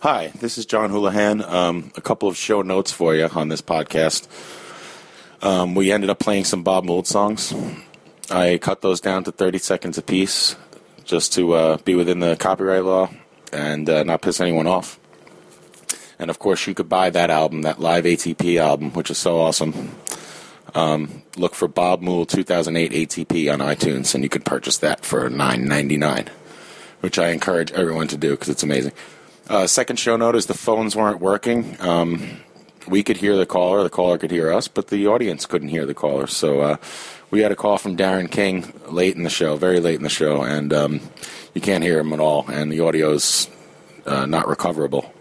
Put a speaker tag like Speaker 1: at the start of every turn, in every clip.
Speaker 1: Hi, this is John Houlihan. Um, a couple of show notes for you on this podcast. Um, we ended up playing some Bob Mould songs. I cut those down to 30 seconds apiece just to uh, be within the copyright law and uh, not piss anyone off. And of course, you could buy that album, that live ATP album, which is so awesome. Um, look for Bob Mould 2008 ATP on iTunes, and you could purchase that for $9.99, which I encourage everyone to do because it's amazing. Uh, second show note is the phones weren't working. Um, we could hear the caller, the caller could hear us, but the audience couldn't hear the caller. So uh, we had a call from Darren King late in the show, very late in the show, and um, you can't hear him at all, and the audio's uh, not recoverable.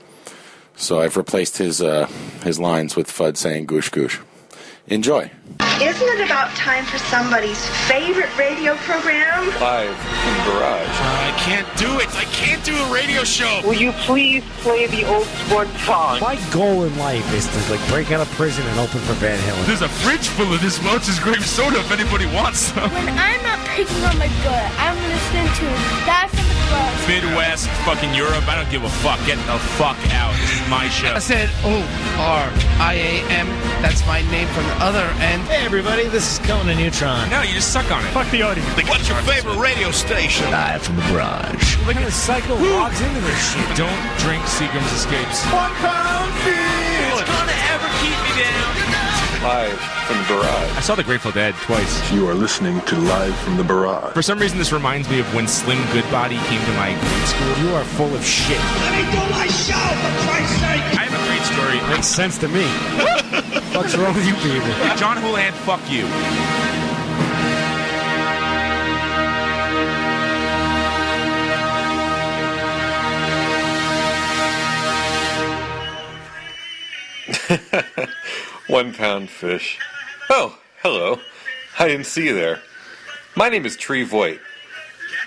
Speaker 1: So I've replaced his uh, his lines with Fudd saying "goosh goosh." Enjoy.
Speaker 2: Isn't it about time for somebody's favorite radio program?
Speaker 3: Live from the garage.
Speaker 4: I can't do it. I can't do a radio show.
Speaker 5: Will you please play the old sport song?
Speaker 6: My goal in life is to like break out of prison and open for Van Halen.
Speaker 4: There's a fridge full of this Welch's grape soda if anybody wants some.
Speaker 7: When I'm not picking on my butt, I'm listening to Die from the Club.
Speaker 4: Midwest, fucking Europe. I don't give a fuck. Get the fuck out. This is my show.
Speaker 8: I said O R I A M. That's my name from the other end.
Speaker 6: Hey everybody, this is Conan Neutron.
Speaker 4: No, you just suck on it. Fuck the audience.
Speaker 3: What's your favorite radio station?
Speaker 6: Live from the garage. Look at the cycle logs into this shit.
Speaker 4: Don't drink Seagram's Escapes. It's gonna ever keep me down.
Speaker 3: Live from the garage.
Speaker 4: I saw The Grateful Dead twice.
Speaker 9: You are listening to Live from the Barrage.
Speaker 4: For some reason, this reminds me of when Slim Goodbody came to my grade school.
Speaker 6: You are full of shit.
Speaker 10: Let me do my show, for Christ's sake!
Speaker 4: I have a great story.
Speaker 6: Makes sense to me. What's wrong with you people?
Speaker 4: John Houlihan, fuck you.
Speaker 3: One pound fish. Oh, hello. I didn't see you there. My name is Tree Voigt.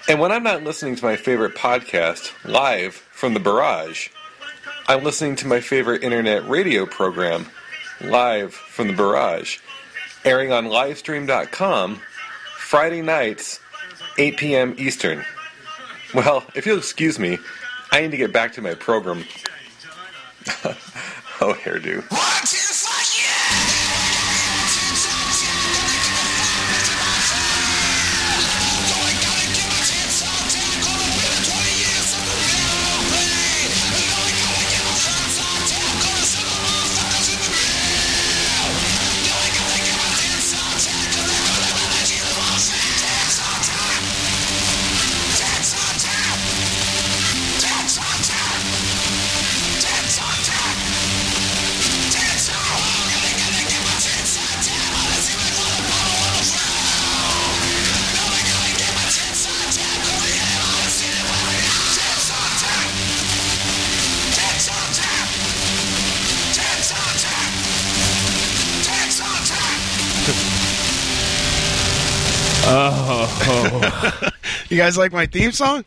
Speaker 3: And when I'm not listening to my favorite podcast, live from the barrage, I'm listening to my favorite internet radio program, live from the barrage, airing on livestream.com Friday nights, 8 p.m. Eastern. Well, if you'll excuse me, I need to get back to my program. oh, hairdo.
Speaker 11: You guys like my theme song?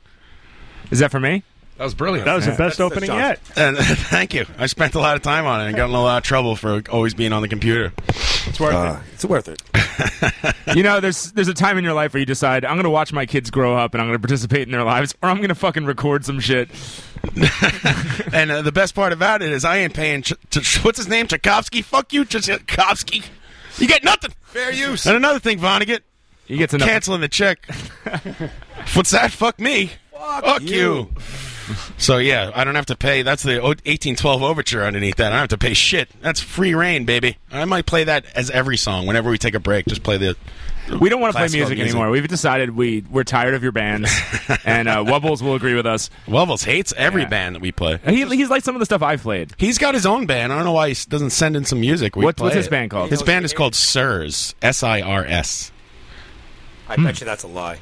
Speaker 4: Is that for me?
Speaker 11: That was brilliant.
Speaker 12: That was the best opening yet.
Speaker 11: And, Uh, thank you. I spent a lot of time on it and got in a lot of trouble for always being on the computer.
Speaker 12: It's worth it.
Speaker 6: Ah, It's worth it.
Speaker 4: you know, there's there's a time in your life where you decide I'm going to watch my kids grow up and I'm going to participate in their lives, or I'm going to fucking record some shit.
Speaker 11: And uh, the best part about it is I ain't paying. Ch- Ch- what's his name? Tchaikovsky. Fuck you, Tchaikovsky. You get nothing.
Speaker 12: Fair use.
Speaker 11: And another thing, Vonnegut.
Speaker 4: He gets enough.
Speaker 11: canceling the check. What's that? Fuck me. Fuck, you. So yeah, I don't have to pay. That's the o- 1812 overture underneath that. I don't have to pay shit. That's free reign, baby. I might play that as every song whenever we take a break. Just play the.
Speaker 4: We don't want to play
Speaker 11: Classical
Speaker 4: music,
Speaker 11: music.
Speaker 4: anymore. We've decided we we're tired of your bands, and uh, Wubbles will agree with us.
Speaker 11: Wevels hates every
Speaker 4: Yeah.
Speaker 11: band that we play.
Speaker 4: He, he's like some of the stuff I've played.
Speaker 11: He's got his own band. I don't know why he s- doesn't send in some music. We
Speaker 4: What's-
Speaker 11: play
Speaker 4: what's his
Speaker 11: it.
Speaker 4: band called?
Speaker 11: His band is called Sirs. S I R S.
Speaker 12: I bet you that's a lie.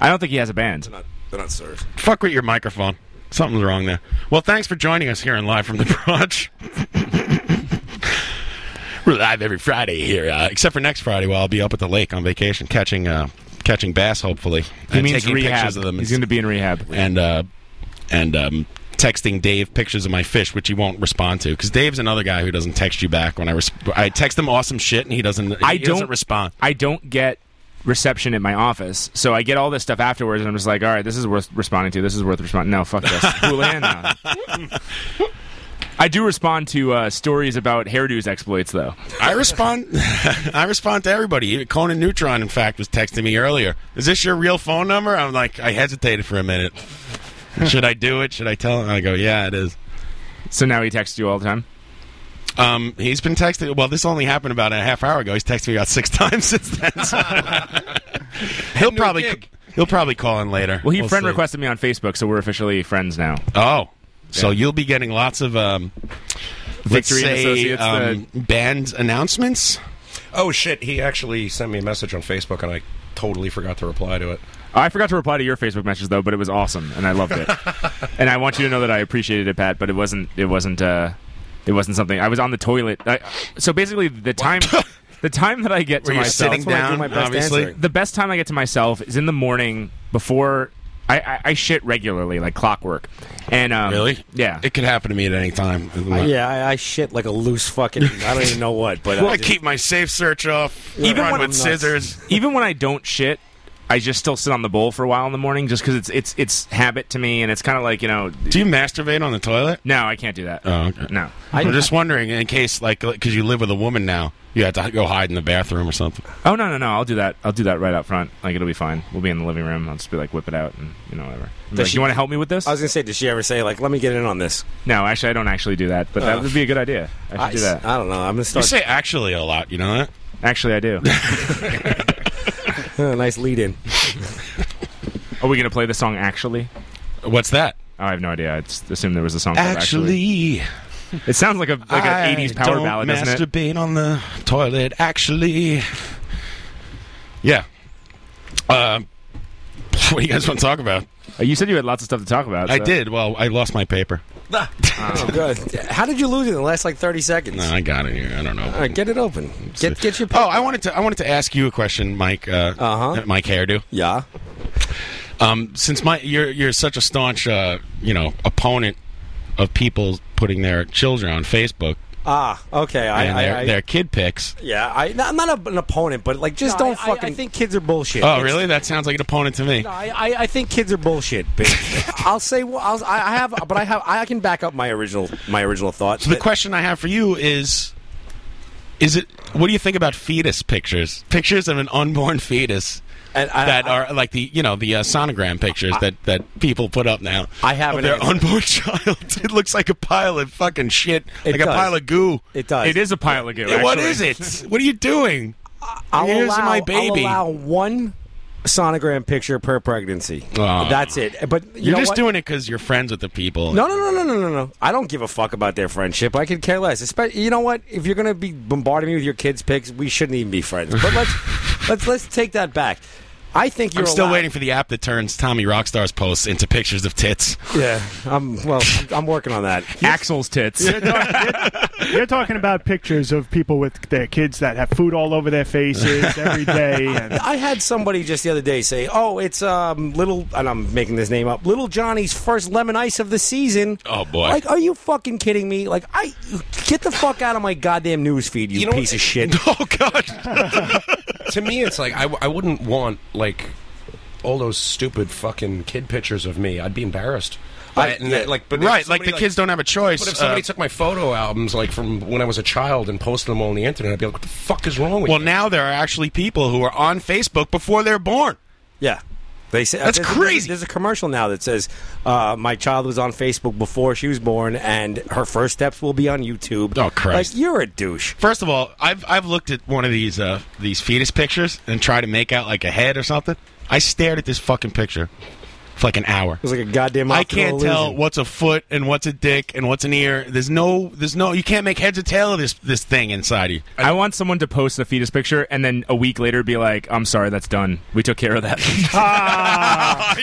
Speaker 4: I don't think he has a band.
Speaker 12: They're not, they're not sirs.
Speaker 11: Fuck with your microphone. Something's wrong there. Well, thanks for joining us here on Live from the Garage. We're live every Friday here, uh, except for next Friday, while I'll be up at the lake on vacation catching uh, catching bass, hopefully.
Speaker 4: He
Speaker 11: and
Speaker 4: means
Speaker 11: taking
Speaker 4: rehab.
Speaker 11: pictures of them.
Speaker 4: He's going
Speaker 11: and
Speaker 4: to be in rehab.
Speaker 11: and, uh, and um, texting Dave pictures of my fish, which he won't respond to because Dave's another guy who doesn't text you back when I res- I text him awesome shit and he doesn't.
Speaker 4: I
Speaker 11: he doesn't
Speaker 4: don't-
Speaker 11: respond.
Speaker 4: I don't get reception at my office. So I get all this stuff afterwards, and I'm just like, all right, this is worth responding to. This is worth responding. No, fuck this. Cool hand now. I do respond to uh, stories about hairdos exploits, though.
Speaker 11: I respond. I respond to everybody. Even Conan Neutron, in fact, was texting me earlier. Is this your real phone number? I'm like, I hesitated for a minute. Should I do it? Should I tell him? I go, yeah, it is.
Speaker 4: So now he texts you all the time.
Speaker 11: Um, he's been texting. Well, this only happened about a half hour ago. He's texted me about six times since then. so- he'll probably he'll probably call in later.
Speaker 4: Well, he
Speaker 11: We'll
Speaker 4: friend
Speaker 11: see.
Speaker 4: requested me on Facebook, so we're officially friends now.
Speaker 11: Oh, so you'll be getting lots of um, let's
Speaker 4: Victory and
Speaker 11: say,
Speaker 4: Associates,
Speaker 11: um, band announcements.
Speaker 12: Oh shit! He actually sent me a message on Facebook, and I totally forgot to reply to it.
Speaker 4: I forgot to reply to your Facebook message though, but it was awesome, and I loved it. and I want you to know that I appreciated it, Pat. But it wasn't. It wasn't. Uh, it wasn't something. I was on the toilet. I, so basically, the time. The time that I get to
Speaker 11: Were you
Speaker 4: myself,
Speaker 11: sitting That's when I do down, my best obviously? answering.
Speaker 4: the best time I get to myself is in the morning before I, I, I shit regularly, like clockwork. And um,
Speaker 11: Really?
Speaker 4: yeah,
Speaker 11: It could happen to me at any time.
Speaker 6: I, yeah, I, I shit like a loose fucking. I don't even know what, but
Speaker 11: I keep my safe search off.
Speaker 4: even
Speaker 11: uh, run
Speaker 4: when
Speaker 11: with scissors.
Speaker 4: even when I don't shit, I just still sit on the bowl for a while in the morning, just because it's it's it's habit to me, and it's kind of like you know.
Speaker 11: Do you masturbate on the toilet?
Speaker 4: No, I can't do that.
Speaker 11: Oh, okay.
Speaker 4: No,
Speaker 11: I'm just wondering in case, like, because you live with a woman now, you have to go hide in the bathroom or something.
Speaker 4: Oh no no no! I'll do that. I'll do that right out front. Like it'll be fine. We'll be in the living room. I'll just be like whip it out and you know whatever. Be
Speaker 6: Does
Speaker 4: Like,
Speaker 6: she-
Speaker 4: you want to help me with this?
Speaker 6: I was gonna say, did she ever say like, "Let me get in on this"?
Speaker 4: No, actually, I don't actually do that. But
Speaker 6: Oh.
Speaker 4: that would be a good idea. I should
Speaker 6: I,
Speaker 4: do that.
Speaker 6: I don't know. I'm gonna start.
Speaker 11: You say actually a lot. You know that?
Speaker 4: Actually, I do.
Speaker 6: Uh, nice lead in.
Speaker 4: Are we gonna play the song? Actually, Oh,
Speaker 11: What's that?
Speaker 4: I have no idea. I just assumed there was a song. called Actually, it sounds like a like an '80s power
Speaker 11: don't
Speaker 4: ballad, doesn't it?
Speaker 11: masturbate on the toilet. Actually, yeah. Um, what do you guys want to talk about?
Speaker 4: Uh, You said you had lots of stuff to talk about.
Speaker 11: I
Speaker 4: so-
Speaker 11: did. Well, I lost my paper.
Speaker 6: Oh, good. How did you lose it in the last like 30 seconds?
Speaker 11: No, Uh, I got it here. I don't know.
Speaker 6: All right, Uh, get it open. Get get your.
Speaker 11: Oh, I wanted to. I wanted to ask you a question, Mike. Uh,
Speaker 6: Uh-huh.
Speaker 11: Mike Hairdo.
Speaker 6: Yeah.
Speaker 11: Um, since my you're you're such a staunch, uh, you know, opponent of people putting their children on Facebook
Speaker 6: Ah. Okay. I.
Speaker 11: and their,
Speaker 6: I, I
Speaker 11: their kid pics.
Speaker 6: yeah. I. no, I'm not a, an opponent, but like, just don't fucking. I, think kids are bullshit.
Speaker 11: Oh, really? That sounds like an opponent to me.
Speaker 6: I, I, I think kids are bullshit. But I'll say. Well, I'll, I I have, but I have. I can back up my original. My original thought.
Speaker 11: So the question I have for you is: Is it? What do you think about fetus pictures? Pictures of an unborn fetus.
Speaker 6: And I-
Speaker 11: that
Speaker 6: I-
Speaker 11: are like the you know the uh, sonogram pictures that, that people put up now.
Speaker 6: I have
Speaker 11: of
Speaker 6: an
Speaker 11: their
Speaker 6: answer.
Speaker 11: unborn child. It looks like a pile of fucking shit,
Speaker 6: It
Speaker 11: like a
Speaker 6: does.
Speaker 11: pile of goo.
Speaker 6: It does.
Speaker 4: It is a pile of goo.
Speaker 11: Yeah, What
Speaker 4: actually.
Speaker 11: is it? What are you doing?
Speaker 6: I'll
Speaker 11: Here's
Speaker 6: allow,
Speaker 11: my
Speaker 6: I'll
Speaker 11: baby.
Speaker 6: allow one sonogram picture per pregnancy.
Speaker 11: Aw.
Speaker 6: That's it. But you
Speaker 11: You are
Speaker 6: know
Speaker 11: just
Speaker 6: what?
Speaker 11: doing it because Ah. you're friends with the people.
Speaker 6: No, no, no, no, no, no, no. I don't give a fuck about their friendship. I could care less. Especially, you know what? If you're gonna be bombarding me with your kids' pics, we shouldn't even be friends. But let's let's let's take that back. I think you're
Speaker 11: I'm still
Speaker 6: allowed-
Speaker 11: waiting for the app that turns Tommy Rockstar's posts into pictures of tits.
Speaker 6: Yeah, I'm. Well, I'm working on that.
Speaker 4: Axel's tits.
Speaker 13: You're talking about pictures of people with their kids that have food all over their faces every day. And
Speaker 6: I had somebody just the other day say, "Oh, it's um little," and I'm making this name up. Little Johnny's first lemon ice of the season.
Speaker 11: Oh, boy.
Speaker 6: Like, are you fucking kidding me? Like, I get the fuck out of my goddamn newsfeed, you,
Speaker 12: You know
Speaker 6: piece
Speaker 12: what-
Speaker 6: of shit.
Speaker 11: Oh God!
Speaker 12: to me, it's like I, w- I wouldn't want like all those stupid fucking kid pictures of me. I'd be embarrassed.
Speaker 6: I-
Speaker 12: Right,
Speaker 6: yeah.
Speaker 12: like, but if
Speaker 11: right, like
Speaker 12: somebody,
Speaker 11: the kids don't have a choice.
Speaker 12: But if somebody
Speaker 11: uh,
Speaker 12: took my photo albums, like from when I was a child, and posted them on the internet, I'd be like, "What the fuck is wrong with
Speaker 11: well,
Speaker 12: you?"
Speaker 11: now there are actually people who are on Facebook before they're born.
Speaker 6: Yeah. They say, uh,
Speaker 11: That's
Speaker 6: there's-
Speaker 11: crazy.
Speaker 6: There's, a commercial now that says, uh, "My child was on Facebook before she was born, and her first steps will be on YouTube."
Speaker 11: Oh, Christ.
Speaker 6: Like you're a douche.
Speaker 11: First of all, I've I've looked at one of these uh, these fetus pictures and tried to make out like a head or something. I stared at this fucking picture for like an hour.
Speaker 6: It was like a goddamn.
Speaker 11: I
Speaker 6: optical
Speaker 11: can't tell
Speaker 6: illusion.
Speaker 11: what's a foot and what's a dick and what's an ear. There's no, there's no. You can't make heads or tail of this this thing inside you.
Speaker 4: I want someone to post a fetus picture and then a week later be like, "I'm sorry, that's done. We took care of that."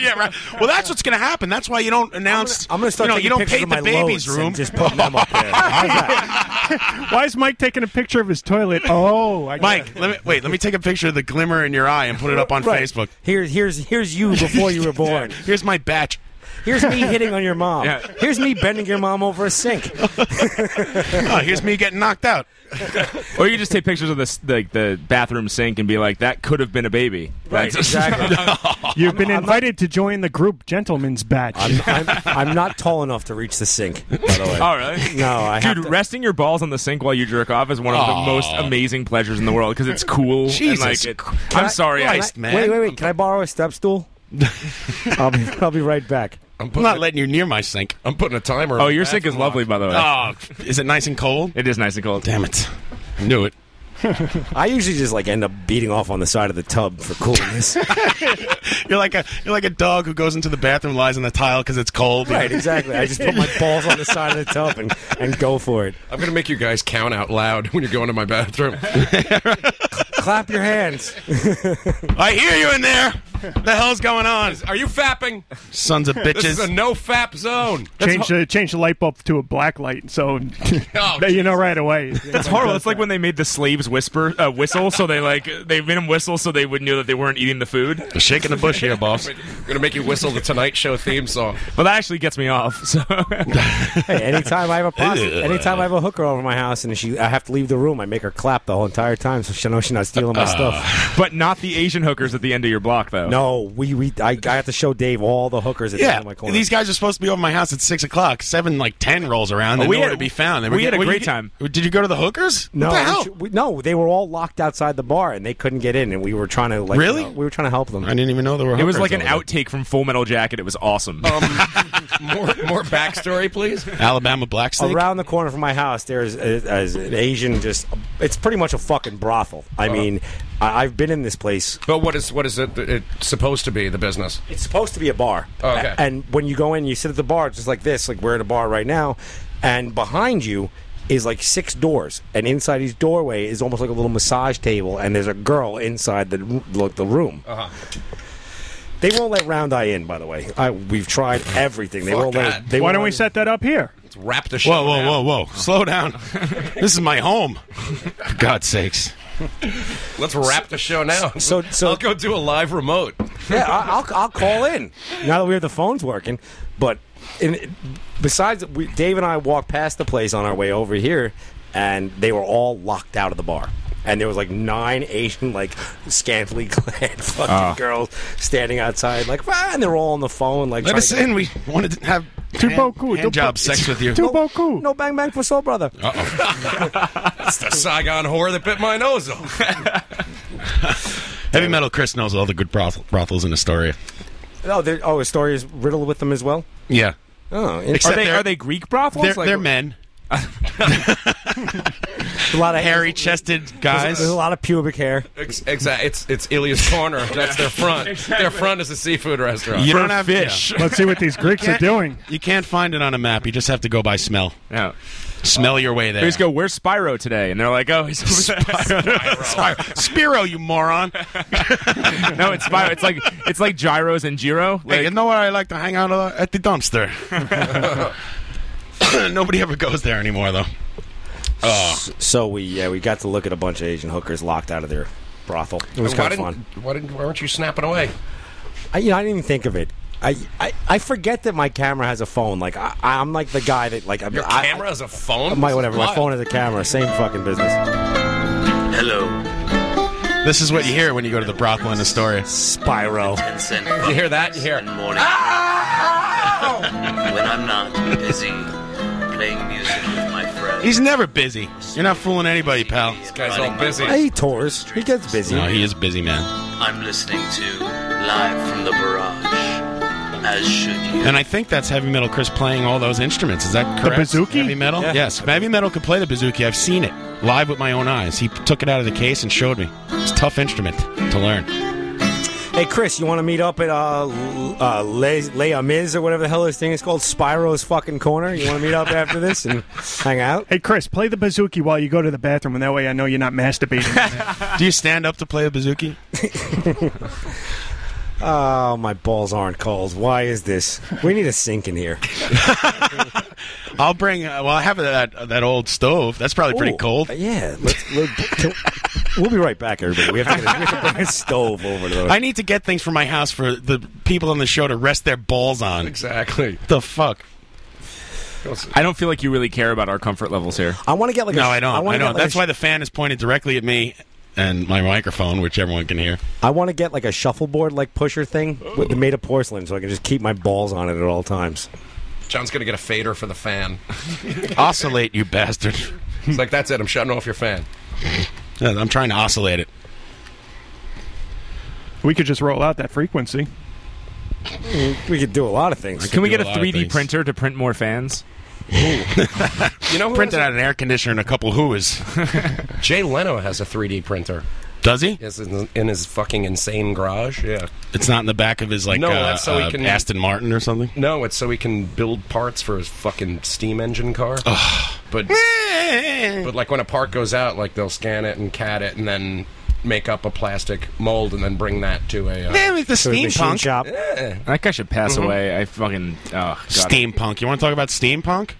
Speaker 11: yeah, right. Well, that's what's going to happen. That's why you don't announce.
Speaker 6: I'm gonna start
Speaker 11: You, know,
Speaker 6: taking
Speaker 11: you don't
Speaker 6: pictures
Speaker 11: paint
Speaker 6: of
Speaker 11: the
Speaker 6: my
Speaker 11: baby's
Speaker 6: loads
Speaker 11: room.
Speaker 6: and just putting them up there. How's that?
Speaker 13: why is Mike taking a picture of his toilet? Oh, I
Speaker 11: Mike, let me wait. Let me take a picture of the glimmer in your eye and put it up on
Speaker 6: Right.
Speaker 11: Facebook.
Speaker 6: Here, here's here's you before you were born.
Speaker 11: Here's my batch.
Speaker 4: Here's me hitting on your mom. Here's me bending your mom over a sink.
Speaker 11: oh, here's me getting knocked out.
Speaker 14: or you just take pictures of the s- like the bathroom sink and be like, that could have been a baby.
Speaker 4: Right, exactly.
Speaker 13: You've been invited to join the group Gentleman's Batch.
Speaker 4: I'm, I'm not tall enough to reach the sink. By the way,
Speaker 14: All right.
Speaker 4: No, I have
Speaker 14: Dude, resting your balls on the sink while you jerk off is one of
Speaker 4: Aw.
Speaker 14: the most amazing pleasures in the world because it's cool.
Speaker 4: Jesus
Speaker 14: and like, it,
Speaker 4: Can I-
Speaker 14: I'm sorry,
Speaker 4: can I- Wait, wait, wait. Can I borrow a step stool? I'll be, I'll be right back.
Speaker 11: I'm, not letting you near my sink. I'm putting a timer.
Speaker 14: Oh, your sink is lovely, by the way.
Speaker 11: Oh, is it nice and cold?
Speaker 14: It is nice and cold.
Speaker 11: Damn it! Knew it.
Speaker 4: I usually just like end up beating off on the side of the tub for coolness.
Speaker 11: You're like a you're like a dog who goes into the bathroom, lies on the tile because it's cold.
Speaker 4: right, exactly. I just put my balls on the side of the tub and, and go for it.
Speaker 12: I'm going to make you guys count out loud when you're going to my bathroom.
Speaker 4: Clap your hands.
Speaker 11: I hear you in there. The hell's going on?
Speaker 12: Are you fapping?
Speaker 11: Sons of
Speaker 12: This is a
Speaker 11: bitches.
Speaker 12: no fap zone.
Speaker 13: Change the change the light bulb to a black light, so that you know right away.
Speaker 14: That's horrible. It's like when they made the slaves whisper uh, whistle, so they like they made them whistle so they would know that they weren't eating the food.
Speaker 11: shaking the bush here, boss.
Speaker 12: I'm going to make you whistle the Tonight Show theme song.
Speaker 14: Well, that actually gets me off. So
Speaker 4: Hey, anytime I have a posse,
Speaker 14: Ew.
Speaker 4: anytime I have a hooker over my house and she, I have to leave the room, I make her clap the whole entire time so she knows she's not stealing my stuff.
Speaker 14: but not the Asian hookers at the end of your block, though.
Speaker 4: No, we, we I, I have to show Dave all the hookers at the end
Speaker 11: Yeah,
Speaker 4: of my corner.
Speaker 11: these guys are supposed to be over my house at six o'clock. Seven, like ten, rolls around. They're
Speaker 14: Oh, we
Speaker 11: nowhere
Speaker 14: had-
Speaker 11: to be found. They
Speaker 14: we had a
Speaker 11: were
Speaker 14: great
Speaker 11: you-
Speaker 14: time.
Speaker 11: Did you go to the hookers?
Speaker 4: No,
Speaker 11: What the
Speaker 4: we
Speaker 11: hell?
Speaker 4: tr- we- no, they were all locked outside the bar and they couldn't get in, and we were trying to like you
Speaker 11: Really?
Speaker 4: know, we were trying to help them.
Speaker 11: I didn't even know there were.
Speaker 14: It was
Speaker 11: hookers
Speaker 14: like an
Speaker 11: over there.
Speaker 14: outtake from Full Metal Jacket. It was awesome.
Speaker 12: More, more backstory, please.
Speaker 11: Alabama black snake.
Speaker 4: Around the corner from my house, there's a, as an Asian. Just it's pretty much a fucking brothel. I mean, I, I've been in this place.
Speaker 12: But what is what is it, it supposed to be? The business.
Speaker 4: It's supposed to be a bar.
Speaker 12: Oh, okay.
Speaker 4: A- And when you go in, you sit at the bar just like this. Like we're at a bar right now, and behind you is like six doors, and inside each doorway is almost like a little massage table, and there's a girl inside the r- like the room.
Speaker 12: Uh-huh.
Speaker 4: They won't let Round Eye in. By the way, I, we've tried everything. They
Speaker 12: Fuck
Speaker 4: won't let.
Speaker 12: that.
Speaker 4: They
Speaker 13: Why
Speaker 4: won't
Speaker 13: don't
Speaker 4: let
Speaker 13: we set that up here?
Speaker 12: Let's wrap the show.
Speaker 11: Whoa, whoa,
Speaker 12: now.
Speaker 11: whoa, whoa! Slow down. this is my home. For God's sakes.
Speaker 12: Let's wrap the show now.
Speaker 4: So- so-
Speaker 12: I'll go do a live remote.
Speaker 4: yeah, I, I'll I'll call in now that we have the phones working. But in, besides, we, Dave and I walked past the place on our way over here, and they were all locked out of the bar. And there was like nine Asian, like scantily clad fucking
Speaker 14: Ah.
Speaker 4: girls standing outside, like, "Ah," and they're all on the phone, like,
Speaker 11: Let
Speaker 4: trying
Speaker 11: us
Speaker 4: to-
Speaker 11: in. We wanted to have
Speaker 13: Too boku,
Speaker 11: hand
Speaker 13: too
Speaker 11: job
Speaker 13: bo-
Speaker 11: sex with you.
Speaker 13: Too boku.
Speaker 4: No bang bang for soul brother.
Speaker 12: That's the Saigon whore that bit my nose off.
Speaker 11: Heavy metal. Chris knows all the good brothel- brothels in Astoria.
Speaker 4: Oh, there- oh, his story is riddled with them as well.
Speaker 11: Yeah,
Speaker 4: Oh,
Speaker 14: Are
Speaker 11: Except
Speaker 14: they
Speaker 11: they're-
Speaker 14: are they Greek brothels?
Speaker 11: they're,
Speaker 14: Like-
Speaker 11: they're men,
Speaker 4: it's a lot of
Speaker 11: hairy-chested guys.
Speaker 4: There's a lot of pubic hair.
Speaker 12: Exactly. It's it's Ilya's corner. That's their front. Their front is a seafood restaurant.
Speaker 11: You don't have
Speaker 14: fish.
Speaker 11: yeah.
Speaker 13: Let's see what these Greeks are
Speaker 11: Can't-
Speaker 13: doing.
Speaker 11: You can't find it on a map. You just have to go by smell.
Speaker 14: No.
Speaker 11: Smell your way there.
Speaker 14: They just go, "Where's Spyro today?" And they're like, "Oh, he's over there."
Speaker 11: Spiro, Spiro, you moron.
Speaker 14: no, it's Spyro. It's like it's like gyros and gyro.
Speaker 11: Hey,
Speaker 14: Like,
Speaker 11: you know where I like to hang out a lot? at the dumpster. Nobody ever goes there anymore, though.
Speaker 4: So we yeah we got to look at a bunch of Asian hookers locked out of their brothel. It was
Speaker 12: why
Speaker 4: kind of fun.
Speaker 12: didn't, why didn't why weren't you snapping away?
Speaker 4: I, you know, I didn't even think of it. I, I, I forget that my camera has a phone. Like I, I'm like the guy that like I'm,
Speaker 12: Your
Speaker 11: Oh.
Speaker 4: I,
Speaker 12: camera has a phone.
Speaker 4: I, my whatever. My
Speaker 12: Wild.
Speaker 4: phone has a camera. Same fucking business.
Speaker 11: This is what you hear when you go to the brothel in Astoria.
Speaker 4: Spyro.
Speaker 12: You hear that? You hear?
Speaker 10: morning. when I'm not busy playing music with my friends.
Speaker 11: He's never busy. You're not fooling anybody, pal.
Speaker 12: Guys, all busy.
Speaker 4: He tours. He gets busy.
Speaker 11: No, he is busy, man.
Speaker 10: I'm listening to Live from the Barrage, as should you.
Speaker 11: And I think that's heavy metal Chris playing all those instruments. Is that
Speaker 13: The
Speaker 11: correct? Heavy
Speaker 13: bazooki?
Speaker 11: metal?
Speaker 4: Yeah.
Speaker 11: Yes. Heavy metal could play the bazooki. I've seen it live with my own eyes. He took it out of the case and showed me. It's a tough instrument to learn.
Speaker 4: Hey Chris, you want to meet up at uh, L- uh Les, Les Amis or whatever the hell this thing is called? Spyro's fucking corner. You want to meet up after this and hang out?
Speaker 13: Hey, Chris, play the bazooki while you go to the bathroom, and that way I know you're not masturbating.
Speaker 11: Do you stand up to play the bazooki?
Speaker 4: Oh, my balls aren't cold. Why is this? We need a sink in here.
Speaker 11: I'll bring. Uh, well, I have that that old stove. That's probably pretty
Speaker 4: Ooh,
Speaker 11: cold.
Speaker 4: Yeah. Let's, let- can-
Speaker 6: We'll be right back, everybody. We have to, get a, we have to bring a stove over to the.
Speaker 11: I need to get things from my house for the people on the show to rest their balls on. Exactly. The fuck.
Speaker 4: I don't feel like you really care about our comfort levels here.
Speaker 6: I want to get like
Speaker 11: no, I I don't. I, don't. That's why the fan is pointed directly at me and my microphone, which everyone can hear.
Speaker 6: I want to get like a shuffleboard like pusher thing with, made of porcelain, so I can just keep my balls on it at all times.
Speaker 12: John's gonna get a fader for the fan.
Speaker 11: Oscillate, you bastard.
Speaker 12: He's like, that's it. I'm shutting off your fan.
Speaker 11: Yeah, I'm trying to oscillate it.
Speaker 13: We could just roll out that frequency.
Speaker 6: We could do a lot of things.
Speaker 4: Can we get a 3D printer to print more fans?
Speaker 11: you know, printed out an air conditioner and a couple whoas.
Speaker 12: Jay Leno has a 3D printer.
Speaker 11: Does he?
Speaker 12: Yes, in, in his fucking insane garage. Yeah.
Speaker 11: It's not in the back of his like
Speaker 12: No,
Speaker 11: uh,
Speaker 12: that's so he
Speaker 11: uh,
Speaker 12: can-
Speaker 11: Aston Martin or something.
Speaker 12: No, it's so he can build parts for his fucking steam engine car. But but like when a part goes out, like they'll scan it and cat it, and then make up a plastic mold, and then bring that to a uh, to a machine shop. Yeah.
Speaker 4: That guy should pass
Speaker 12: Mhm.
Speaker 4: away. I fucking oh, God.
Speaker 11: Steampunk. You want to talk about steampunk?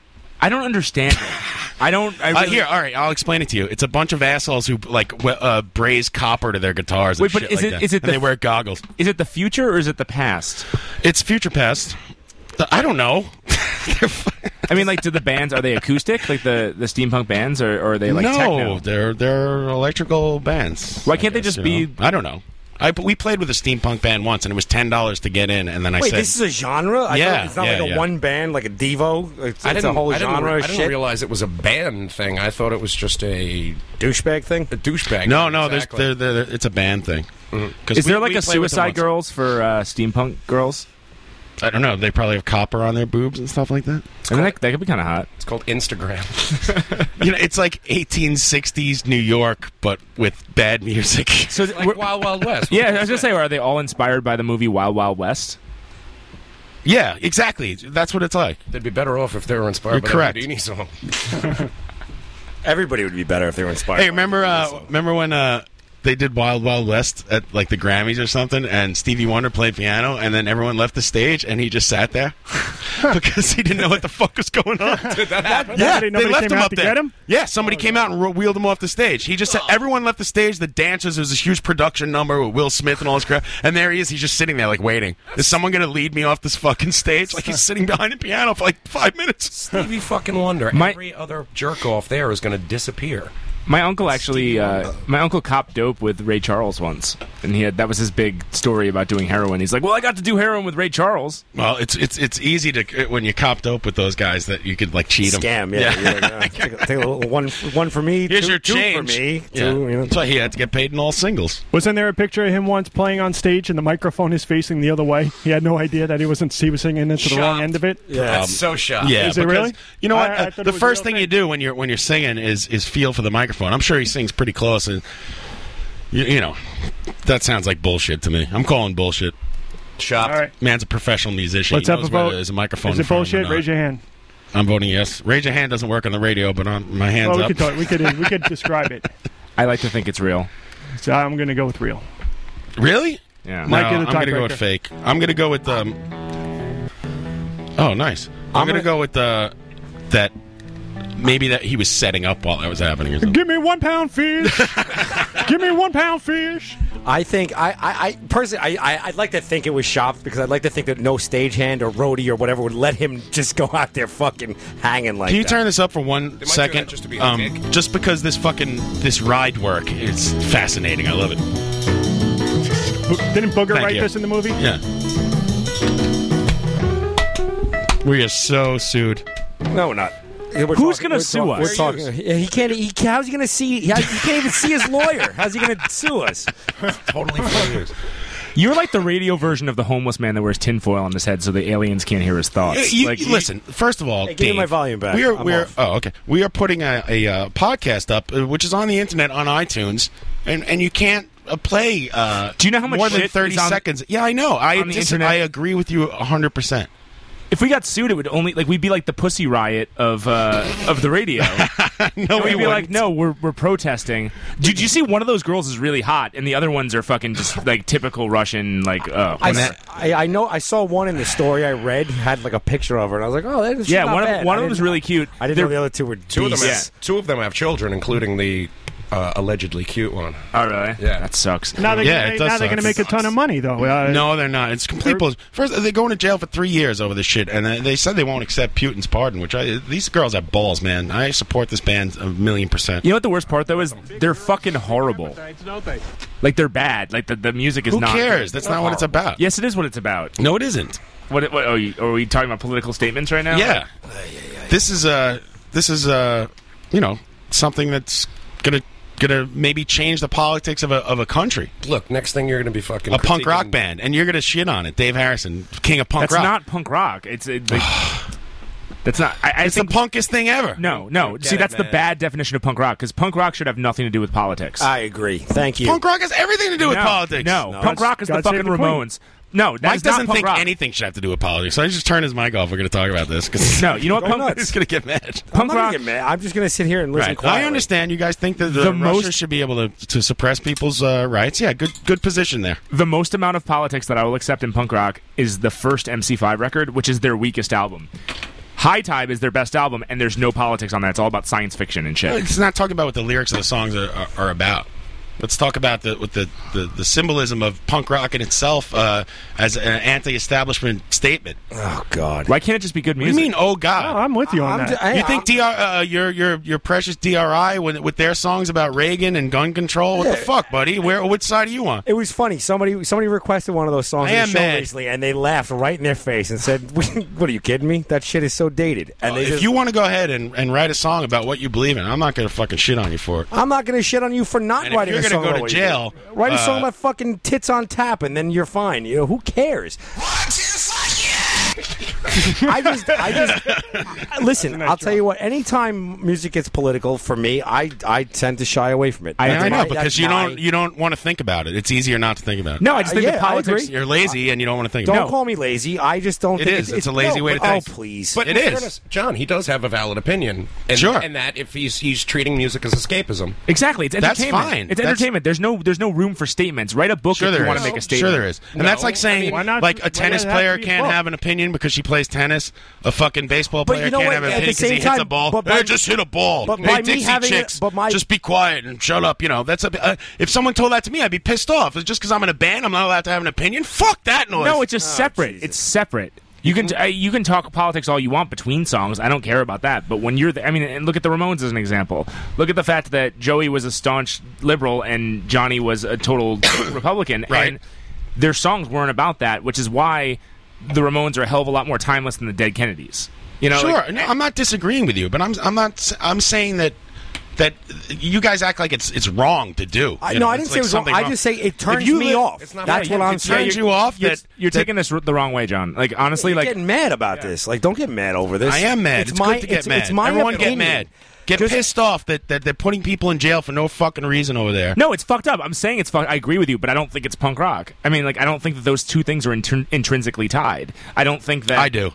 Speaker 4: I don't understand. it. I don't. I
Speaker 11: Uh,
Speaker 4: really,
Speaker 11: here, all right, I'll explain it to you. It's a bunch of assholes who like w- uh, braise copper to their guitars.
Speaker 4: Wait,
Speaker 11: and
Speaker 4: but
Speaker 11: shit
Speaker 4: is
Speaker 11: like
Speaker 4: it-
Speaker 11: that.
Speaker 4: is it
Speaker 11: And
Speaker 4: the-
Speaker 11: they wear goggles.
Speaker 4: Is it the future or is it the past?
Speaker 11: It's future past. The- I don't know.
Speaker 4: I mean, like, do the bands are they acoustic? Like the the steampunk bands, or, or are they like
Speaker 11: no,
Speaker 4: techno?
Speaker 11: they're they're electrical bands.
Speaker 4: Why can't they just be-
Speaker 11: I don't know. I but we played with a steampunk band once, and it was ten dollars to get in, and then I
Speaker 6: Wait,
Speaker 11: said,
Speaker 6: this is a genre? I
Speaker 11: Yeah,
Speaker 6: thought it's not
Speaker 11: yeah,
Speaker 6: like a
Speaker 11: yeah.
Speaker 6: one band, like a Devo. It's,
Speaker 12: I
Speaker 6: it's
Speaker 12: didn't,
Speaker 6: a whole
Speaker 12: I didn't,
Speaker 6: genre
Speaker 12: re-
Speaker 6: of
Speaker 12: I didn't
Speaker 6: shit.
Speaker 12: realize it was a band thing. I thought it was just a
Speaker 6: douchebag thing.
Speaker 12: A douchebag.
Speaker 11: "No, no,
Speaker 12: exactly.
Speaker 11: there's there, there, it's a band thing." 'Cause
Speaker 4: Mm-hmm. Is
Speaker 11: we-
Speaker 4: there like
Speaker 11: we
Speaker 4: a
Speaker 11: played with them
Speaker 4: Suicide
Speaker 11: once.
Speaker 4: Girls for uh, steampunk girls?
Speaker 11: I don't know. They probably have copper on their boobs and stuff like that.
Speaker 4: I mean, that, that could be kind of hot.
Speaker 12: It's called Instagram.
Speaker 11: you know, it's like 1860s New York, but with bad music.
Speaker 4: So
Speaker 12: like Wild Wild West.
Speaker 4: Yeah, I was gonna say, are they all inspired by the movie Wild Wild West?
Speaker 11: Yeah, exactly. That's what it's like.
Speaker 12: They'd be better off if they were inspired
Speaker 11: You're
Speaker 12: by
Speaker 11: correct.
Speaker 12: the Houdini song.
Speaker 6: Everybody would be better if they were inspired.
Speaker 11: Hey, remember uh, remember when uh, they did Wild Wild West at like the Grammys or something, and Stevie Wonder played piano, and then everyone left the stage, and he just sat there because he didn't know what the fuck was going on.
Speaker 12: Did that happen?
Speaker 11: yeah,
Speaker 13: Nobody- nobody
Speaker 11: they left
Speaker 13: came
Speaker 11: him
Speaker 13: out
Speaker 11: up
Speaker 13: to
Speaker 11: there.
Speaker 13: get him?
Speaker 11: Yeah, somebody came out and ro- wheeled him off the stage. He just sat, everyone left the stage. The dancers there was this huge production number with Will Smith and all this crap, and there he is. He's just sitting there like waiting. Is someone going to lead me off this fucking stage? Like he's sitting behind the piano for like five minutes.
Speaker 12: Stevie fucking Wonder.
Speaker 4: My-
Speaker 12: Every other jerk off there is going to disappear.
Speaker 4: My uncle actually, uh, my uncle copped dope with Ray Charles once, and he had that was his big story about doing heroin. He's like, "Well, I got to do heroin with Ray Charles."
Speaker 11: Well, it's it's it's easy to when you're copped up with those guys that you could like cheat them.
Speaker 6: Scam, yeah. you're like, uh, take, a- take a little one, one for me,
Speaker 11: Here's
Speaker 6: two,
Speaker 11: your
Speaker 6: two for
Speaker 11: change.
Speaker 6: me.
Speaker 11: Yeah.
Speaker 6: Two, you know.
Speaker 11: That's why he had to get paid in all singles.
Speaker 13: Wasn't there a picture of him once playing on stage and the microphone is facing the other way? He had no idea that he wasn't he was singing into the wrong end of it.
Speaker 11: Um, Yeah,
Speaker 13: Is it
Speaker 11: because-
Speaker 13: really?
Speaker 11: You know what?
Speaker 13: I- I
Speaker 11: uh,
Speaker 13: thought it
Speaker 11: the
Speaker 13: was
Speaker 11: first
Speaker 13: real.
Speaker 11: thing you do when you're when you're singing is is feel for the microphone. I'm sure he sings pretty close, and you, you know that sounds like bullshit to me. I'm calling bullshit.
Speaker 12: Shop
Speaker 13: All right.
Speaker 11: man's a professional musician.
Speaker 13: Let's
Speaker 11: he
Speaker 13: have
Speaker 11: knows
Speaker 13: a vote.
Speaker 11: whether there's a microphone.
Speaker 13: Is
Speaker 11: in
Speaker 13: it
Speaker 11: front of him or
Speaker 13: bullshit?
Speaker 11: not.
Speaker 13: Raise your hand.
Speaker 11: I'm voting yes. Raise your hand doesn't work on the radio, but on my hands
Speaker 13: Oh, we
Speaker 11: up.
Speaker 13: could talk, we could we could describe it.
Speaker 4: I like to think it's real.
Speaker 13: So I'm gonna go with real.
Speaker 11: Really?
Speaker 4: Yeah.
Speaker 11: No,
Speaker 13: Mike, you're
Speaker 11: I'm
Speaker 13: the
Speaker 11: going to go
Speaker 13: tiebreaker.
Speaker 11: with fake. I'm going to go with um. Oh, nice. I'm, going to go with uh, that. Maybe that he was setting up while that was happening. Or something.
Speaker 13: Give me one pound fish. Give me one pound fish.
Speaker 6: I think I, I, I personally I, I I'd like to think it was shopped because I'd like to think that no stagehand or roadie or whatever would let him just go out there fucking hanging like
Speaker 11: Can you
Speaker 6: that.
Speaker 11: turn this up for one
Speaker 12: that
Speaker 11: second?
Speaker 12: just to be a
Speaker 11: um, just because this fucking this ride work is fascinating. I love it.
Speaker 13: Bo- Didn't Booger
Speaker 11: Thank
Speaker 13: write
Speaker 11: you.
Speaker 13: this in the movie?
Speaker 11: Yeah. We are so sued.
Speaker 6: No, we're not. Yeah, we're
Speaker 4: Who's
Speaker 6: talking-
Speaker 4: gonna
Speaker 6: we're
Speaker 4: sue
Speaker 6: talking-
Speaker 4: us?
Speaker 6: We're talking. He can't. He, how's he gonna see? He, he can't even see his lawyer. How's he gonna sue us?
Speaker 12: Totally funny.
Speaker 4: You're like the radio version of the homeless man that wears tinfoil on his head so the aliens can't hear his thoughts.
Speaker 11: You- you-
Speaker 4: like,
Speaker 11: listen, first of all,
Speaker 6: Hey, give me
Speaker 11: Dave,
Speaker 6: my volume back.
Speaker 11: We are,
Speaker 6: I'm
Speaker 11: we are,
Speaker 6: off.
Speaker 11: oh, okay. We are putting a, a uh, podcast up, uh, which is on the internet on iTunes, and, and you can't uh, play. Uh,
Speaker 4: Do you know how much
Speaker 11: more than
Speaker 4: shit
Speaker 11: thirty
Speaker 4: is on-
Speaker 11: seconds? Yeah, I know. I
Speaker 4: on the
Speaker 11: dis-
Speaker 4: internet?
Speaker 11: I agree with you hundred percent.
Speaker 4: if we got sued, it would only like we'd be like the pussy riot of uh, of the radio. no, we'd
Speaker 11: we
Speaker 4: be like,
Speaker 11: wouldn't.
Speaker 4: no, we're we're protesting. Dude, you see one of those girls is really hot, and the other ones are fucking just like typical Russian. Like, uh,
Speaker 6: I, s- I, I know. I saw one in the story I read had like a picture of her, and I was like, oh, that is
Speaker 4: yeah,
Speaker 6: not
Speaker 4: one
Speaker 6: bad.
Speaker 4: of one
Speaker 6: I
Speaker 4: of them's
Speaker 6: didn't-
Speaker 4: really cute.
Speaker 6: I didn't
Speaker 4: They're-
Speaker 6: know the other two were
Speaker 12: Two of them.
Speaker 6: beasts.
Speaker 12: Have, two of them have children, including the uh, allegedly cute one.
Speaker 4: Oh, really?
Speaker 12: Yeah.
Speaker 4: That sucks.
Speaker 13: Now they're gonna make, now they're gonna make a ton of money though. Uh,
Speaker 11: no, they're not. It's complete bullshit. First, they're going to jail for three years over this shit, and uh, they- they said they won't accept Putin's pardon. Which I, these girls have balls, man. I support this band a million percent.
Speaker 4: You know what the worst part though is? They're fucking horrible. Like they're bad. Like the, the music is
Speaker 11: Who
Speaker 4: not.
Speaker 11: cares? That's not what it's about.
Speaker 4: Yes, it is what it's about.
Speaker 11: No, it isn't.
Speaker 4: What? it- what are, you, are we talking about political statements right now?
Speaker 11: Yeah. This is uh this is uh you know something that's gonna gonna maybe change the politics of a of a country.
Speaker 12: Look, next thing you're gonna be fucking
Speaker 11: a punk
Speaker 12: critiquing-
Speaker 11: rock band, and you're gonna shit on it. Dave Harrison, king of punk
Speaker 4: that's
Speaker 11: rock.
Speaker 4: not punk rock. It's it, like, that's not. I, I
Speaker 11: it's the punkest thing ever.
Speaker 4: No, no.
Speaker 11: Get
Speaker 4: See,
Speaker 11: it,
Speaker 4: that's the
Speaker 11: man.
Speaker 4: bad definition of punk rock because punk rock should have nothing to do with politics.
Speaker 6: I agree. Thank you.
Speaker 11: Punk rock has everything to do with
Speaker 4: No,
Speaker 11: politics.
Speaker 4: no. No, Punk it's rock is the God Save fucking the Queen. Ramones. No, that
Speaker 11: Mike
Speaker 4: is not
Speaker 11: doesn't
Speaker 4: punk
Speaker 11: think
Speaker 4: rock.
Speaker 11: anything should have to do with politics. So I just turned his mic off. We're going to talk about this. 'cause-
Speaker 4: No, you know what?
Speaker 11: Go
Speaker 4: Punk
Speaker 11: nuts. He's going to get mad.
Speaker 6: I'm not gonna get mad. I'm just gonna sit here and listen.
Speaker 11: Right.
Speaker 6: Quietly.
Speaker 11: I understand you guys think that the,
Speaker 4: The
Speaker 11: Russia
Speaker 4: most-
Speaker 11: should be able to, to suppress people's uh, rights. Yeah, good good position there.
Speaker 4: The most amount of politics that I will accept in punk rock is the first MC5 record, which is their weakest album. High Tide is their best album, and there's no politics on that. It's all about science fiction and shit.
Speaker 11: It's not talking about what the lyrics of the songs are, are, are about. Let's talk about the with the, the, the symbolism of punk rock in itself uh, as an anti-establishment statement.
Speaker 6: Oh God!
Speaker 4: Why can't it just be good music?
Speaker 11: mean, oh God?
Speaker 13: I'm with you on
Speaker 11: I'm
Speaker 13: that.
Speaker 11: ju- you think DR, uh, your your your precious DRI with, with their songs about Reagan and gun control? What the
Speaker 6: Yeah.
Speaker 11: fuck, buddy? Where which side are you on?
Speaker 6: It was funny. Somebody somebody requested one of those songs
Speaker 11: I
Speaker 6: on
Speaker 11: am
Speaker 6: the show
Speaker 11: mad.
Speaker 6: recently, and they laughed right in their face and said, "What are you kidding me? That shit is so dated." And they
Speaker 11: If
Speaker 6: just,
Speaker 11: you want to go ahead and, and write a song about what you believe in, I'm not going to fucking shit on you for it.
Speaker 6: I'm not going to shit on you for not
Speaker 11: And if
Speaker 6: writing
Speaker 11: you're
Speaker 6: a
Speaker 11: gonna
Speaker 6: song.
Speaker 11: go
Speaker 6: about
Speaker 11: to
Speaker 6: what
Speaker 11: jail,
Speaker 6: you do. write a song
Speaker 11: uh,
Speaker 6: about fucking tits on tap, and then you're fine. You know who cares? I just, I just listen. I'll tell you what. Anytime music gets political for me, I I tend to shy away from it.
Speaker 11: I,
Speaker 6: That's
Speaker 11: I know
Speaker 6: my-
Speaker 11: because
Speaker 6: that's
Speaker 11: you
Speaker 6: my-
Speaker 11: don't you don't want to think about it. It's easier not to think about it.
Speaker 4: No, I just think
Speaker 6: Uh,
Speaker 4: the
Speaker 6: yeah, I
Speaker 4: politics.
Speaker 6: agree.
Speaker 11: You're lazy and you don't want to think
Speaker 6: Don't
Speaker 11: about
Speaker 6: call me lazy. I just don't.
Speaker 11: it. It
Speaker 6: think
Speaker 11: is. It's, a lazy
Speaker 6: no,
Speaker 11: way to
Speaker 6: but-
Speaker 11: think.
Speaker 6: Oh please!
Speaker 12: But
Speaker 11: it
Speaker 12: in
Speaker 11: is.
Speaker 12: fairness, John, he does have a valid opinion. And,
Speaker 11: Sure.
Speaker 12: And that if he's he's treating music as escapism.
Speaker 4: Exactly, it's
Speaker 11: That's
Speaker 4: entertainment.
Speaker 11: fine.
Speaker 4: It's
Speaker 11: That's-
Speaker 4: entertainment. There's no, there's no room for statements. Write a book
Speaker 11: Sure
Speaker 4: if
Speaker 11: there
Speaker 4: you want
Speaker 11: is.
Speaker 4: to make a
Speaker 11: Sure
Speaker 4: statement.
Speaker 11: there is. And
Speaker 12: No,
Speaker 11: that's like
Speaker 12: I
Speaker 11: saying
Speaker 12: mean- Why not-
Speaker 11: like
Speaker 12: why
Speaker 11: a tennis
Speaker 12: does it have
Speaker 11: player
Speaker 12: to be
Speaker 11: can't
Speaker 12: both?
Speaker 11: have an opinion because she plays tennis. A fucking baseball
Speaker 6: But
Speaker 11: player
Speaker 6: you know
Speaker 11: can't
Speaker 6: what?
Speaker 11: have an
Speaker 6: At the
Speaker 11: opinion because
Speaker 6: same
Speaker 11: he
Speaker 6: time-
Speaker 11: hits a ball.
Speaker 6: but
Speaker 11: Hey,
Speaker 6: by-
Speaker 11: just hit a ball.
Speaker 6: but
Speaker 11: hey,
Speaker 6: by me
Speaker 11: Dixie
Speaker 6: having it-
Speaker 11: chicks,
Speaker 6: but my-
Speaker 11: just be quiet and shut up. You know that's a, uh, if someone told that to me, I'd be pissed off. It's just because I'm in a band, I'm not allowed to have an opinion. Fuck that noise.
Speaker 4: No, it's just
Speaker 6: Oh,
Speaker 4: separate. It's separate. You can
Speaker 6: Mm-hmm.
Speaker 4: uh, you can talk politics all you want between songs. I don't care about that. But when you're, the, I mean, and look at the Ramones as an example. Look at the fact that Joey was a staunch liberal and Johnny was a total Republican.
Speaker 11: Right.
Speaker 4: And their songs weren't about that, which is why the Ramones are a hell of a lot more timeless than the Dead Kennedys. You know,
Speaker 11: sure.
Speaker 4: like-
Speaker 11: no, I'm not disagreeing with you, but I'm I'm not s- I'm saying that. That you guys act like it's it's wrong to do.
Speaker 6: I,
Speaker 11: you
Speaker 6: no,
Speaker 11: know,
Speaker 6: I
Speaker 11: it's
Speaker 6: didn't
Speaker 11: like
Speaker 6: say it was wrong.
Speaker 11: something
Speaker 6: I just say it turns
Speaker 11: If you
Speaker 6: me
Speaker 11: live-
Speaker 6: off.
Speaker 11: it's not
Speaker 6: That's
Speaker 11: right.
Speaker 6: what
Speaker 11: It
Speaker 6: I'm saying.
Speaker 11: turns you off.
Speaker 4: you're,
Speaker 11: That
Speaker 4: you're
Speaker 11: that-
Speaker 4: taking this r- the wrong way, John. Like honestly,
Speaker 6: You're
Speaker 4: like
Speaker 6: getting mad about this. Like, don't get mad over this.
Speaker 11: I am mad. It's,
Speaker 6: It's, my
Speaker 11: good to get
Speaker 6: it's,
Speaker 11: mad.
Speaker 6: It's my
Speaker 11: Everyone
Speaker 6: opinion.
Speaker 11: get mad. Get
Speaker 6: Just-
Speaker 11: pissed off that, that they're putting people in jail for no fucking reason over there.
Speaker 4: No, it's fucked up. I'm saying it's fucked. I agree with you, but I don't think it's punk rock. I mean, like, I don't think that those two things are intrin- intrinsically tied. I don't think that.
Speaker 11: I do.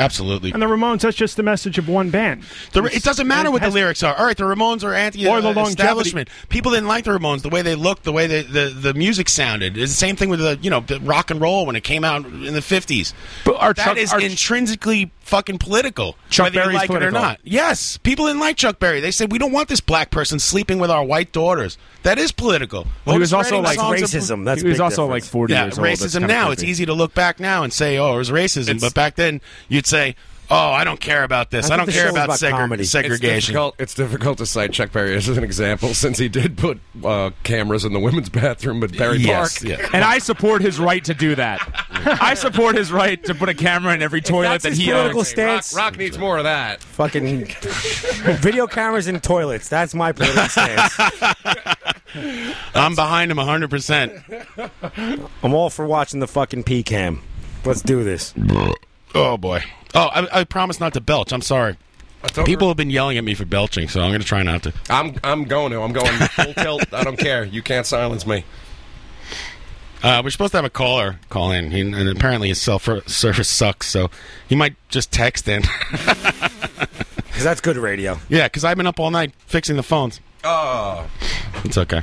Speaker 11: Absolutely.
Speaker 13: And the Ramones, that's just the message of one band.
Speaker 11: The, it doesn't matter what the lyrics are. All right, the Ramones are
Speaker 13: Or the longevity.
Speaker 11: anti-establishment. People didn't like the Ramones, the way they looked, the way the, the, the music sounded. It's the same thing with the you know the rock and roll when it came out in the fifties.
Speaker 4: But our
Speaker 11: That
Speaker 4: Chuck-
Speaker 11: is
Speaker 4: our-
Speaker 11: intrinsically fucking political,
Speaker 4: Chuck
Speaker 11: whether
Speaker 4: Berry's
Speaker 11: you like it or
Speaker 4: political.
Speaker 11: not. Yes, people didn't like Chuck Berry. They said we don't want this black person sleeping with our white daughters. That is political.
Speaker 4: Well, he was
Speaker 11: Otis
Speaker 4: also
Speaker 11: Redding
Speaker 4: like
Speaker 11: songs are-
Speaker 6: racism. That's
Speaker 4: he was
Speaker 6: big
Speaker 4: also
Speaker 6: difference.
Speaker 4: like 40
Speaker 11: yeah,
Speaker 4: years old. That's
Speaker 11: racism
Speaker 4: kinda
Speaker 11: now.
Speaker 4: creepy.
Speaker 11: It's easy to look back now and say, "Oh, it was racism," but back then you'd say, "Oh, I don't care about this.
Speaker 6: I
Speaker 11: I,
Speaker 6: think
Speaker 11: don't
Speaker 6: the
Speaker 11: care
Speaker 6: show's
Speaker 11: about,
Speaker 6: about
Speaker 11: segre-
Speaker 6: comedy. It's
Speaker 12: It's
Speaker 11: segregation."
Speaker 12: difficult, it's difficult to cite Chuck Berry as an example since he did put uh, cameras in the women's bathroom at Berry
Speaker 11: Yes,
Speaker 12: Park.
Speaker 11: yeah.
Speaker 4: And I support his right to do that. I support his right to put a camera in every toilet
Speaker 6: that's
Speaker 4: that
Speaker 6: his
Speaker 4: he
Speaker 6: political
Speaker 4: owns.
Speaker 6: stance.
Speaker 12: Rock needs more of that.
Speaker 6: Fucking video cameras and toilets. That's my political stance.
Speaker 11: I'm behind him 100. percent
Speaker 6: I'm all for watching the fucking P cam. Let's do this.
Speaker 11: Oh boy. Oh, I, I promise not to belch. I'm sorry.
Speaker 12: over.
Speaker 11: People have been yelling at me for belching, so I'm going to try not to.
Speaker 12: I'm I'm going to. I'm going full tilt. I don't care. You can't silence me.
Speaker 11: Uh, we're supposed to have a caller call in, he, and apparently his cell fir- service sucks, so he might just text in.
Speaker 6: Because that's good radio.
Speaker 11: yeah, because I've been up all night fixing the phones.
Speaker 12: Oh.
Speaker 11: It's okay.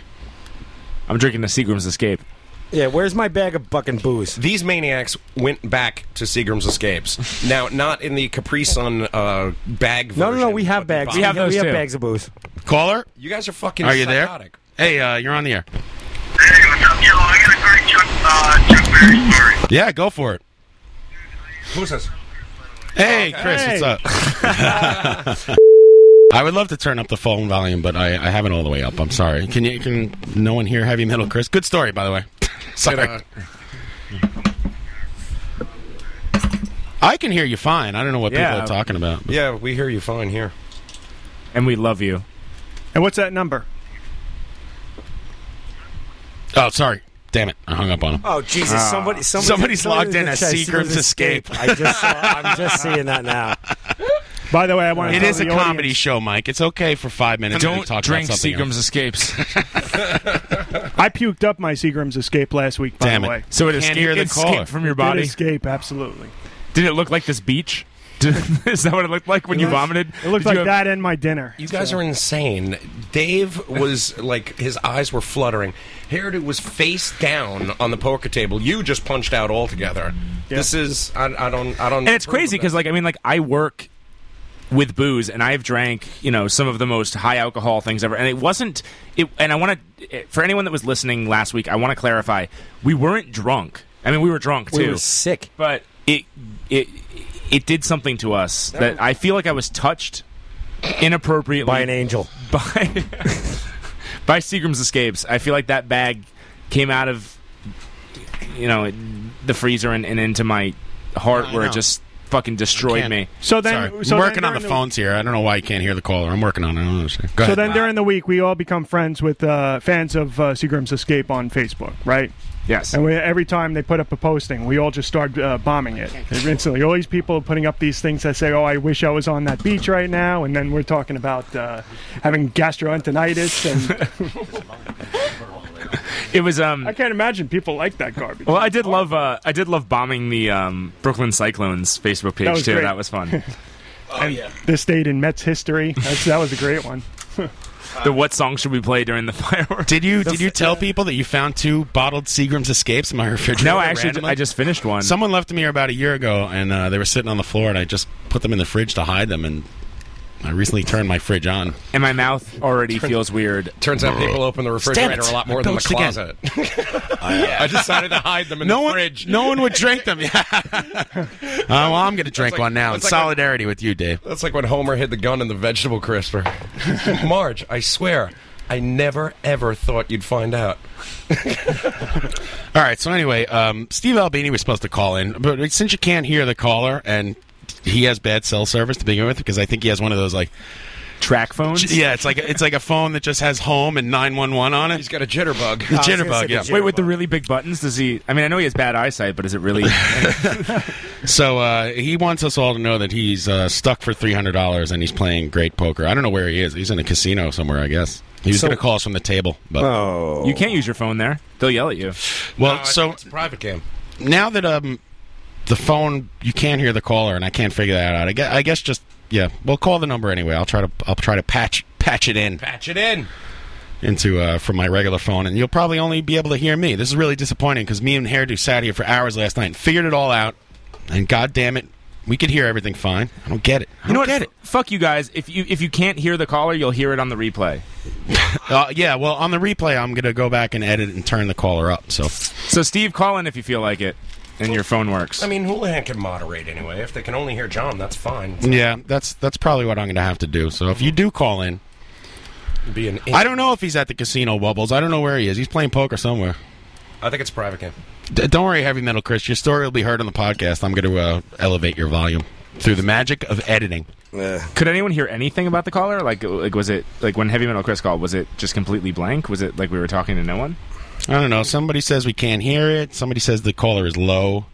Speaker 4: I'm drinking the Seagram's Escape.
Speaker 6: Yeah, where's my bag of fucking booze?
Speaker 12: These maniacs went back to Seagram's Escapes. now, not in the Capri Sun uh, bag version. No, no, no, we have
Speaker 6: bags. We have those We have too. bags of booze.
Speaker 11: Caller?
Speaker 12: You guys are fucking
Speaker 11: Are you there?
Speaker 12: psychotic.
Speaker 11: Hey, uh, you're on the air. Yeah, go for it.
Speaker 12: Who's this?
Speaker 11: Hey,
Speaker 12: Okay.
Speaker 11: Chris,
Speaker 12: Hey.
Speaker 11: what's up? I would love to turn up the phone volume, but I, I have it all the way up. I'm sorry. Can you? Can no one hear heavy metal, Chris? Good story, by the way. sorry.
Speaker 13: uh,
Speaker 11: I can hear you fine. I don't know what people are talking about.
Speaker 12: Yeah, we hear you fine here.
Speaker 4: And we love you.
Speaker 13: And what's that number?
Speaker 11: Oh, sorry. Damn it! I hung up on him.
Speaker 6: Oh Jesus!
Speaker 11: Ah.
Speaker 6: somebody, somebody,
Speaker 11: Somebody's
Speaker 6: somebody
Speaker 11: logged
Speaker 6: did
Speaker 11: in
Speaker 6: the
Speaker 11: as
Speaker 6: check.
Speaker 11: Seagram's
Speaker 6: Seagram's
Speaker 11: Escape.
Speaker 6: I just saw, I'm just seeing that now.
Speaker 13: By the way, I want
Speaker 11: It
Speaker 13: tell
Speaker 11: is a
Speaker 13: the
Speaker 11: comedy show, Mike. It's okay for five minutes.
Speaker 13: Don't
Speaker 11: to talk
Speaker 13: drink
Speaker 11: about something
Speaker 13: Seagram's
Speaker 11: else.
Speaker 13: Escapes. I puked up my Seagram's escape last week. By
Speaker 11: Damn
Speaker 13: the
Speaker 11: it.
Speaker 13: way,
Speaker 11: So it Can't escaped- hear the it escaped caller.
Speaker 4: from your
Speaker 13: It did
Speaker 4: body?
Speaker 13: escape, absolutely.
Speaker 4: Did it look like this beach? Did, is that what it looked like when you vomited?
Speaker 13: It looked
Speaker 4: Did
Speaker 13: like
Speaker 4: you have-
Speaker 13: that and my dinner.
Speaker 12: You guys are insane. Dave was like his eyes were fluttering. Hairdo was face down on the poker table. You just punched out altogether. This is I, I don't I don't.
Speaker 4: and it's crazy because like i mean like i work with booze and i've drank you know some of the most high alcohol things ever and it wasn't it and i want to for anyone that was listening last week i want to clarify we weren't drunk i mean we were drunk too
Speaker 6: We were sick,
Speaker 4: but it it it did something to us that i feel like i was touched inappropriately by an
Speaker 6: angel
Speaker 4: by by seagram's escapes i feel like that bag came out of you know the freezer and, and into my heart
Speaker 11: I
Speaker 4: where
Speaker 11: know.
Speaker 4: it just fucking destroyed me.
Speaker 11: Sorry. I'm working on the phones here. I don't know why you can't hear the caller. I'm working on it. I don't understand.
Speaker 13: so
Speaker 11: Go ahead.
Speaker 13: then during the week, we all become friends with uh, fans of uh, Seagram's Escape on Facebook, right?
Speaker 4: Yes.
Speaker 13: And we, every time they put up a posting, we all just start uh, bombing it instantly. All these people are putting up these things that say, "Oh, I wish I was on that beach right now," and then we're talking about uh, having gastroenteritis. And
Speaker 4: It was um
Speaker 13: I can't imagine people like that garbage.
Speaker 4: well, I did love uh, I did love bombing the um, Brooklyn Cyclones Facebook page
Speaker 13: That was
Speaker 4: too.
Speaker 13: great.
Speaker 4: That was fun.
Speaker 13: and This stayed in Mets history. That's, that was a great one.
Speaker 4: the what song should we play during the fireworks?
Speaker 11: Did you did you tell people that you found two bottled Seagram's Escapes in my refrigerator?
Speaker 4: No, I actually ju- I just finished one.
Speaker 11: Someone left them here about a year ago, and uh, they were sitting on the floor, and I just put them in the fridge to hide them, and I recently turned my fridge on.
Speaker 4: And my mouth already
Speaker 11: Turn-
Speaker 4: feels weird.
Speaker 12: Turns out people open the refrigerator a lot more than the
Speaker 11: belched again.
Speaker 12: closet. I decided to hide them in
Speaker 11: no
Speaker 12: the
Speaker 11: one,
Speaker 12: fridge.
Speaker 11: No one would drink them. Yeah. Uh, well, I'm going to drink
Speaker 12: like-
Speaker 11: one now in
Speaker 12: that's like a-
Speaker 11: solidarity with you, Dave.
Speaker 12: That's like when Homer hid the gun in the vegetable crisper. Marge, I swear, I never ever thought you'd find out.
Speaker 11: All right. So anyway, um, Steve Albini was supposed to call in, but since you can't hear the caller and he has bad cell service to begin with, because I think he has one of those like
Speaker 4: track phones.
Speaker 11: Yeah, it's like it's like a phone that just has home and nine one one on it. He's
Speaker 12: got a jitterbug.
Speaker 11: The jitterbug. Yeah.
Speaker 4: Wait, with the really big buttons, does he? I mean, I know he has bad eyesight, but is it really?
Speaker 11: So uh, he wants us all to know that he's uh, stuck for three hundred dollars and he's playing great poker. I don't know where he is. He's in a casino somewhere, I guess. He was
Speaker 4: So-
Speaker 11: going to call us from the table, but
Speaker 4: You can't use your phone there. They'll yell at you.
Speaker 11: Well, so
Speaker 12: it's a private game.
Speaker 11: now that um the phone you can't hear the caller and I can't figure that out. I guess, I guess just yeah, well call the number anyway. I'll try to I'll try to patch patch it in
Speaker 12: Patch it in.
Speaker 11: into uh from my regular phone and you'll probably only be able to hear me. This is really disappointing cuz me and Hairdo sat here for hours last night and figured it all out and god damn it, we could hear everything fine. I don't get it.
Speaker 4: You know what? Get it. Fuck you guys. If you if you can't hear the caller, you'll hear it on the replay.
Speaker 11: Uh, yeah, well on the replay I'm going to go back and edit and turn the caller up. So
Speaker 4: So Steve, call in if you feel like it, and your phone works.
Speaker 12: I mean, Houlihan can moderate anyway. If they can only hear John, that's fine.
Speaker 11: yeah, that's that's probably what I'm going to have to do. So if you do call in,
Speaker 12: Be an
Speaker 11: I don't know if he's at the casino Bubbles. I don't know where he is. He's playing poker somewhere.
Speaker 12: I think it's a private game.
Speaker 11: D- don't worry, heavy metal Chris. Your story will be heard on the podcast. I'm going to uh, elevate your volume through the magic of editing.
Speaker 4: Could anyone hear anything about the caller? Like, like was it like when Heavy Metal Chris called? Was it just completely blank? Was it like we were talking to no one?
Speaker 11: I don't know. Somebody says we can't hear it. Somebody says the caller is low.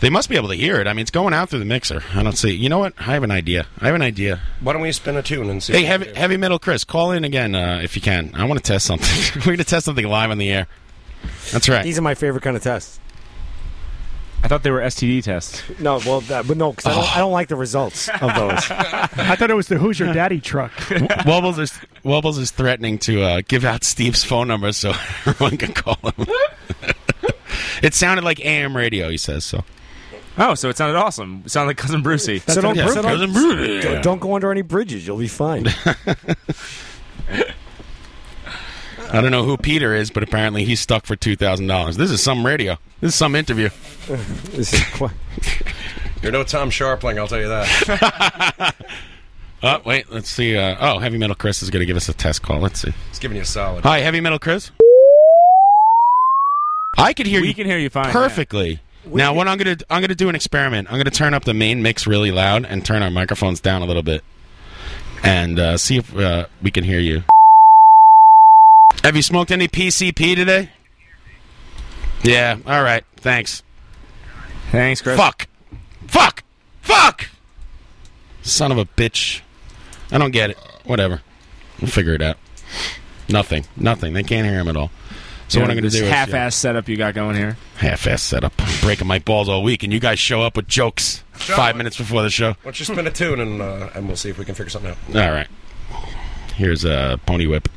Speaker 11: They must be able to hear it. I mean, it's going out through the mixer. I don't see. You know what? I have an idea. I have an idea.
Speaker 12: Why don't we spin a tune and see?
Speaker 11: Hey, heavy, heavy metal Chris, call in again uh, if you can. I want to test something. We're going to test something live on the air. That's right.
Speaker 6: These are my favorite kind of tests.
Speaker 4: I thought they were STD tests.
Speaker 6: No, well, that, but no, because I, don't, I don't like the results of those.
Speaker 13: I thought it was the Who's Your Daddy truck.
Speaker 11: Wobbles is Wobbles is threatening to uh, give out Steve's phone number so everyone can call him. it sounded like AM radio. He says so.
Speaker 4: Oh, so it sounded awesome. It sounded like Cousin Brucey.
Speaker 6: So don't, so don't, don't- don't go under any bridges. You'll be fine.
Speaker 11: I don't know who Peter is, but apparently he's stuck for two thousand dollars. This is some radio. This is some interview.
Speaker 6: this is
Speaker 12: You're no Tom Sharpling, I'll tell you that.
Speaker 11: Oh wait, let's see. Uh, oh, heavy metal Chris is going to give us a test call. Let's see.
Speaker 12: It's giving you a solid.
Speaker 11: Hi, heavy metal Chris. I could hear
Speaker 4: We
Speaker 11: you.
Speaker 4: can hear you fine, yeah.
Speaker 11: perfectly. Now, what I'm gonna I'm gonna do an experiment. I'm gonna turn up the main mix really loud and turn our microphones down a little bit, and uh, see if uh, we can hear you. Have you smoked any PCP today? Yeah. All right. Thanks.
Speaker 4: Thanks, Chris.
Speaker 11: Fuck. Fuck. Fuck. Son of a bitch. I don't get it. Whatever. We'll figure it out. Nothing. Nothing. They can't hear him at all. So
Speaker 4: You
Speaker 11: what
Speaker 4: know,
Speaker 11: I'm going to
Speaker 4: this
Speaker 11: do
Speaker 4: half-ass
Speaker 11: is yeah,
Speaker 4: setup you got going here.
Speaker 11: half-ass setup. I'm breaking my balls all week, and you guys show up with jokes five minutes before the show.
Speaker 12: Why don't you spin a tune and uh, and we'll see if we can figure something out.
Speaker 11: All right. Here's a uh, pony whip.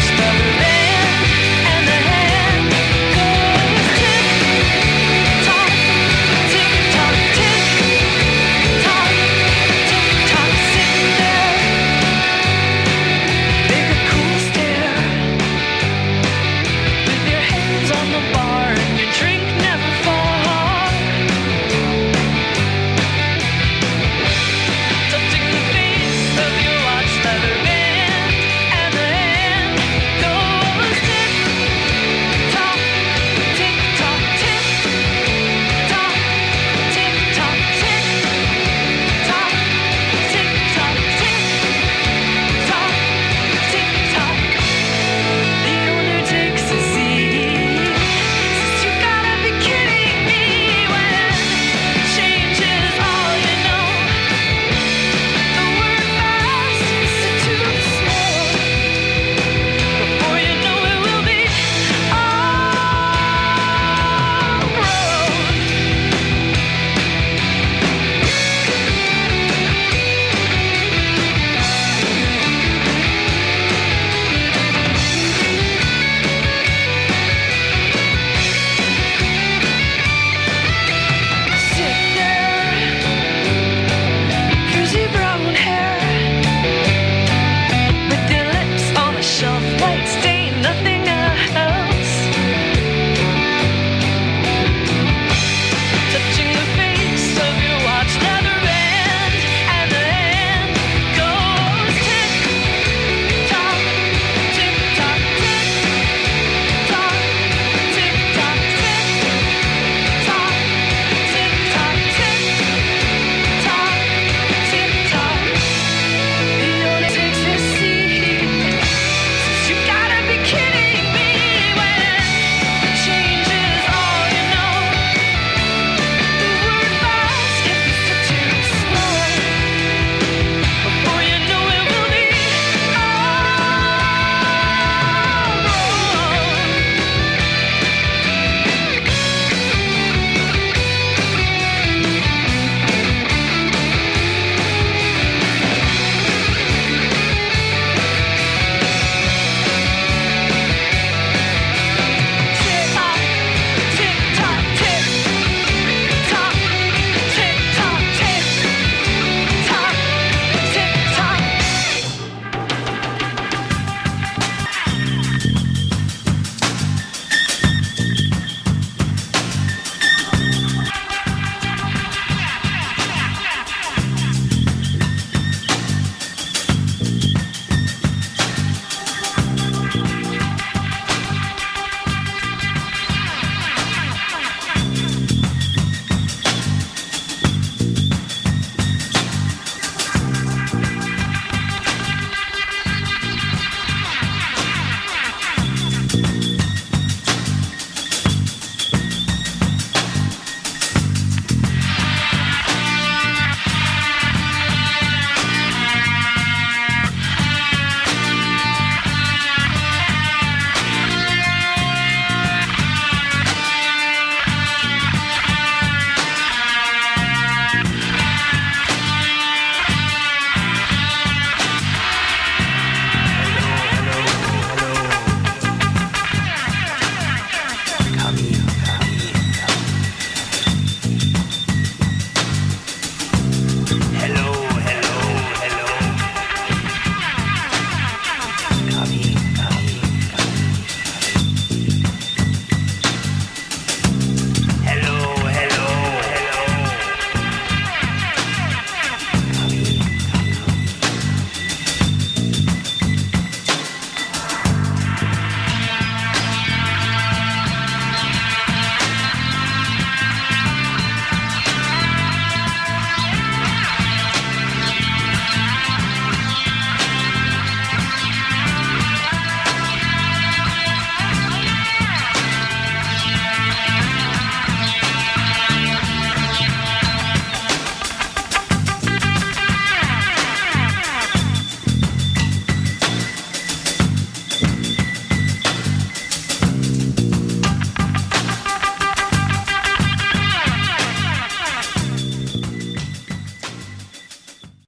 Speaker 10: Tick tock, tick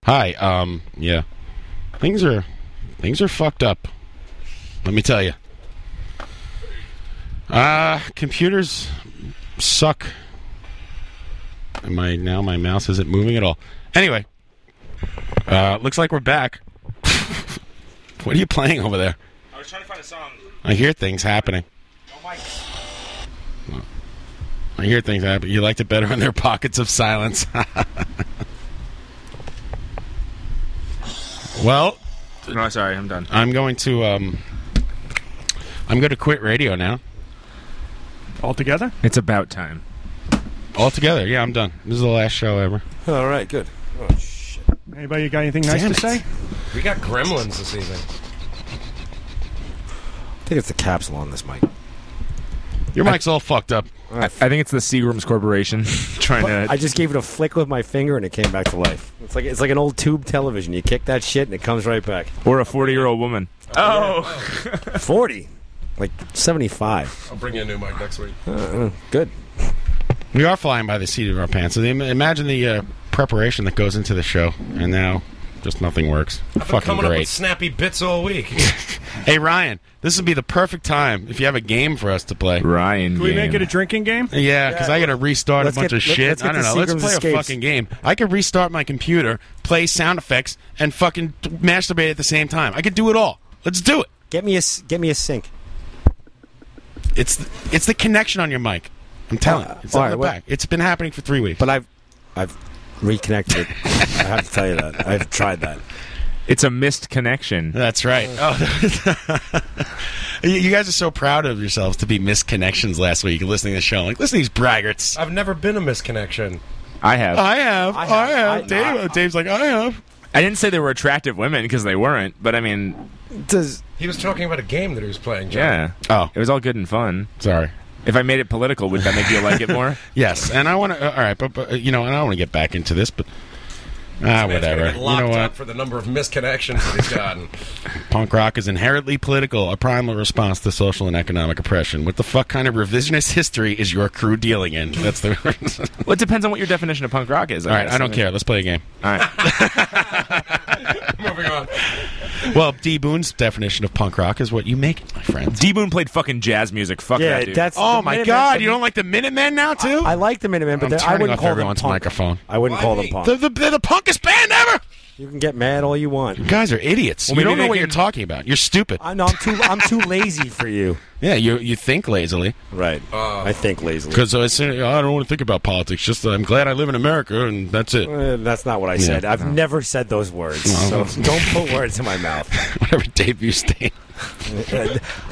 Speaker 11: Hi. Um. Yeah. Things are things are fucked up. Let me tell you. Uh computers suck. And My now my mouse isn't moving at all. Anyway, uh, looks like we're back. what are you playing over there?
Speaker 4: I was trying to find a song.
Speaker 11: I hear things happening. I hear things happen. You liked it better when there were pockets of silence. well,
Speaker 4: No, sorry, I'm done.
Speaker 11: I'm going to um, I'm going to quit radio now.
Speaker 13: Altogether?
Speaker 4: It's about time.
Speaker 11: Altogether, yeah, I'm done. This is the last show ever.
Speaker 6: All right, good.
Speaker 13: Anybody got anything nice
Speaker 11: Damn
Speaker 13: to say?
Speaker 12: We got gremlins this evening.
Speaker 6: I think it's the capsule on this mic.
Speaker 11: Your mic's all fucked up.
Speaker 4: I, I think it's the Seagram's Corporation trying to.
Speaker 6: I just gave it a flick with my finger and it came back to life. It's like it's like an old tube television. You kick that shit and it comes right back.
Speaker 4: Or a forty-year-old woman.
Speaker 6: Oh, forty, like seventy-five.
Speaker 12: I'll bring you a new mic next week.
Speaker 6: Uh, good.
Speaker 11: We are flying by the seat of our pants. So im- imagine the uh, preparation that goes into the show, and now just nothing works. Fucking
Speaker 12: coming up with
Speaker 11: great.
Speaker 12: snappy bits all week.
Speaker 11: Hey Ryan, this would be the perfect time if you have a game for us to play.
Speaker 4: Ryan,
Speaker 13: Can we make it a drinking game?
Speaker 11: Yeah, because I got to restart a
Speaker 13: Let's
Speaker 11: bunch
Speaker 13: get-
Speaker 11: of
Speaker 13: let-
Speaker 11: shit.
Speaker 13: let's get
Speaker 11: I don't
Speaker 13: the
Speaker 11: know. Let's
Speaker 13: Seagram's
Speaker 11: play a
Speaker 13: Escapes.
Speaker 11: fucking game. I could restart my computer, play sound effects, and fucking t- masturbate at the same time. I could do it all. Let's do it.
Speaker 6: Get me a s- get me a sink.
Speaker 11: It's th- it's the connection on your mic. I'm telling. you. it's
Speaker 6: all
Speaker 11: on
Speaker 6: right,
Speaker 11: the
Speaker 6: well-
Speaker 11: back. It's been happening for three weeks.
Speaker 6: But I've I've reconnected. I have to tell you that I've tried that.
Speaker 4: It's a missed connection.
Speaker 11: That's right. Oh, you- you guys are so proud of yourselves to be missed connections last week. Listening to the show, like listen to these braggarts.
Speaker 12: I've never been a misconnection.
Speaker 4: I have.
Speaker 6: Uh,
Speaker 11: I have. I have.
Speaker 4: I-
Speaker 11: Dave, Dave's like, I have.
Speaker 4: I didn't say they were attractive women because they weren't, but I mean,
Speaker 6: Does
Speaker 12: he was talking about a game that he was playing? John.
Speaker 4: yeah.
Speaker 11: Oh,
Speaker 4: it was all good and fun.
Speaker 11: Sorry.
Speaker 4: If I made it political, would that make you like it more?
Speaker 11: Yes, and I want to. all right, but, but uh, you know, and I don't want to get back into this, but ah,
Speaker 12: Man's gonna
Speaker 11: whatever.
Speaker 12: get
Speaker 11: You
Speaker 12: locked
Speaker 11: know
Speaker 12: up
Speaker 11: what?
Speaker 12: for the number of misconnections that he's gotten.
Speaker 11: Punk rock is inherently political, a primal response to social and economic oppression. What the fuck kind of revisionist history is your crew dealing in? That's the.
Speaker 4: Well, it depends on what your definition of punk rock is.
Speaker 11: all right,
Speaker 4: guess.
Speaker 11: I don't care. Let's play a game.
Speaker 4: All right.
Speaker 12: Moving on.
Speaker 11: Well, D Boone's definition of punk rock is what you make it, my friend.
Speaker 4: D Boone played fucking jazz music. Fuck
Speaker 6: yeah,
Speaker 4: that dude.
Speaker 6: that's.
Speaker 11: Oh
Speaker 6: the
Speaker 11: my
Speaker 6: Minutemen-
Speaker 11: God!
Speaker 6: the-
Speaker 11: You don't like the Minutemen now too?
Speaker 6: I like the Minutemen, but
Speaker 11: I'm
Speaker 6: they're- I
Speaker 11: turning
Speaker 6: wouldn't
Speaker 11: off
Speaker 6: call them
Speaker 11: everyone's
Speaker 6: punk.
Speaker 11: microphone.
Speaker 6: I wouldn't call them punk.
Speaker 11: They're the, they're the punkest band ever.
Speaker 6: You can get mad all you want.
Speaker 11: You guys are idiots.
Speaker 4: Well,
Speaker 11: you
Speaker 4: maybe
Speaker 11: don't know
Speaker 4: they
Speaker 11: what
Speaker 4: can-
Speaker 11: you're talking about. You're stupid.
Speaker 6: I know I'm too I'm too lazy for you.
Speaker 11: Yeah, you you think lazily.
Speaker 6: Right. I think lazily.
Speaker 11: Because I said I don't want to think about politics. Just that I'm glad I live in America, and that's it.
Speaker 6: Uh, that's not what I said. I've never said those words.
Speaker 11: No.
Speaker 6: So don't put words in my mouth.
Speaker 11: Whatever Dave used to.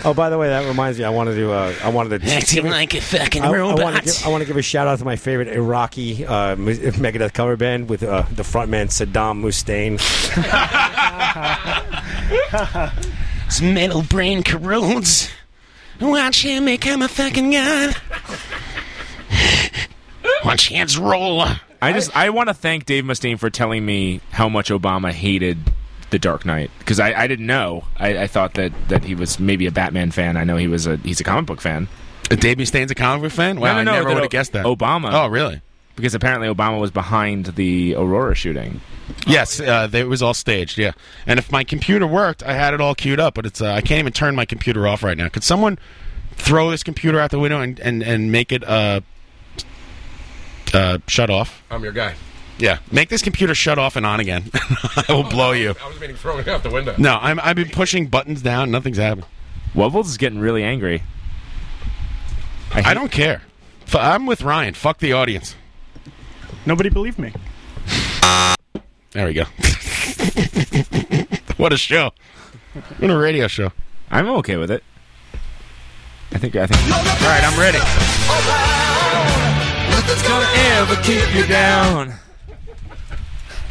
Speaker 6: oh, by the way, that reminds me. I wanted to. Uh, I wanted to.
Speaker 11: like a fucking
Speaker 6: I, want to give, I wanna give a shout out to my favorite Iraqi uh, mu- Megadeth cover band with uh, the frontman Saddam Hussein.
Speaker 11: His metal brain corrodes. Watch him become a fucking god. Watch hands roll.
Speaker 4: I just I want to thank Dave Mustaine for telling me how much Obama hated the Dark Knight because I, I didn't know. I, I thought that that he was maybe a Batman fan. I know he was a he's a comic book fan.
Speaker 11: Dave Mustaine's a comic book fan? Wow,
Speaker 4: no, no,
Speaker 11: I
Speaker 4: that
Speaker 11: never would
Speaker 4: O-
Speaker 11: have guessed that.
Speaker 4: Obama.
Speaker 11: Oh, really?
Speaker 4: Because apparently Obama was behind the Aurora shooting.
Speaker 11: Yes, uh, they- it was all staged. Yeah, and if my computer worked, I had it all queued up. But it's uh, I can't even turn my computer off right now. Could someone throw this computer out the window and and, and make it uh, uh, shut off?
Speaker 12: I'm your guy.
Speaker 11: Yeah, make this computer shut off and on again. I will blow you.
Speaker 12: I was meaning throwing it out the window.
Speaker 11: No, I'm, I've been pushing buttons down. Nothing's happening.
Speaker 4: Wubbles is getting really angry. I,
Speaker 11: I don't care. F- I'm with Ryan. Fuck the audience.
Speaker 13: Nobody believed me.
Speaker 11: There we go. what a show! What a radio show.
Speaker 4: I'm okay with it. I think I think
Speaker 11: All right, I'm ready.
Speaker 4: nothing's gonna ever keep you down.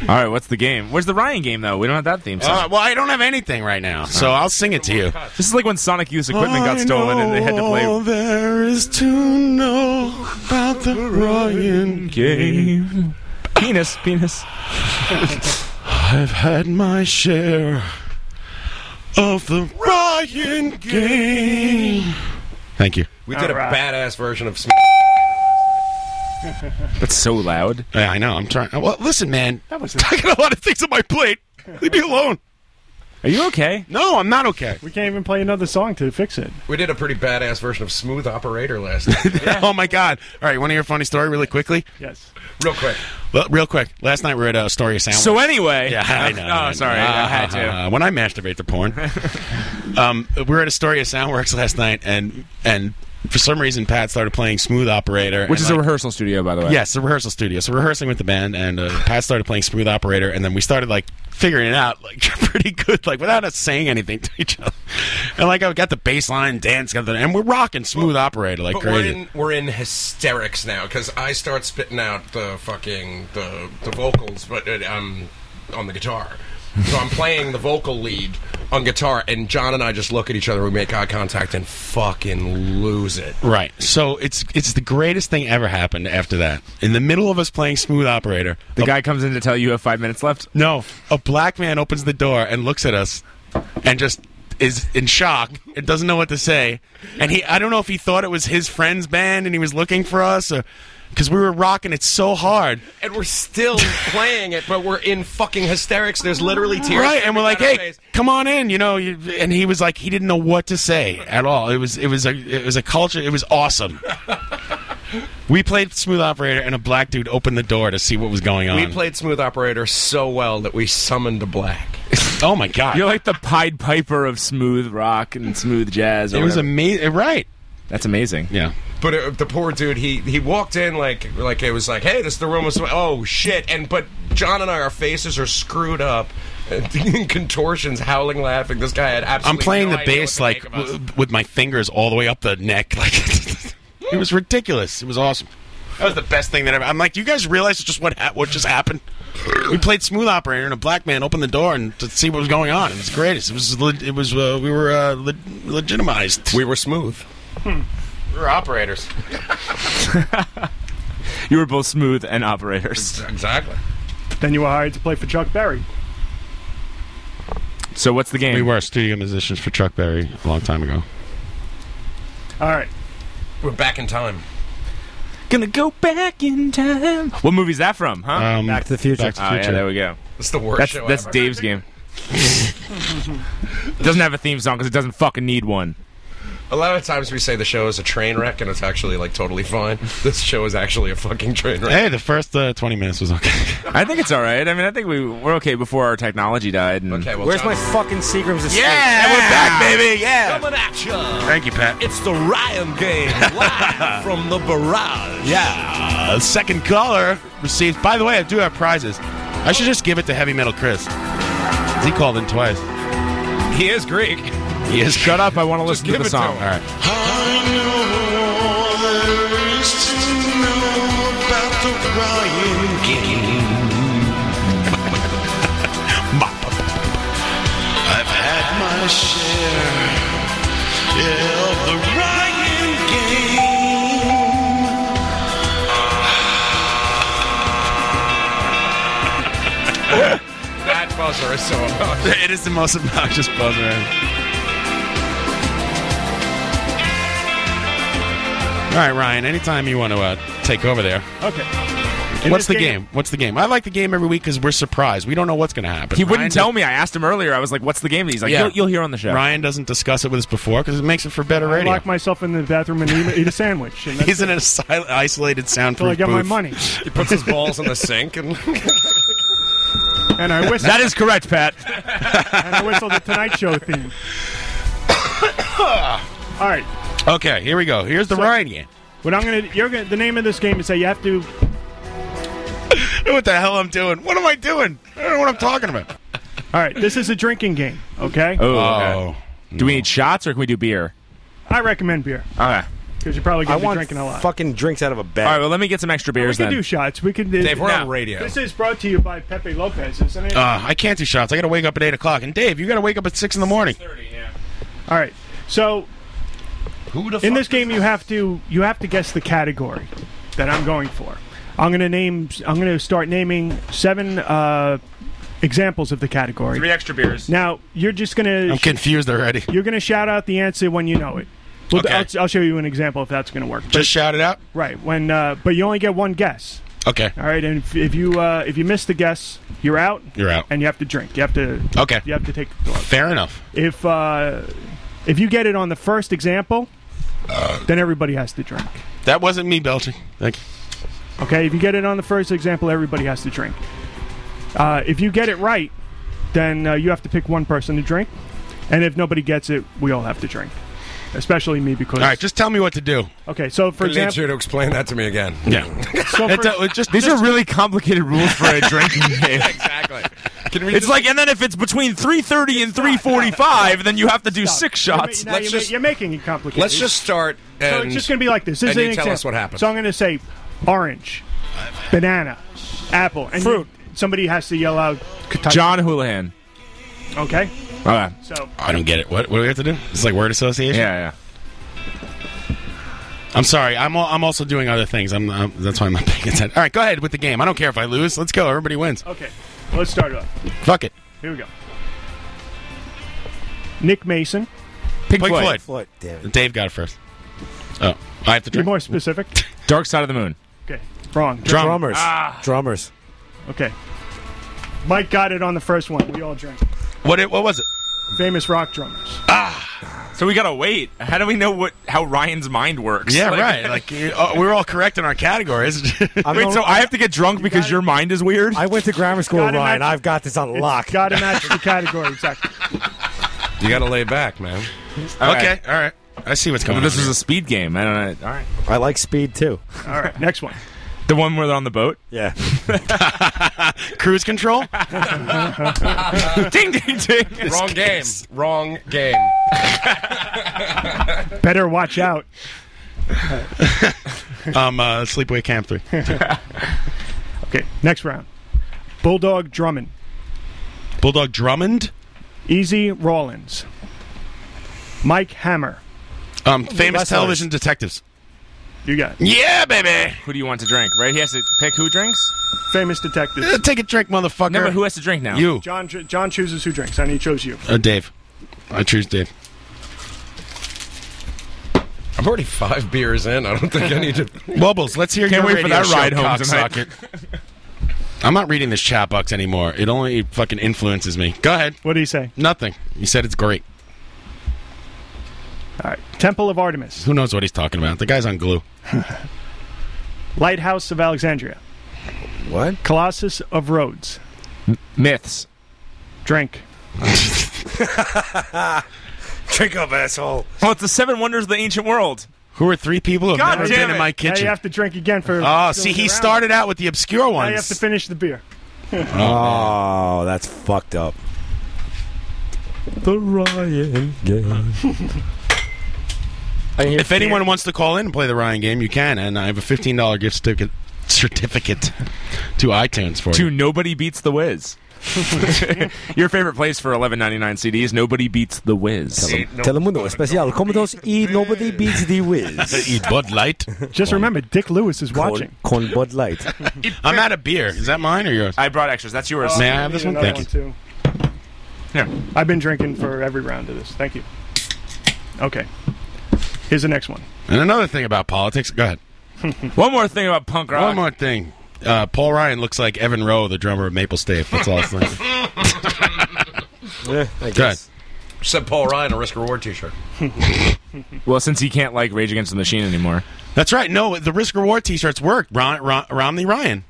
Speaker 4: All right, what's the game? Where's the Ryan game though? We don't have that theme song.
Speaker 11: Uh, well, I don't have anything right now, so I'll sing it to you.
Speaker 4: this is like when Sonic Youth's equipment got
Speaker 11: I
Speaker 4: stolen and they had to play
Speaker 11: know all there is to know about the Ryan game.
Speaker 4: penis, penis.
Speaker 11: I've had my share of the Ryan game. Thank you.
Speaker 12: We did a
Speaker 13: Alright.
Speaker 12: badass version of. Sm-
Speaker 4: That's so loud.
Speaker 11: Yeah, I know. I'm trying. Well, listen, man.
Speaker 13: That was.
Speaker 11: I got a lot of things on my plate. Leave me alone.
Speaker 4: Are you okay?
Speaker 11: No, I'm not okay.
Speaker 13: We can't even play another song to fix it.
Speaker 12: We did a pretty badass version of Smooth Operator last night.
Speaker 11: oh my god! All right, you want to hear a funny story really quickly?
Speaker 13: Yes.
Speaker 12: Real quick.
Speaker 11: Well, real quick. Last night we were at a story of sandwich.
Speaker 4: So anyway-
Speaker 11: yeah, I know.
Speaker 4: Oh,
Speaker 11: I know.
Speaker 4: sorry, I had to.
Speaker 11: Uh, when I masturbate to porn, um, we were at a story of Soundworks last night, and and for some reason Pat started playing Smooth Operator,
Speaker 4: Which
Speaker 11: and,
Speaker 4: is a rehearsal studio, by the way.
Speaker 11: Yes, a rehearsal studio. So rehearsing with the band, and uh, Pat started playing Smooth Operator, and then we started like figuring it out like pretty good, like without us saying anything to each other. And like I got the bass line, dance, got the, and we're rocking Smooth Operator like
Speaker 12: But we're
Speaker 11: crazy.
Speaker 12: in, we're in hysterics now because I start spitting out the fucking the the vocals, but it, I'm on the guitar. So I'm playing the vocal lead on guitar, and John and I just look at each other, we make eye contact, and fucking lose it.
Speaker 11: Right. So it's it's the greatest thing ever happened after that. In the middle of us playing Smooth Operator, the
Speaker 4: guy comes in to tell you you have five minutes left.
Speaker 11: No, a black man opens the door and looks at us, and just is in shock and doesn't know what to say. And he, I don't know if he thought it was his friend's band and he was looking for us, or because we were rocking it so hard.
Speaker 12: And we're still playing it, but we're in fucking hysterics. There's literally tears.
Speaker 11: Right, and we're like,
Speaker 12: coming out of
Speaker 11: "Hey,
Speaker 12: our face."
Speaker 11: come on in," you know. you- And he was like, he didn't know what to say at all. It was, it was a, it was a culture. It was awesome. we played Smooth Operator, and a black dude opened the door to see what was going on.
Speaker 12: we played Smooth Operator so well that we summoned a black.
Speaker 11: oh my god!
Speaker 4: You're like the Pied Piper of smooth rock and smooth jazz. Or
Speaker 12: It was
Speaker 11: amazing. Right.
Speaker 4: That's amazing.
Speaker 11: Yeah.
Speaker 12: But uh the poor dude, he he walked in like like it was like, hey, this is the room was oh shit, and but John and I, our faces are screwed up, in contortions, howling, laughing. This guy had
Speaker 11: I'm
Speaker 12: absolutely.
Speaker 11: playing
Speaker 12: no
Speaker 11: the
Speaker 12: idea what
Speaker 11: bass
Speaker 12: to
Speaker 11: like
Speaker 12: make of us.
Speaker 11: w- with my fingers all the way up the neck. Like it was ridiculous. It was awesome. That was the best thing that ever. I'm like, you guys realize just what ha- what just happened? We played Smooth Operator, and a black man opened the door and to see what was going on. It was great. It was le- it was uh, we were uh, le- legitimized.
Speaker 12: We were smooth. Hmm.
Speaker 11: We were operators.
Speaker 4: You were both smooth and operators.
Speaker 12: Exactly.
Speaker 13: Then you were hired to play for Chuck Berry.
Speaker 4: So what's the game?
Speaker 11: We were studio musicians for Chuck Berry a long time ago.
Speaker 13: All right.
Speaker 12: We're back in time.
Speaker 4: Gonna go back in time. What movie is that from? Huh?
Speaker 11: Um, Back to the Future. Back to the
Speaker 4: Oh, yeah,
Speaker 11: Future.
Speaker 4: there we go.
Speaker 12: That's the worst
Speaker 4: That's,
Speaker 12: show
Speaker 4: that's
Speaker 12: ever.
Speaker 4: Dave's game. doesn't have a theme song because it doesn't fucking need one.
Speaker 12: A lot of times we say the show is a train wreck, and it's actually like totally fine. This show is actually a fucking train wreck.
Speaker 11: Hey, the first uh, 20 minutes was okay.
Speaker 4: I think it's all right. I mean, I think we were okay before our technology died. And okay,
Speaker 12: well,
Speaker 6: Where's my fucking Seagram's estate?
Speaker 4: Yeah! And we're back, baby!
Speaker 6: Yeah!
Speaker 12: Coming at you.
Speaker 11: Thank you, Pat.
Speaker 12: It's the Ryan game live from the barrage.
Speaker 11: Yeah. Uh, second caller received. By the way, I do have prizes. I should just give it to Heavy Metal Chris. He called in twice.
Speaker 12: He is Greek.
Speaker 11: He is.
Speaker 4: Shut up! I want to listen to
Speaker 11: give
Speaker 4: the
Speaker 11: it to
Speaker 4: song.
Speaker 11: him. All right.
Speaker 10: I've had my share yeah, of the Ryan game.
Speaker 12: That buzzer is so obnoxious.
Speaker 11: It is the most obnoxious buzzer. All right, Ryan. Anytime you want to uh, take over there.
Speaker 13: Okay. In
Speaker 11: What's the
Speaker 13: this
Speaker 11: game? What's the game? I like the game every week because we're surprised. We don't know what's going to happen.
Speaker 4: He
Speaker 11: Ryan
Speaker 4: wouldn't
Speaker 11: does-
Speaker 4: tell me. I asked him earlier. I was like, "What's the game?" He's like,
Speaker 11: Yeah.
Speaker 4: you'll, "You'll hear on the show."
Speaker 11: Ryan doesn't discuss it with us before because it makes it for better
Speaker 13: I
Speaker 11: radio.
Speaker 13: lock myself in the bathroom and eat, eat a sandwich. And that's
Speaker 11: He's in an sil- isolated soundproof
Speaker 13: until I get my
Speaker 11: booth.
Speaker 13: money.
Speaker 12: He puts his balls in the sink and
Speaker 13: And I whistle.
Speaker 4: That is correct, Pat.
Speaker 13: and I whistle the Tonight Show theme. All right.
Speaker 11: Okay, here we go. Here's the Ryan game.
Speaker 13: What I'm gonna, you're gonna, the name of this game is that you have to
Speaker 11: what the hell I'm doing? What am I doing? I don't know what I'm talking about.
Speaker 13: All right, this is a drinking game, okay?
Speaker 4: Oh. okay. Do we need shots or can we do beer?
Speaker 13: I recommend beer
Speaker 4: Okay.
Speaker 13: because you're probably
Speaker 6: I
Speaker 13: going to be
Speaker 6: want
Speaker 13: drinking a lot.
Speaker 6: fucking drinks out of a
Speaker 4: All
Speaker 6: bag.
Speaker 4: right. Well, let me get some extra
Speaker 13: we
Speaker 4: beers
Speaker 13: can
Speaker 4: then.
Speaker 13: do shots. We can do.
Speaker 11: Dave, we're on
Speaker 13: Now,
Speaker 11: radio.
Speaker 13: This is brought to you by Pepe Lopez, isn't it?
Speaker 11: Uh, I can't do shots. I got to wake up at eight o'clock. And Dave, you got to wake up at six in the morning.
Speaker 13: All right. So
Speaker 12: Who the
Speaker 13: in this game, you have to you have to guess the category that I'm going for. I'm going to name. I'm going to start naming seven uh, examples of the category.
Speaker 4: Three extra beers.
Speaker 13: Now you're just going to
Speaker 11: I'm confused already.
Speaker 13: you're going to shout out the answer when you know it. Well, I'll, I'll show you an example if that's going to work. But-
Speaker 11: Just shout it out.
Speaker 13: Right. When, uh, but you only get one guess.
Speaker 11: Okay.
Speaker 13: All right, and if, if you uh, if you miss the guess, you're out.
Speaker 11: You're out.
Speaker 13: And you have to drink. You have to.
Speaker 11: Okay.
Speaker 13: You have to take.
Speaker 11: Fair enough.
Speaker 13: If uh, if you get it on the first example, then everybody has to drink.
Speaker 11: That wasn't me belching. Thank you.
Speaker 13: Okay. If you get it on the first example, everybody has to drink. Uh, if you get it right, then uh, you have to pick one person to drink, and if nobody gets it, we all have to drink. Especially me because.
Speaker 11: All right, just tell me what to do.
Speaker 13: Okay, so for
Speaker 12: I need
Speaker 13: example,
Speaker 12: you to explain that to me again.
Speaker 11: Yeah. It's, uh, it just- These just- are
Speaker 4: really complicated rules for a drinking game.
Speaker 12: exactly. Can
Speaker 4: it's like, and then if it's between 3.30 and 3.45, then you have to do six
Speaker 13: You're ma-
Speaker 4: shots.
Speaker 13: now you're, ma- you're making it complicated.
Speaker 12: Let's just start. And
Speaker 13: So it's just going to be like this. This
Speaker 12: and
Speaker 13: is
Speaker 12: you
Speaker 13: an
Speaker 12: tell us
Speaker 13: example.
Speaker 12: what happened.
Speaker 13: So I'm going to say orange, banana, apple, and fruit. somebody has to yell out. Kentucky.
Speaker 4: John Houlihan.
Speaker 13: Okay.
Speaker 4: Okay.
Speaker 13: So
Speaker 11: I don't get it. What, what do we have to do? It's like word association.
Speaker 4: Yeah,
Speaker 11: yeah. I'm sorry. I'm al- I'm also doing other things. I'm, i that's why I'm not paying attention. All right, go ahead with the game. I don't care if I lose. Let's go. Everybody wins.
Speaker 13: okay, let's start it off.
Speaker 11: Fuck it.
Speaker 13: Here we go. Nick Mason.
Speaker 11: Pink Floyd. Dave got it first. Oh, I have to
Speaker 13: Be
Speaker 11: drink.
Speaker 13: more specific.
Speaker 4: Dark Side of the Moon.
Speaker 13: Okay, wrong.
Speaker 11: Drum. Drummers.
Speaker 13: Drummers. Okay. Mike got it on the first one. We all drink.
Speaker 11: What it, what was it?
Speaker 13: Famous rock drummers.
Speaker 4: So we gotta wait. How do we know what how Ryan's mind works?
Speaker 11: Yeah, right. Like you- oh, we were all correct in our categories.
Speaker 4: Wait, so I have to get drunk because your mind is weird?
Speaker 6: I went to grammar school,
Speaker 13: Gotta
Speaker 6: Ryan.
Speaker 13: match-
Speaker 6: I've got this on
Speaker 13: It's
Speaker 6: lock.
Speaker 13: Gotta match the category exactly.
Speaker 12: You got to lay back, man.
Speaker 11: okay, all right. I see what's going
Speaker 4: This
Speaker 11: on
Speaker 4: is a speed game. I don't know. All right.
Speaker 6: I like speed too.
Speaker 13: All right, next one.
Speaker 4: The one where they're on the boat?
Speaker 6: Yeah.
Speaker 11: Cruise control?
Speaker 4: ding, ding, ding.
Speaker 12: Wrong game. Wrong game.
Speaker 13: Better watch out.
Speaker 11: um, uh, Sleepaway Camp 3.
Speaker 13: Okay, next round. Bulldog Drummond.
Speaker 11: Bulldog Drummond?
Speaker 13: Easy Rollins. Mike Hammer.
Speaker 11: Um, famous television detectives.
Speaker 13: You got it.
Speaker 11: Yeah, baby.
Speaker 4: Who do you want to drink? Right? He has to pick who drinks?
Speaker 13: famous detective.
Speaker 11: Uh, Take a drink, motherfucker.
Speaker 4: No, but who has to drink now?
Speaker 11: You.
Speaker 13: John John chooses who drinks, and he chose you.
Speaker 11: Uh, Dave. I choose Dave.
Speaker 12: I'm already five beers in. I don't think I need to.
Speaker 11: Wobbles, let's hear
Speaker 12: Can't
Speaker 11: your
Speaker 12: wait for
Speaker 11: radio
Speaker 12: that ride
Speaker 11: show,
Speaker 12: home tonight.
Speaker 11: cocksocket. I'm not reading this chat box anymore. It only fucking influences me. Go ahead.
Speaker 13: What do you say?
Speaker 11: Nothing. He said it's great.
Speaker 13: All right. Temple of Artemis.
Speaker 11: Who knows what he's talking about? The guy's on glue.
Speaker 13: Lighthouse of Alexandria.
Speaker 11: What?
Speaker 13: Colossus of Rhodes.
Speaker 4: Myths.
Speaker 13: Drink.
Speaker 6: Drink up, asshole.
Speaker 4: Oh, it's the Seven Wonders of the Ancient World.
Speaker 11: Who are three people who've
Speaker 4: God
Speaker 11: never
Speaker 4: damn
Speaker 11: been in
Speaker 4: it.
Speaker 11: my
Speaker 13: Now
Speaker 11: kitchen?
Speaker 13: you have to drink again for.
Speaker 11: oh, see, he started out with the obscure
Speaker 13: Now
Speaker 11: ones.
Speaker 13: you have to finish the beer.
Speaker 6: Oh, that's fucked up. The Ryan game.
Speaker 11: if anyone wants to call in and play the Ryan game, you can, and I have a fifteen dollar gift certificate certificate to iTunes for
Speaker 4: To
Speaker 11: you.
Speaker 4: Nobody Beats the Wiz. Your favorite place for eleven ninety nine CDs? Nobody beats the Wiz.
Speaker 6: Telemundo Especial Comodos y Nobody Beats the
Speaker 12: e-
Speaker 6: Wiz.
Speaker 11: Eat Bud Light.
Speaker 13: Just remember, Dick Lewis is watching.
Speaker 6: Con Bud Light.
Speaker 11: I'm out of beer. Is that mine or yours?
Speaker 4: I brought extras. That's yours.
Speaker 11: May I have this one?
Speaker 13: Another
Speaker 11: Thank
Speaker 13: one
Speaker 11: you.
Speaker 13: too.
Speaker 4: Yeah.
Speaker 13: I've been drinking for every round of this. Thank you. Okay. Here's the next one.
Speaker 11: And another thing about politics. Go ahead.
Speaker 4: One more thing about punk rock.
Speaker 11: One more thing. Uh, Paul Ryan looks like Evan Rowe, the drummer of Maple Stave. That's all. I'm saying.
Speaker 6: yeah, I
Speaker 11: Go ahead.
Speaker 6: guess.
Speaker 12: Said Paul Ryan, a risk reward T-shirt.
Speaker 4: Well, since he can't like Rage Against the Machine anymore.
Speaker 11: That's right. No, the risk reward T-shirts work. Ron, Ron, Romney Ryan.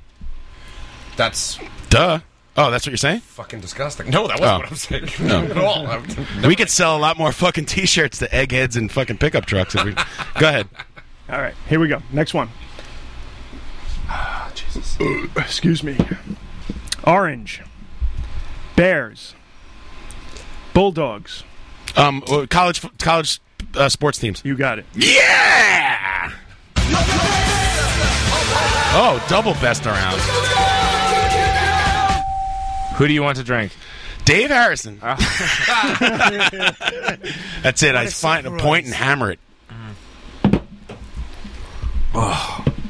Speaker 12: That's
Speaker 11: Duh. Oh, that's what you're saying.
Speaker 12: fucking disgusting. No, that wasn't
Speaker 11: Oh.
Speaker 12: what I'm saying
Speaker 11: No.
Speaker 12: at all. I'm-
Speaker 11: We could sell a lot more fucking T-shirts to eggheads and fucking pickup trucks. If we... Go ahead.
Speaker 13: All right, here we go. Next one.
Speaker 11: Ah,
Speaker 13: Excuse me. Orange. Bears. Bulldogs.
Speaker 11: Um, uh, college f- college uh, sports teams.
Speaker 13: You got it.
Speaker 11: Yeah. Oh, double best around.
Speaker 4: Who do you want to drink?
Speaker 11: Dave Harrison. That's it. I find Uh. a point and hammer it.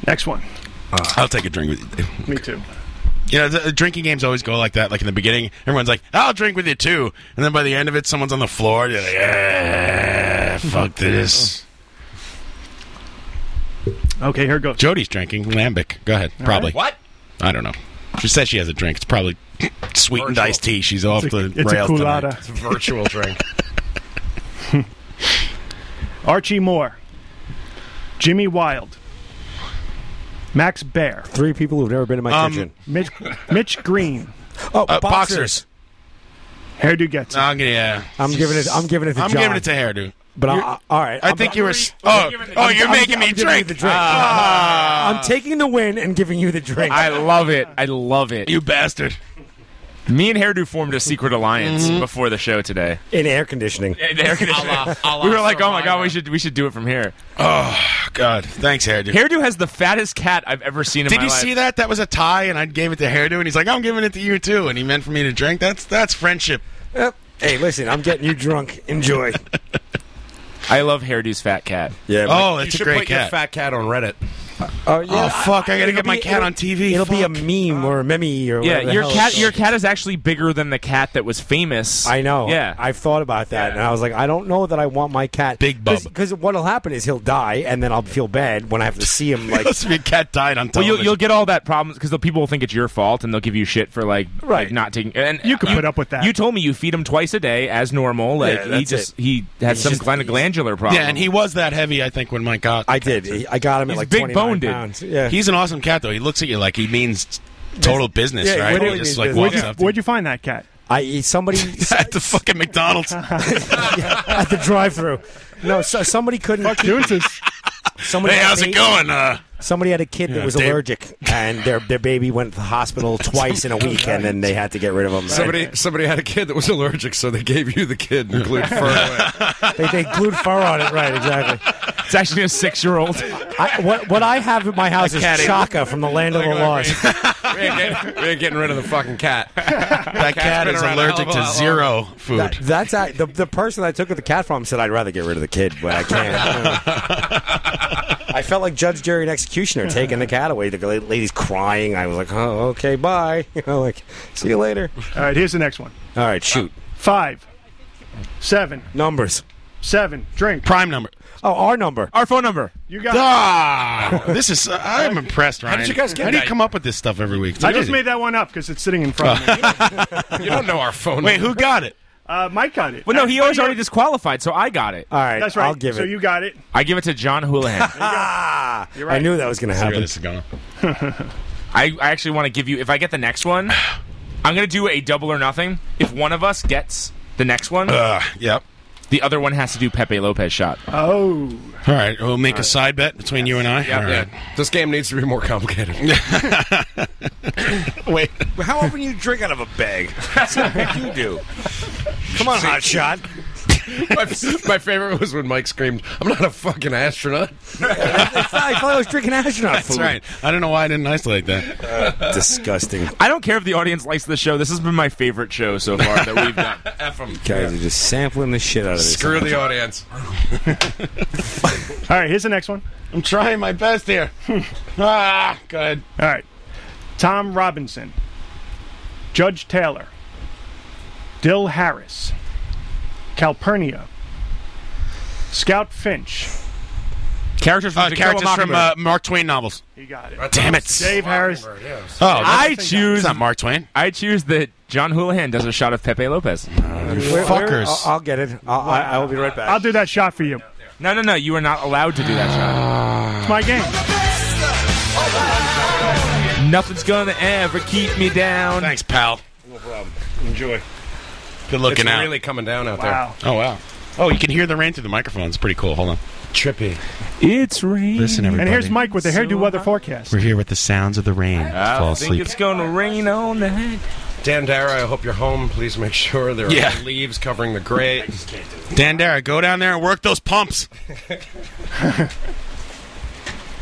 Speaker 13: Next one.
Speaker 11: I'll take a drink with you. Dave.
Speaker 13: Me too.
Speaker 11: You know, the, the drinking games always go like that. Like in the beginning, everyone's like, "I'll drink with you too," and then by the end of it, someone's on the floor. You're like, "Ah, "Fuck this."
Speaker 13: Okay, here goes.
Speaker 11: Jody's drinking lambic. Go ahead.
Speaker 13: All
Speaker 11: probably.
Speaker 13: right. What?
Speaker 11: I don't know. She says she has a drink. It's probably sweetened iced tea. She's off
Speaker 13: It's a-
Speaker 11: the
Speaker 13: it's a
Speaker 11: rails tonight.
Speaker 13: culotta. It's a virtual
Speaker 11: drink.
Speaker 13: Archie Moore, Jimmy Wild, Max Bear,
Speaker 6: Three people who've never been in my
Speaker 13: Um,
Speaker 6: kitchen.
Speaker 13: Mitch, Mitch Green.
Speaker 6: Oh, Uh, boxers.
Speaker 13: Hairdo gets it.
Speaker 11: I'm, yeah.
Speaker 6: I'm giving it. I'm giving it to
Speaker 11: I'm
Speaker 6: John.
Speaker 11: giving it to hairdo.
Speaker 6: But I,
Speaker 11: You're-
Speaker 6: I- all right.
Speaker 11: I
Speaker 6: I'm-
Speaker 11: think
Speaker 6: I'm
Speaker 11: you were.
Speaker 6: giving-
Speaker 11: s- Oh, oh, you're
Speaker 6: I'm-
Speaker 11: making
Speaker 6: I'm
Speaker 11: me
Speaker 6: giving you
Speaker 11: drink. Ah,
Speaker 6: the drink.
Speaker 4: Ah.
Speaker 6: Uh-huh. I'm taking the win and giving you the drink.
Speaker 15: I love it. I love it.
Speaker 11: You bastard.
Speaker 4: Me and Hairdo formed a secret alliance
Speaker 6: Mm-hmm.
Speaker 15: Mhm.
Speaker 4: before the show today.
Speaker 6: in air conditioning.
Speaker 4: In air conditioning. we were like, oh my god, we should we should do it from here.
Speaker 11: Oh god, thanks hairdo.
Speaker 4: Hairdo has the fattest cat I've ever seen in
Speaker 11: Did
Speaker 4: my
Speaker 11: you
Speaker 4: life.
Speaker 11: see that? That was a tie, and I gave it to hairdo, and he's like, "I'm giving it to you too," and he meant for me to drink. That's that's friendship.
Speaker 6: Yep. Hey, listen, I'm getting you drunk. Enjoy.
Speaker 4: I love Hairdo's fat cat.
Speaker 6: Yeah.
Speaker 11: Oh, it's a great cat.
Speaker 12: fat cat on Reddit.
Speaker 6: Oh, yeah.
Speaker 11: Oh, fuck, I gotta
Speaker 6: It'll
Speaker 11: get my
Speaker 6: be-
Speaker 11: cat
Speaker 6: it'll-
Speaker 11: on TV,
Speaker 6: It'll be a meme or a meme or
Speaker 4: Yeah,
Speaker 6: whatever the
Speaker 4: your
Speaker 6: hell
Speaker 4: cat
Speaker 6: it's
Speaker 4: your
Speaker 6: called.
Speaker 4: cat is actually bigger than the cat that was famous.
Speaker 6: I know.
Speaker 4: Yeah.
Speaker 6: I've thought about that, and I was like, I don't know that I want my cat. Big
Speaker 11: bub.
Speaker 6: Because what'll happen is he'll die, and then I'll feel bad when I have to see him. Like,
Speaker 11: your cat died on
Speaker 4: Well, you'll, you'll get all that problems because the people will think it's your fault and they'll give you shit for like, like not taking. And you can put up with that. You told me you feed him twice a day as normal. Like
Speaker 11: Yeah,
Speaker 4: he
Speaker 11: that's
Speaker 4: just
Speaker 11: it.
Speaker 4: he has
Speaker 11: He's
Speaker 4: some
Speaker 11: just-
Speaker 4: glan- glandular problem.
Speaker 11: Yeah, and he was that heavy. I think when Mike got, I
Speaker 6: did. I got him at
Speaker 11: he's
Speaker 6: like
Speaker 11: big
Speaker 6: 29
Speaker 11: boned.
Speaker 6: pounds. Yeah.
Speaker 11: he's an awesome cat though. He looks at you like he means total business,
Speaker 6: Yeah,
Speaker 11: right?
Speaker 6: what do
Speaker 11: He
Speaker 6: you
Speaker 11: just
Speaker 6: mean
Speaker 11: like
Speaker 6: business?
Speaker 11: walks
Speaker 6: Where'd you-
Speaker 11: up.
Speaker 13: Where'd you find that cat?
Speaker 6: I somebody at
Speaker 11: the fucking McDonald's
Speaker 6: at the drive-through. No, so, somebody couldn't. Fuck Somebody
Speaker 11: Hey,
Speaker 6: had a
Speaker 11: how's it
Speaker 6: baby-
Speaker 11: going? Uh,
Speaker 6: Somebody had a kid that
Speaker 11: Yeah,
Speaker 6: was
Speaker 11: Dave-
Speaker 6: allergic, and their their baby went to the hospital twice in a week, and then they had to get rid of him.
Speaker 12: Somebody, somebody had a kid that was allergic, so they gave you the kid and glued fur.
Speaker 6: they, they glued fur on it, right? Exactly.
Speaker 4: It's actually a six-year-old.
Speaker 6: I, what what I have in my house
Speaker 12: A
Speaker 6: is
Speaker 12: cat ate-
Speaker 6: Chaka from the Land of the Lost.
Speaker 12: we, ain't getting, we ain't getting rid of the fucking cat.
Speaker 11: That cat is allergic to zero food.
Speaker 6: That- that's I, the the person I took the cat from said I'd rather get rid of the kid, but I can't. I felt like Judge Jerry and Executioner taking the cat away. The la- lady's crying. I was like, oh, okay, bye. You know, like, see you later.
Speaker 13: All right, here's the next one.
Speaker 6: All right, shoot.
Speaker 11: Uh,
Speaker 13: Five, seven,
Speaker 6: Numbers.
Speaker 13: seven. Drink.
Speaker 11: Prime number.
Speaker 6: Oh, our number.
Speaker 4: Our phone number.
Speaker 13: You got.
Speaker 11: Ah, this is. I'm impressed,
Speaker 13: How
Speaker 11: Ryan.
Speaker 13: did you guys get
Speaker 11: How do you
Speaker 13: that?
Speaker 11: come up with this stuff every week? It's
Speaker 13: I just
Speaker 11: amazing.
Speaker 13: made that one up because it's sitting in front of me.
Speaker 11: You don't know our phone. Wait, who got it?
Speaker 13: Uh, Mike got it.
Speaker 4: Well, no, he was already disqualified, so I got it.
Speaker 6: All right,
Speaker 13: That's right.
Speaker 6: I'll give
Speaker 13: so
Speaker 6: it.
Speaker 13: you got it.
Speaker 4: I give it to John Houlihan.
Speaker 6: ah,
Speaker 13: You're
Speaker 6: I
Speaker 13: right.
Speaker 6: knew that was going to
Speaker 11: See where
Speaker 6: happen.
Speaker 11: this is going.
Speaker 4: I, I actually want to give you. If I get the next one, I'm gonna do a double or nothing. If one of us gets the next one,
Speaker 11: Uh, yep.
Speaker 4: the other one has to do Pepe Lopez shot.
Speaker 13: Oh.
Speaker 11: All right, we'll make a side bet between you and I.
Speaker 12: Yeah,
Speaker 11: All right.
Speaker 12: yeah. This game needs to be more complicated.
Speaker 11: Wait.
Speaker 6: How often you drink out of a bag? That's not what you do. Come on, hot shot.
Speaker 12: my, my favorite was when Mike screamed, "I'm not a fucking astronaut."
Speaker 6: I thought I was drinking astronaut
Speaker 11: That's right. I don't know why I didn't isolate that.
Speaker 6: Disgusting.
Speaker 4: I don't care if the audience likes the show. This has been my favorite show so far that we've done.
Speaker 12: F 'em.
Speaker 6: Guys are just sampling the shit out of this.
Speaker 12: Screw the audience.
Speaker 13: All right, here's the next one.
Speaker 11: I'm trying my best here. ah, go ahead.
Speaker 13: All right. Tom Robinson, Judge Taylor, Dill Harris, Calpurnia, Scout Finch.
Speaker 4: Characters
Speaker 11: Uh, characters from uh, Mark Twain novels.
Speaker 13: You got it.
Speaker 11: Damn it.
Speaker 13: Dave Harris.
Speaker 11: Oh,
Speaker 4: I choose.
Speaker 11: It's not Mark Twain.
Speaker 4: I choose that John Houlihan does a shot of Pepe
Speaker 6: Uh,
Speaker 4: Lopez.
Speaker 11: Fuckers.
Speaker 6: I'll, I'll get it. I'll, I, I will be right back.
Speaker 13: I'll do that shot for you.
Speaker 4: No, no, no. You are not allowed to do that shot.
Speaker 13: It's my game.
Speaker 4: Nothing's gonna ever keep me down.
Speaker 11: Thanks, pal.
Speaker 13: No problem. Enjoy.
Speaker 11: Good looking
Speaker 12: it's
Speaker 11: out.
Speaker 12: um, really coming down out
Speaker 13: Wow.
Speaker 11: oh, wow. Oh, you can hear the rain through the microphone. It's pretty cool. Hold on.
Speaker 12: there. Trippy.
Speaker 4: It's raining.
Speaker 11: Listen, everybody.
Speaker 13: And here's Mike with the hairdo weather forecast.
Speaker 11: We're here with the sounds of the rain.
Speaker 4: I
Speaker 11: Fall
Speaker 4: think
Speaker 11: asleep.
Speaker 4: it's gonna rain all night.
Speaker 12: Dan Dara, I hope you're home. Please make sure there are
Speaker 11: Yeah.
Speaker 12: no leaves covering the grate. I just can't do it.
Speaker 11: Dandara, go down there and work those pumps. oh,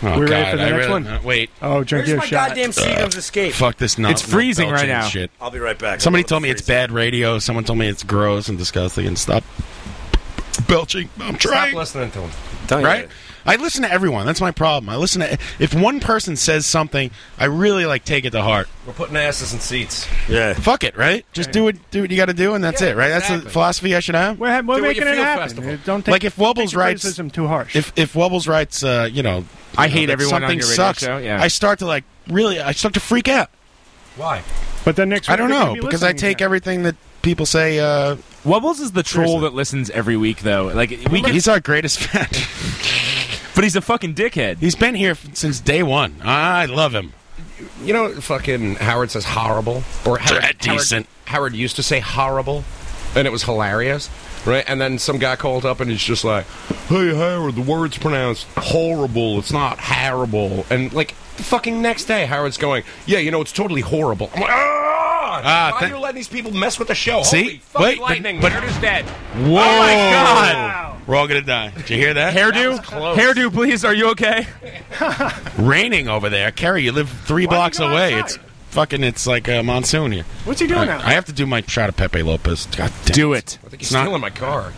Speaker 13: We ready
Speaker 11: God,
Speaker 13: for the
Speaker 11: I
Speaker 13: next
Speaker 11: really-
Speaker 13: one?
Speaker 11: uh, wait.
Speaker 13: Oh, drink your
Speaker 6: my
Speaker 13: shot.
Speaker 6: goddamn Seagram's escape?
Speaker 11: Fuck this nut.
Speaker 4: It's freezing right now.
Speaker 11: Shit.
Speaker 6: I'll be right back.
Speaker 11: Somebody told me it's bad radio. Someone told me it's gross and disgusting and stuff. belching. I'm trying.
Speaker 12: Stop listening to him.
Speaker 11: right? I listen to everyone. That's my problem. I listen to if one person says something, I really like take it to heart.
Speaker 12: We're putting asses in seats.
Speaker 11: Yeah. Fuck it, right? Just do what do what you got to do, and that's it, right? That's the philosophy I should have.
Speaker 13: We're, we're
Speaker 11: Do what you
Speaker 13: making it
Speaker 11: feel
Speaker 13: happen.
Speaker 11: festival.
Speaker 13: Don't take,
Speaker 11: Like if Wobbles
Speaker 13: take the
Speaker 11: writes-
Speaker 13: criticism too harsh.
Speaker 11: If if Wobbles writes, uh, you know,
Speaker 13: I
Speaker 11: you
Speaker 13: hate
Speaker 11: know, that
Speaker 13: everyone on
Speaker 11: Something
Speaker 13: your radio
Speaker 11: sucks.
Speaker 13: show, yeah.
Speaker 11: I start to like really. I start to freak out.
Speaker 12: Why?
Speaker 13: But then next,
Speaker 11: I don't know because I take everything that people say. Uh,
Speaker 4: Wobbles is the troll that listens every week, though. Like we can,
Speaker 11: he's our greatest fan.
Speaker 4: but he's a fucking dickhead.
Speaker 11: He's been here since day one. I love him.
Speaker 12: You know, fucking Howard says horrible or Howard, Howard-
Speaker 11: decent.
Speaker 12: Howard, used to say horrible, and it was hilarious, right? And then some guy called up and he's just like, "Hey, Howard, the word's pronounced horrible. It's not horrible." And like the fucking next day, Howard's going, "Yeah, you know, it's totally horrible." I'm like, "Ah,
Speaker 11: Ah,
Speaker 12: why
Speaker 11: thank-
Speaker 12: are you letting these people mess with the show?"
Speaker 11: See?
Speaker 12: Holy fucking
Speaker 11: Wait, but-
Speaker 12: lightning,
Speaker 11: but-
Speaker 12: Howard is dead.
Speaker 11: Whoa!
Speaker 12: Oh my god!
Speaker 11: We're all gonna die. Did you hear that?
Speaker 4: Hairdo, hairdo, please. Are you okay?
Speaker 11: Raining over there, Kerry. You live three blocks away. It's fucking. It's like a monsoon here.
Speaker 13: What's he doing
Speaker 11: I,
Speaker 13: now?
Speaker 11: I have to do my shot of Pepe Lopez. God damn
Speaker 4: Do it.
Speaker 12: I think he's stealing my car.
Speaker 11: Oh,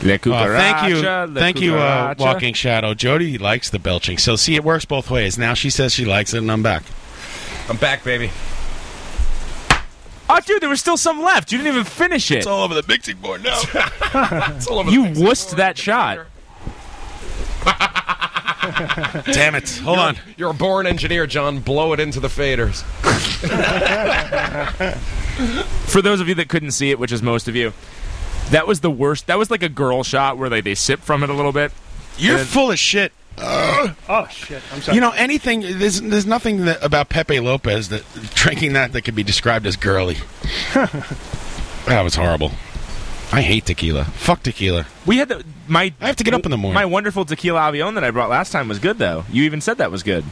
Speaker 11: thank you,
Speaker 12: cucaracha, la
Speaker 11: thank you, uh,
Speaker 12: cucaracha.
Speaker 11: Walking Shadow. Jody likes the belching, so see, it works both ways. Now she says she likes it, and I'm back.
Speaker 12: I'm back, baby.
Speaker 4: Oh, dude, there was still some left. You didn't even finish it.
Speaker 11: It's all over the mixing board now.
Speaker 12: it's all over
Speaker 4: you wussed that shot.
Speaker 11: Damn it! Hold
Speaker 12: on. You're a born engineer, John. Blow it into the faders.
Speaker 4: For those of you that couldn't see it, which is most of you, that was the worst. That was like a girl shot where they, they sip from it a little bit.
Speaker 11: You're full of shit.
Speaker 13: oh shit! I'm sorry.
Speaker 11: You know anything? There's there's nothing that, about Pepe Lopez that drinking that that could be described as girly. that was horrible. I hate tequila. Fuck tequila.
Speaker 4: We had the my.
Speaker 11: I have to get up in the morning.
Speaker 4: My wonderful tequila avion that I brought last time was good, though. You even said that was good.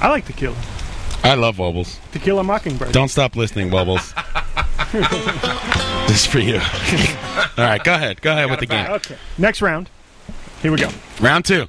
Speaker 13: I like tequila.
Speaker 11: I love Wobbles.
Speaker 13: Tequila Mockingbird.
Speaker 11: Don't stop listening, Wobbles. this is for you. All right, go ahead. Go ahead with the game.
Speaker 13: Okay. Next round. Here we go.
Speaker 11: Round two.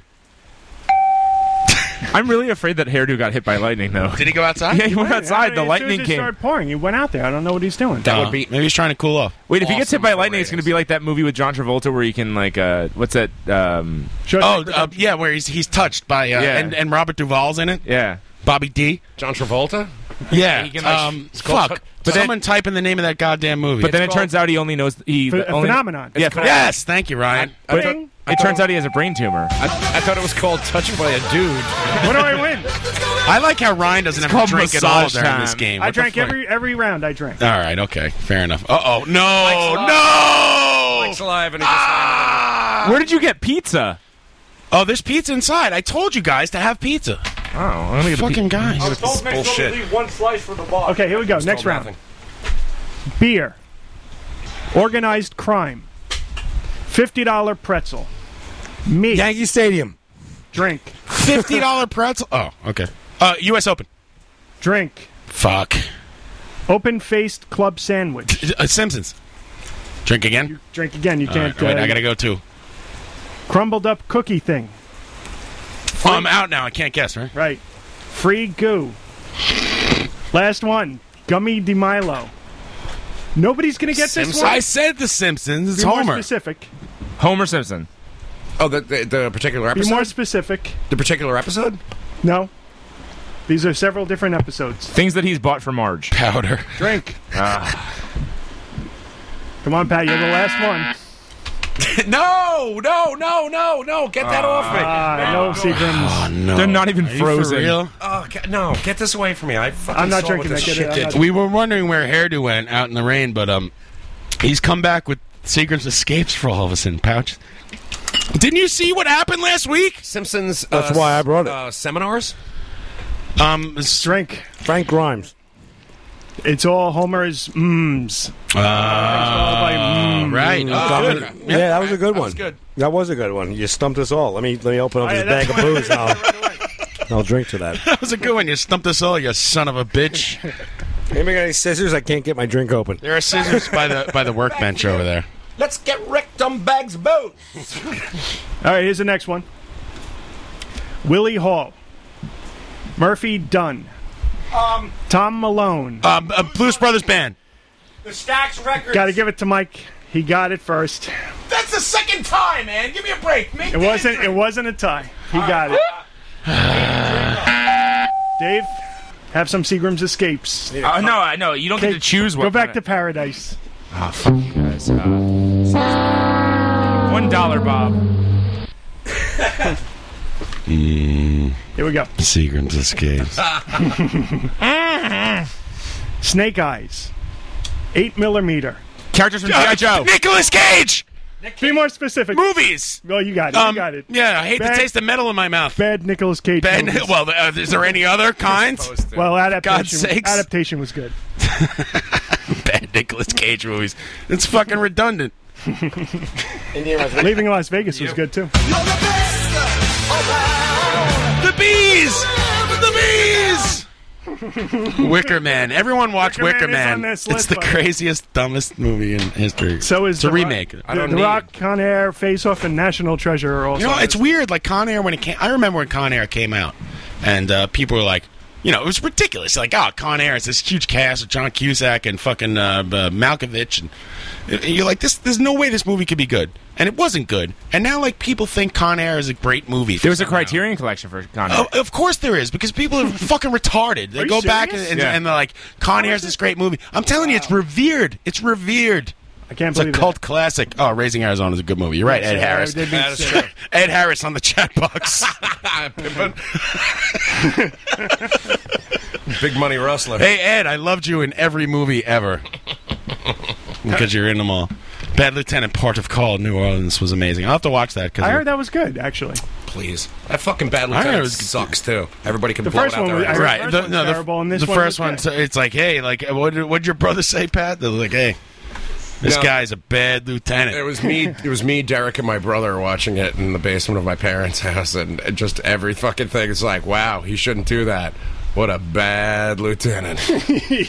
Speaker 4: I'm really afraid that hairdo got hit by lightning, though.
Speaker 11: Did he go outside?
Speaker 4: Yeah, he went
Speaker 13: Wait, I
Speaker 4: outside.
Speaker 13: mean,
Speaker 4: The
Speaker 13: as soon
Speaker 4: lightning
Speaker 13: as it
Speaker 4: came.
Speaker 13: started pouring. He went out there. I don't know what he's doing.
Speaker 11: Uh, maybe he's trying to cool off.
Speaker 4: Wait, if he gets hit by lightning, it's going to be like that movie with John Travolta where he can like, uh, what's that? Um,
Speaker 11: Oh, uh, yeah, where he's he's touched by uh,
Speaker 4: Yeah.
Speaker 11: and and Robert Duvall's in it.
Speaker 4: Yeah,
Speaker 11: Bobby D.
Speaker 12: John Travolta.
Speaker 11: Yeah,
Speaker 12: He can, like,
Speaker 11: um,
Speaker 12: it's called-
Speaker 11: fuck.
Speaker 12: but then-
Speaker 11: someone type in the name of that goddamn movie.
Speaker 4: but then it turns out he only knows he
Speaker 11: Ph-
Speaker 4: only,
Speaker 11: phenomenon.
Speaker 4: Yeah,
Speaker 11: It's called- Yes, thank you, Ryan.
Speaker 4: But it-
Speaker 11: Bing.
Speaker 4: it turns out he has a brain tumor.
Speaker 12: I, I thought it was called Touched by a Dude.
Speaker 13: what do I win?
Speaker 11: I like how Ryan doesn't have
Speaker 13: called
Speaker 11: to drink at all
Speaker 13: massage
Speaker 11: during
Speaker 13: time.
Speaker 11: this game.
Speaker 13: I
Speaker 11: What the
Speaker 13: drank
Speaker 11: fuck?
Speaker 13: every every round. I drank.
Speaker 11: All right, okay, fair enough. Uh oh, no,
Speaker 12: Mike's
Speaker 11: no.
Speaker 12: Mike's alive and he just
Speaker 4: Where did you get pizza?
Speaker 11: Oh, there's pizza inside. I told you guys to have pizza.
Speaker 4: Oh, I'm gonna get
Speaker 11: fucking guys.
Speaker 13: leave one slice for the boss. Okay, here we go. Next round. Beer. Organized crime. Fifty dollar pretzel. Me.
Speaker 6: Yankee Stadium.
Speaker 13: Drink.
Speaker 11: Fifty dollar pretzel. Oh, okay. Uh, U.S. Open.
Speaker 13: Drink.
Speaker 11: Fuck.
Speaker 13: Open faced club sandwich.
Speaker 11: Uh, Simpsons. Drink again.
Speaker 13: Drink again. You
Speaker 11: All
Speaker 13: can't.
Speaker 11: right, wait,
Speaker 13: uh,
Speaker 11: I gotta go too.
Speaker 13: Crumbled up cookie thing.
Speaker 11: Oh, I'm out now. I can't guess, right?
Speaker 13: Right. Free goo. Last one. Gummy de Milo. Nobody's gonna get this
Speaker 11: Simpsons.
Speaker 13: one.
Speaker 11: I said The Simpsons. It's
Speaker 13: Be more
Speaker 11: Homer.
Speaker 13: specific.
Speaker 4: Homer Simpson.
Speaker 12: Oh, the, the, the particular
Speaker 13: Be
Speaker 12: episode?
Speaker 13: more specific.
Speaker 12: the particular episode?
Speaker 13: No. These are several different episodes.
Speaker 4: Things that he's bought for Marge.
Speaker 11: Powder.
Speaker 13: Drink. Come on, Pat. You're the last one.
Speaker 12: no, no, no, no, no. Get that off me.
Speaker 13: Ah, no Seagrams.
Speaker 11: no.
Speaker 4: They're not even
Speaker 11: Are you for
Speaker 4: frozen.
Speaker 11: real?
Speaker 12: Oh, get, no, get this away from me. I fucking
Speaker 13: I'm not
Speaker 12: saw
Speaker 13: drinking
Speaker 12: what
Speaker 13: that. Get it.
Speaker 12: this shit
Speaker 13: I'm
Speaker 12: did.
Speaker 13: not-
Speaker 11: We were wondering where Hairdo went out in the rain, but um, he's come back with Seagram's escapes for all of us in pouch. Didn't you see what happened last week?
Speaker 12: Simpsons.
Speaker 6: That's
Speaker 12: uh,
Speaker 6: why I brought it.
Speaker 12: Uh, seminars?
Speaker 11: Um, s-
Speaker 13: Drink.
Speaker 6: Frank Grimes.
Speaker 13: It's all Homer's mms.
Speaker 11: uh, right. Oh,
Speaker 6: Dominic-
Speaker 11: good.
Speaker 6: yeah, that was a good one.
Speaker 12: was good.
Speaker 6: That was a good one. You stumped us all. Let me let me open up this
Speaker 13: All right,
Speaker 6: bag of booze. And I'll, I'll drink to that.
Speaker 11: That was a good one. You stumped us all, you son of a bitch.
Speaker 6: Anybody got any scissors? I can't get my drink open.
Speaker 11: There are scissors by the by the workbench over there.
Speaker 12: Let's get wrecked on Bags Boat.
Speaker 13: All right, here's the next one. Willie Hall. Murphy Dunn. Um, Tom Malone.
Speaker 11: Um, uh, Blues Brothers band.
Speaker 13: Got to give it to Mike. He got it first.
Speaker 11: That's the second time, man. Give me a break. Make
Speaker 13: It wasn't. It wasn't a tie. He got it. Dave, have some Seagram's escapes.
Speaker 15: Uh, no, I no, you don't get to choose what.
Speaker 13: Go back to paradise.
Speaker 15: Ah, fuck you guys. Uh, one dollar, Bob.
Speaker 11: Mm,
Speaker 13: Here we go.
Speaker 11: Seagram's escapes.
Speaker 13: Snake Eyes, eight millimeter.
Speaker 15: Characters
Speaker 11: from G.I. Joe. Nicolas Cage.
Speaker 13: Be more specific.
Speaker 11: Movies.
Speaker 13: Well, you got it.
Speaker 11: Um,
Speaker 13: you got it.
Speaker 11: yeah, I hate
Speaker 13: Bad-
Speaker 11: the taste of metal in my mouth.
Speaker 13: Bad Nicolas Cage.
Speaker 11: Bad.
Speaker 13: movies.
Speaker 11: Well, uh, is there any other kinds?
Speaker 13: Well, adaptation.
Speaker 11: God's sakes.
Speaker 13: Adaptation was good.
Speaker 11: Bad Nicolas Cage movies. It's fucking redundant.
Speaker 13: Leaving Las Vegas was good too.
Speaker 11: The bees. The bees. Wicker Man. Everyone watch
Speaker 13: Wicker
Speaker 11: Wicker
Speaker 13: Man is on
Speaker 11: Man.
Speaker 13: this
Speaker 11: it's
Speaker 13: list,
Speaker 11: the
Speaker 13: but-
Speaker 11: craziest, dumbest movie in history. So
Speaker 13: is
Speaker 11: it's a
Speaker 13: The Rock-
Speaker 11: remake.
Speaker 13: The, The Rock, Con Air, Face Off, and National Treasure are also.
Speaker 11: You know, it's weird. Like Con Air, when it came, I remember when Con Air came out, and uh, people were like, you know, it was ridiculous. Like, oh, Con Air, it's this huge cast of John Cusack and fucking uh, uh, Malkovich, and, and you're like, this, there's no way this movie could be good, and it wasn't good. And now, like, people think Con Air is a great movie.
Speaker 4: There was a Criterion collection for Con Air.
Speaker 11: Oh, of course there is, because people are fucking retarded. They
Speaker 4: Are you
Speaker 11: go back and,
Speaker 4: serious?
Speaker 11: and,
Speaker 4: Yeah.
Speaker 11: and they're like, Con Air's this great movie. I'm telling you, it's revered. It's revered.
Speaker 13: I can't
Speaker 11: it's
Speaker 13: believe
Speaker 11: a cult classic. Oh, Raising Arizona is a good movie. You're right, Ed
Speaker 13: Yeah,
Speaker 11: Harris.
Speaker 13: they did say-
Speaker 11: Ed Harris on the chat box.
Speaker 12: Big money wrestler.
Speaker 11: hey, Ed, I loved you in every movie ever because you're in them all. Bad Lieutenant, part of Call, New Orleans was amazing. I'll have to watch that because
Speaker 13: I heard that was good actually.
Speaker 12: Please. That fucking Bad
Speaker 11: I heard it
Speaker 12: Lieutenant
Speaker 11: was-
Speaker 12: sucks, too. Everybody can
Speaker 13: The
Speaker 12: blow
Speaker 13: first
Speaker 12: it out
Speaker 13: one
Speaker 12: there.
Speaker 13: was- I heard
Speaker 11: right.
Speaker 13: the first
Speaker 11: The,
Speaker 13: one's
Speaker 11: no, the,
Speaker 13: terrible, and this
Speaker 11: the
Speaker 13: one was
Speaker 11: first one, so it's like, hey, like, what did what'd your brother say, Pat? They're like, hey, this
Speaker 12: No.
Speaker 11: guy's a bad lieutenant.
Speaker 12: It was me. It was me, Derek, and my brother watching it in the basement of my parents' house, and just every fucking thing is like, "Wow, he shouldn't do that. What a bad lieutenant."
Speaker 11: He's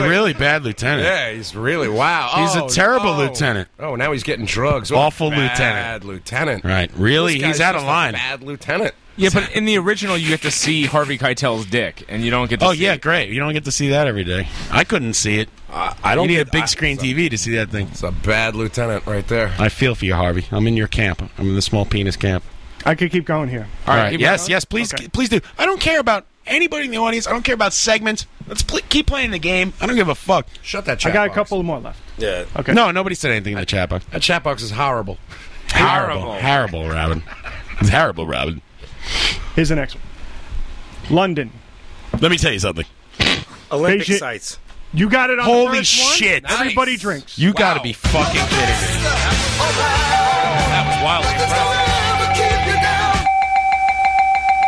Speaker 11: really bad lieutenant.
Speaker 12: yeah, he's really wow.
Speaker 11: He's a
Speaker 12: Oh,
Speaker 11: terrible
Speaker 12: oh.
Speaker 11: lieutenant.
Speaker 12: Oh, now he's getting drugs. What a
Speaker 11: Awful
Speaker 12: bad
Speaker 11: lieutenant.
Speaker 12: lieutenant.
Speaker 11: Right. Really?
Speaker 12: This guy's
Speaker 11: He's out of
Speaker 12: just a
Speaker 11: line.
Speaker 12: bad lieutenant.
Speaker 15: Yeah, but in the original, you get to see Harvey Keitel's dick, and you don't get. to
Speaker 11: oh
Speaker 15: see
Speaker 11: yeah, great. You don't get to see that every day. I couldn't see it. I
Speaker 12: don't
Speaker 11: You need a
Speaker 12: get-
Speaker 11: big
Speaker 12: I-
Speaker 11: screen TV to see that thing.
Speaker 12: It's a bad lieutenant right there.
Speaker 11: I feel for you, Harvey. I'm in your camp. I'm in the small penis camp.
Speaker 13: I could keep going here.
Speaker 11: All right. Yes, yes. Please, please do. I don't care about anybody in the audience. I don't care about segments. Let's pl- keep playing the game. I don't give a fuck.
Speaker 12: Shut that
Speaker 13: I got a couple more left.
Speaker 11: Yeah.
Speaker 13: Okay.
Speaker 11: No, nobody said anything in the chat box.
Speaker 12: That chat box is horrible.
Speaker 11: Horrible. Horrible, Robin. It's horrible, Robin.
Speaker 13: Here's the next one. London.
Speaker 11: Let me tell you something.
Speaker 6: Olympic
Speaker 13: Beijing-
Speaker 6: sites.
Speaker 13: You got it on the
Speaker 11: Holy
Speaker 13: first one?
Speaker 11: shit.
Speaker 13: Everybody drinks.
Speaker 11: You got to be fucking kidding me.
Speaker 15: That was wild.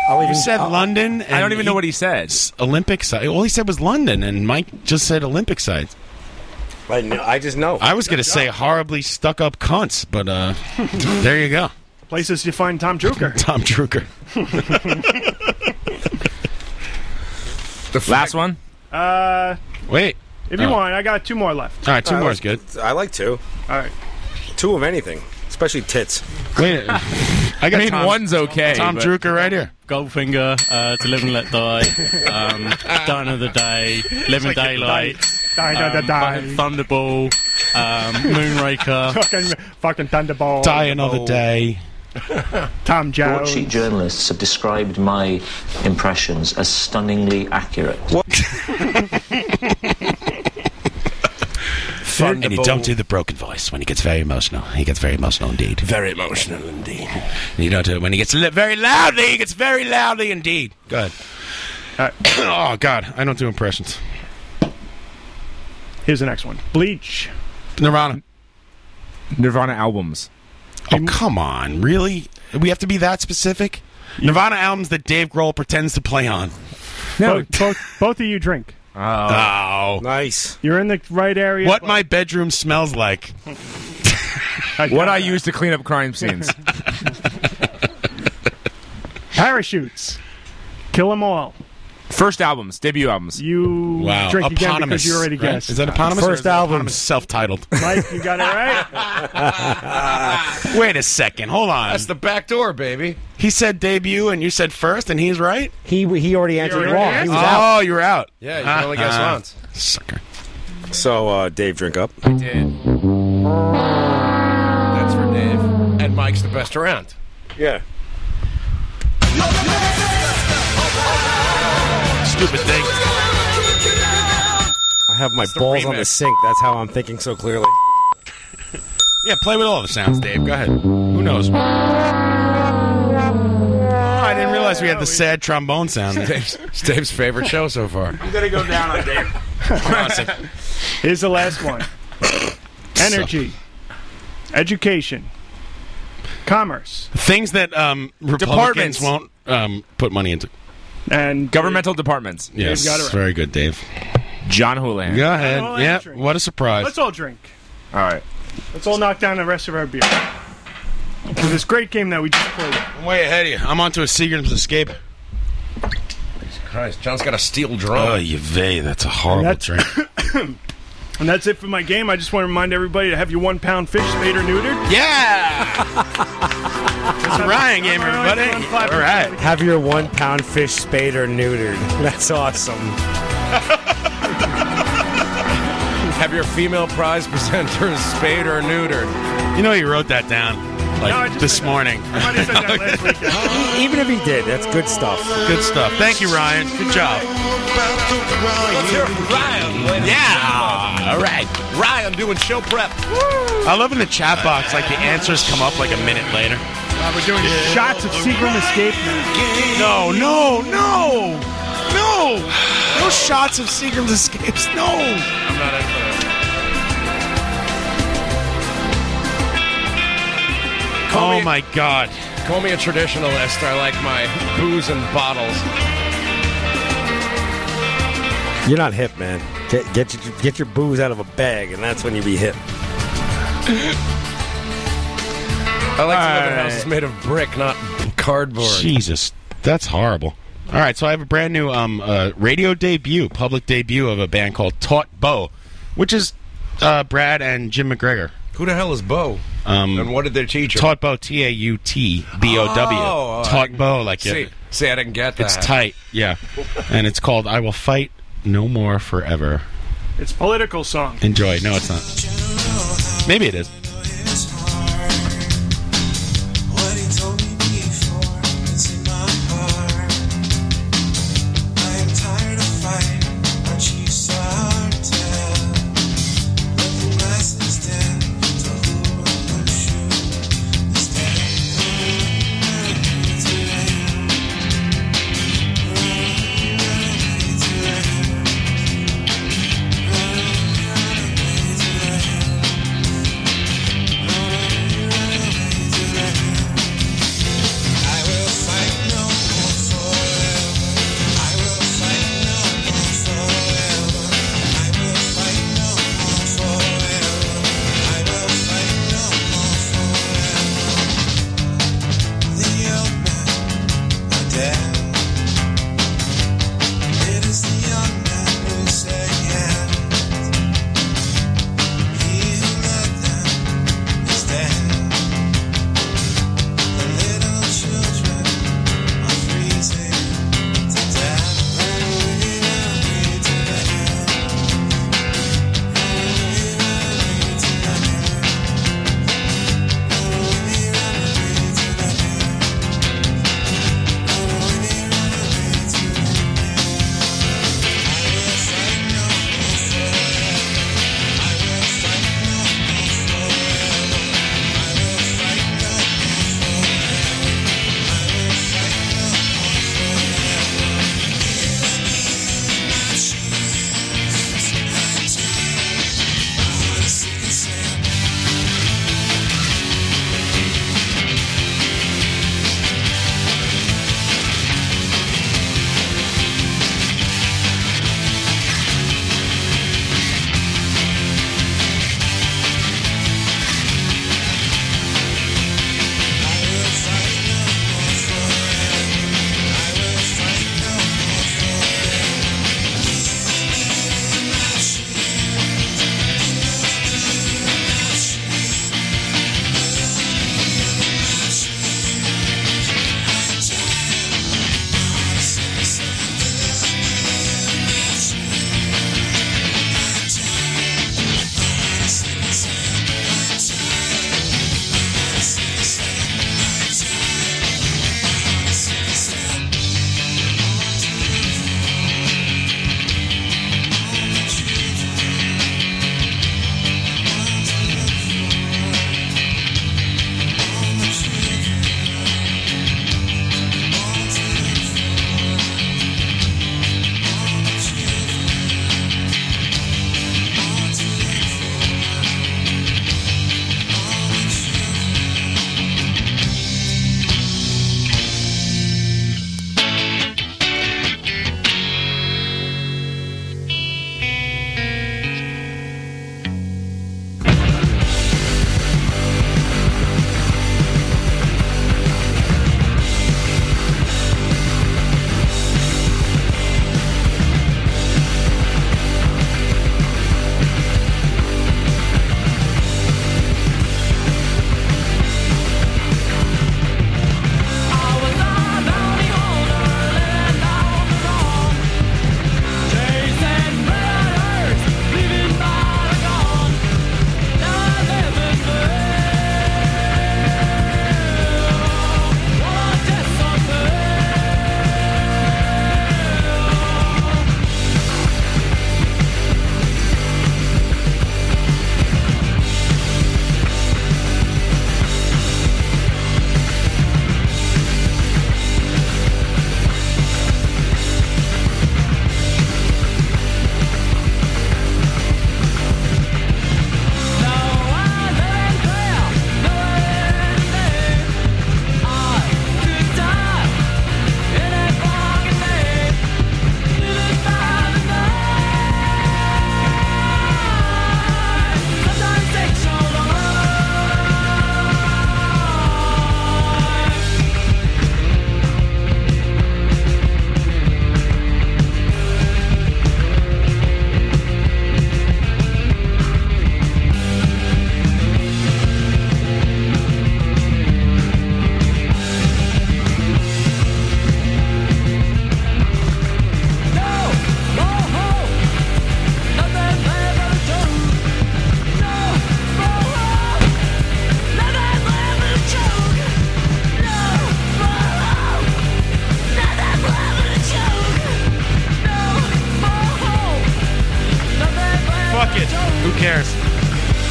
Speaker 6: I'll
Speaker 11: You
Speaker 6: even,
Speaker 11: said
Speaker 6: I'll-
Speaker 11: London. And
Speaker 15: uh, I don't even know what he said.
Speaker 11: Olympic site. All he said was London, and Mike just said Olympic sites.
Speaker 6: I, kn- I just know.
Speaker 11: I was going to say horribly stuck up cunts, but uh, there you go.
Speaker 13: Places you find Tom Drucker.
Speaker 11: Tom Drucker.
Speaker 15: Last one.
Speaker 13: Uh,
Speaker 11: Wait.
Speaker 13: if you
Speaker 11: Oh.
Speaker 13: want, I got two more left.
Speaker 11: All right, two
Speaker 6: I
Speaker 11: more
Speaker 6: like-
Speaker 11: is good.
Speaker 6: I like two.
Speaker 13: All right.
Speaker 6: Two of anything, especially tits.
Speaker 11: Wait, I got
Speaker 15: I mean,
Speaker 11: Tom,
Speaker 15: one's okay.
Speaker 11: Tom
Speaker 15: but-
Speaker 11: Drucker right here.
Speaker 16: Goldfinger, uh, To Live and Let Die, um, Dine of the Day, Live and Daylight,
Speaker 13: Die, die, die,
Speaker 16: um,
Speaker 13: die.
Speaker 16: Fu- Thunderball, um, Moonraker.
Speaker 13: Fucking, fucking Thunderball.
Speaker 11: Die another day.
Speaker 13: Tom Jones.
Speaker 17: Broadsheet journalists have described my impressions as stunningly accurate.
Speaker 11: And you don't do the broken voice when he gets very emotional. He gets very emotional indeed.
Speaker 12: Very emotional indeed.
Speaker 11: You don't do it when he gets li- very loudly. He gets very loudly indeed. Go ahead. oh God, I don't do impressions.
Speaker 13: Here's the next one. Bleach.
Speaker 11: Nirvana.
Speaker 4: Nirvana albums.
Speaker 11: Oh come on, really? We have to be that specific? Nirvana albums that Dave Grohl pretends to play on.
Speaker 13: No. Both, both, both of you drink.
Speaker 11: Oh,
Speaker 6: Nice.
Speaker 13: You're in the right area.
Speaker 11: what my bedroom smells like.
Speaker 15: What I use to clean up crime scenes.
Speaker 13: Parachutes. Kill 'em all.
Speaker 15: First albums, debut albums.
Speaker 13: You
Speaker 11: Wow,
Speaker 13: drink again
Speaker 11: eponymous.
Speaker 13: because you already
Speaker 11: right?
Speaker 13: guessed.
Speaker 11: Is that eponymous?
Speaker 6: First album.
Speaker 11: album, self-titled.
Speaker 13: Mike, you got it right.
Speaker 11: Wait a second, hold on.
Speaker 12: That's the back door, baby.
Speaker 11: he said debut, and you said first, and he's right.
Speaker 6: He he already answered
Speaker 13: already
Speaker 6: wrong.
Speaker 13: answered.
Speaker 6: He
Speaker 11: Oh,
Speaker 6: was out.
Speaker 11: you're out.
Speaker 12: Uh-huh. Yeah, you can only guess once.
Speaker 11: Sucker.
Speaker 6: So uh, Dave, drink up.
Speaker 15: I did.
Speaker 12: That's for Dave. And Mike's the best around.
Speaker 6: Yeah.
Speaker 11: Stupid thing.
Speaker 6: I have my balls on the sink. That's how I'm thinking so clearly.
Speaker 11: Yeah, play with all the sounds, Dave. Go ahead. Who knows? Oh, I didn't realize we had the sad trombone sound. there.
Speaker 12: Dave's, it's Dave's favorite show so far.
Speaker 11: I'm gonna go down on Dave. Honestly.
Speaker 13: Here's the last one energy, education, commerce,
Speaker 11: Things that um, Republicans
Speaker 13: Departments.
Speaker 11: won't um, put money into.
Speaker 13: and
Speaker 4: governmental departments.
Speaker 11: Yes,
Speaker 13: got it right.
Speaker 11: very good, Dave.
Speaker 4: John Houlihan.
Speaker 11: Go ahead.
Speaker 13: Well,
Speaker 11: Yeah,
Speaker 13: drink.
Speaker 11: what a surprise.
Speaker 13: Let's all drink.
Speaker 4: All right.
Speaker 13: Let's all knock down the rest of our beer. For this great game that we just played.
Speaker 11: I'm way ahead of you. I'm onto a Seagram's Escape.
Speaker 12: Christ, John's got a steel drum.
Speaker 11: Oh, you vey, that's a horrible drink.
Speaker 13: And that's it for my game. I just want to remind everybody to have your one pound fish spayed or neutered.
Speaker 11: Yeah!
Speaker 13: that's
Speaker 11: a Ryan game, everybody. All right.
Speaker 6: Have your one pound fish spayed or neutered. That's awesome.
Speaker 12: Have your female prize presenters spayed or neutered.
Speaker 11: You know, he wrote that down
Speaker 12: No, I
Speaker 11: like
Speaker 12: just
Speaker 11: this morning.
Speaker 6: Even if he did, that's good stuff.
Speaker 11: Good stuff. Thank you, Ryan. Good job.
Speaker 12: Ryan.
Speaker 11: Yeah. All right.
Speaker 12: Ryan doing show prep.
Speaker 11: I love in the chat box, like the answers come up like a minute later.
Speaker 13: we're doing shots of Seagram Escape
Speaker 11: No, no, no, no, no shots of Seagram's escapes. No.
Speaker 12: I'm not in for that.
Speaker 11: Oh my God.
Speaker 12: Call me a traditionalist. I like my booze and bottles.
Speaker 6: You're not hip, man. Get, get, your, get your booze out of a bag, and that's when you be hip.
Speaker 12: I like to live in
Speaker 11: All
Speaker 12: houses
Speaker 11: right.
Speaker 12: made of brick, not cardboard.
Speaker 11: Jesus, that's horrible. All right, so I have a brand new um, uh, radio debut, public debut of a band called Taut Bo, which is uh, Brad and Jim McGregor.
Speaker 12: Who the hell is Bo?
Speaker 11: Um,
Speaker 12: and what did their teacher?
Speaker 11: Taut Bo, T A U T B O
Speaker 12: Oh,
Speaker 11: W.
Speaker 12: I-
Speaker 11: Taut Bo, like
Speaker 12: see,
Speaker 11: it.
Speaker 12: see, I didn't get that.
Speaker 11: It's tight, yeah. and it's called I Will Fight No More Forever.
Speaker 13: It's a political song.
Speaker 11: Enjoy. No, it's not. Maybe it is.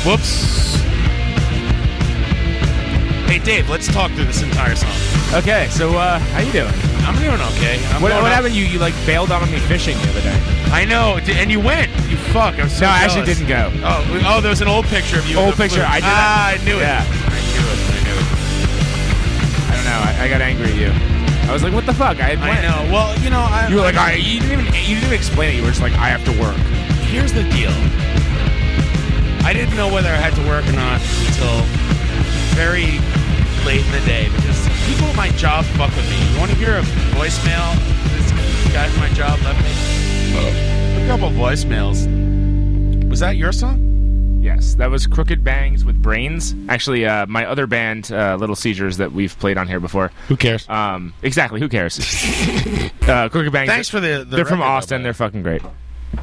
Speaker 11: Whoops. Hey, Dave, let's talk through this entire song.
Speaker 15: Okay, so uh, how you doing?
Speaker 11: I'm doing okay. I'm
Speaker 15: what
Speaker 11: going
Speaker 15: what
Speaker 11: up.
Speaker 15: happened? You you like bailed out on me fishing the other day.
Speaker 11: I know, d- and you went. You fuck. I'm so
Speaker 15: No, I actually
Speaker 11: jealous.
Speaker 15: didn't go.
Speaker 11: Oh, we- oh, there was an old picture of you. with
Speaker 15: Old
Speaker 11: a flute.
Speaker 15: picture, I did
Speaker 11: Ah, I
Speaker 15: that.
Speaker 11: knew it.
Speaker 15: Yeah.
Speaker 11: I knew it. I knew it.
Speaker 15: I don't know. I, I got angry at you. I was like, what the fuck? I, had
Speaker 11: I
Speaker 15: went.
Speaker 11: know. Well, you know, I,
Speaker 15: You were like, I you didn't even you didn't even explain it. You were just like, I have to work.
Speaker 11: Here's the deal. I didn't know whether I had to work or not until very late in the day because people at my job fuck with me. You want to hear a voicemail? This guy from my job left me. A couple voicemails. Was that your song?
Speaker 4: Yes, that was Crooked Bangs with Brains. Actually, uh, my other band, uh, Little Seizures, that we've played on here before.
Speaker 11: Who cares?
Speaker 4: Um, exactly. Who cares? uh, Crooked Bangs.
Speaker 11: Thanks for the- the
Speaker 4: they're from
Speaker 11: record, though,
Speaker 4: Austin. They're fucking great.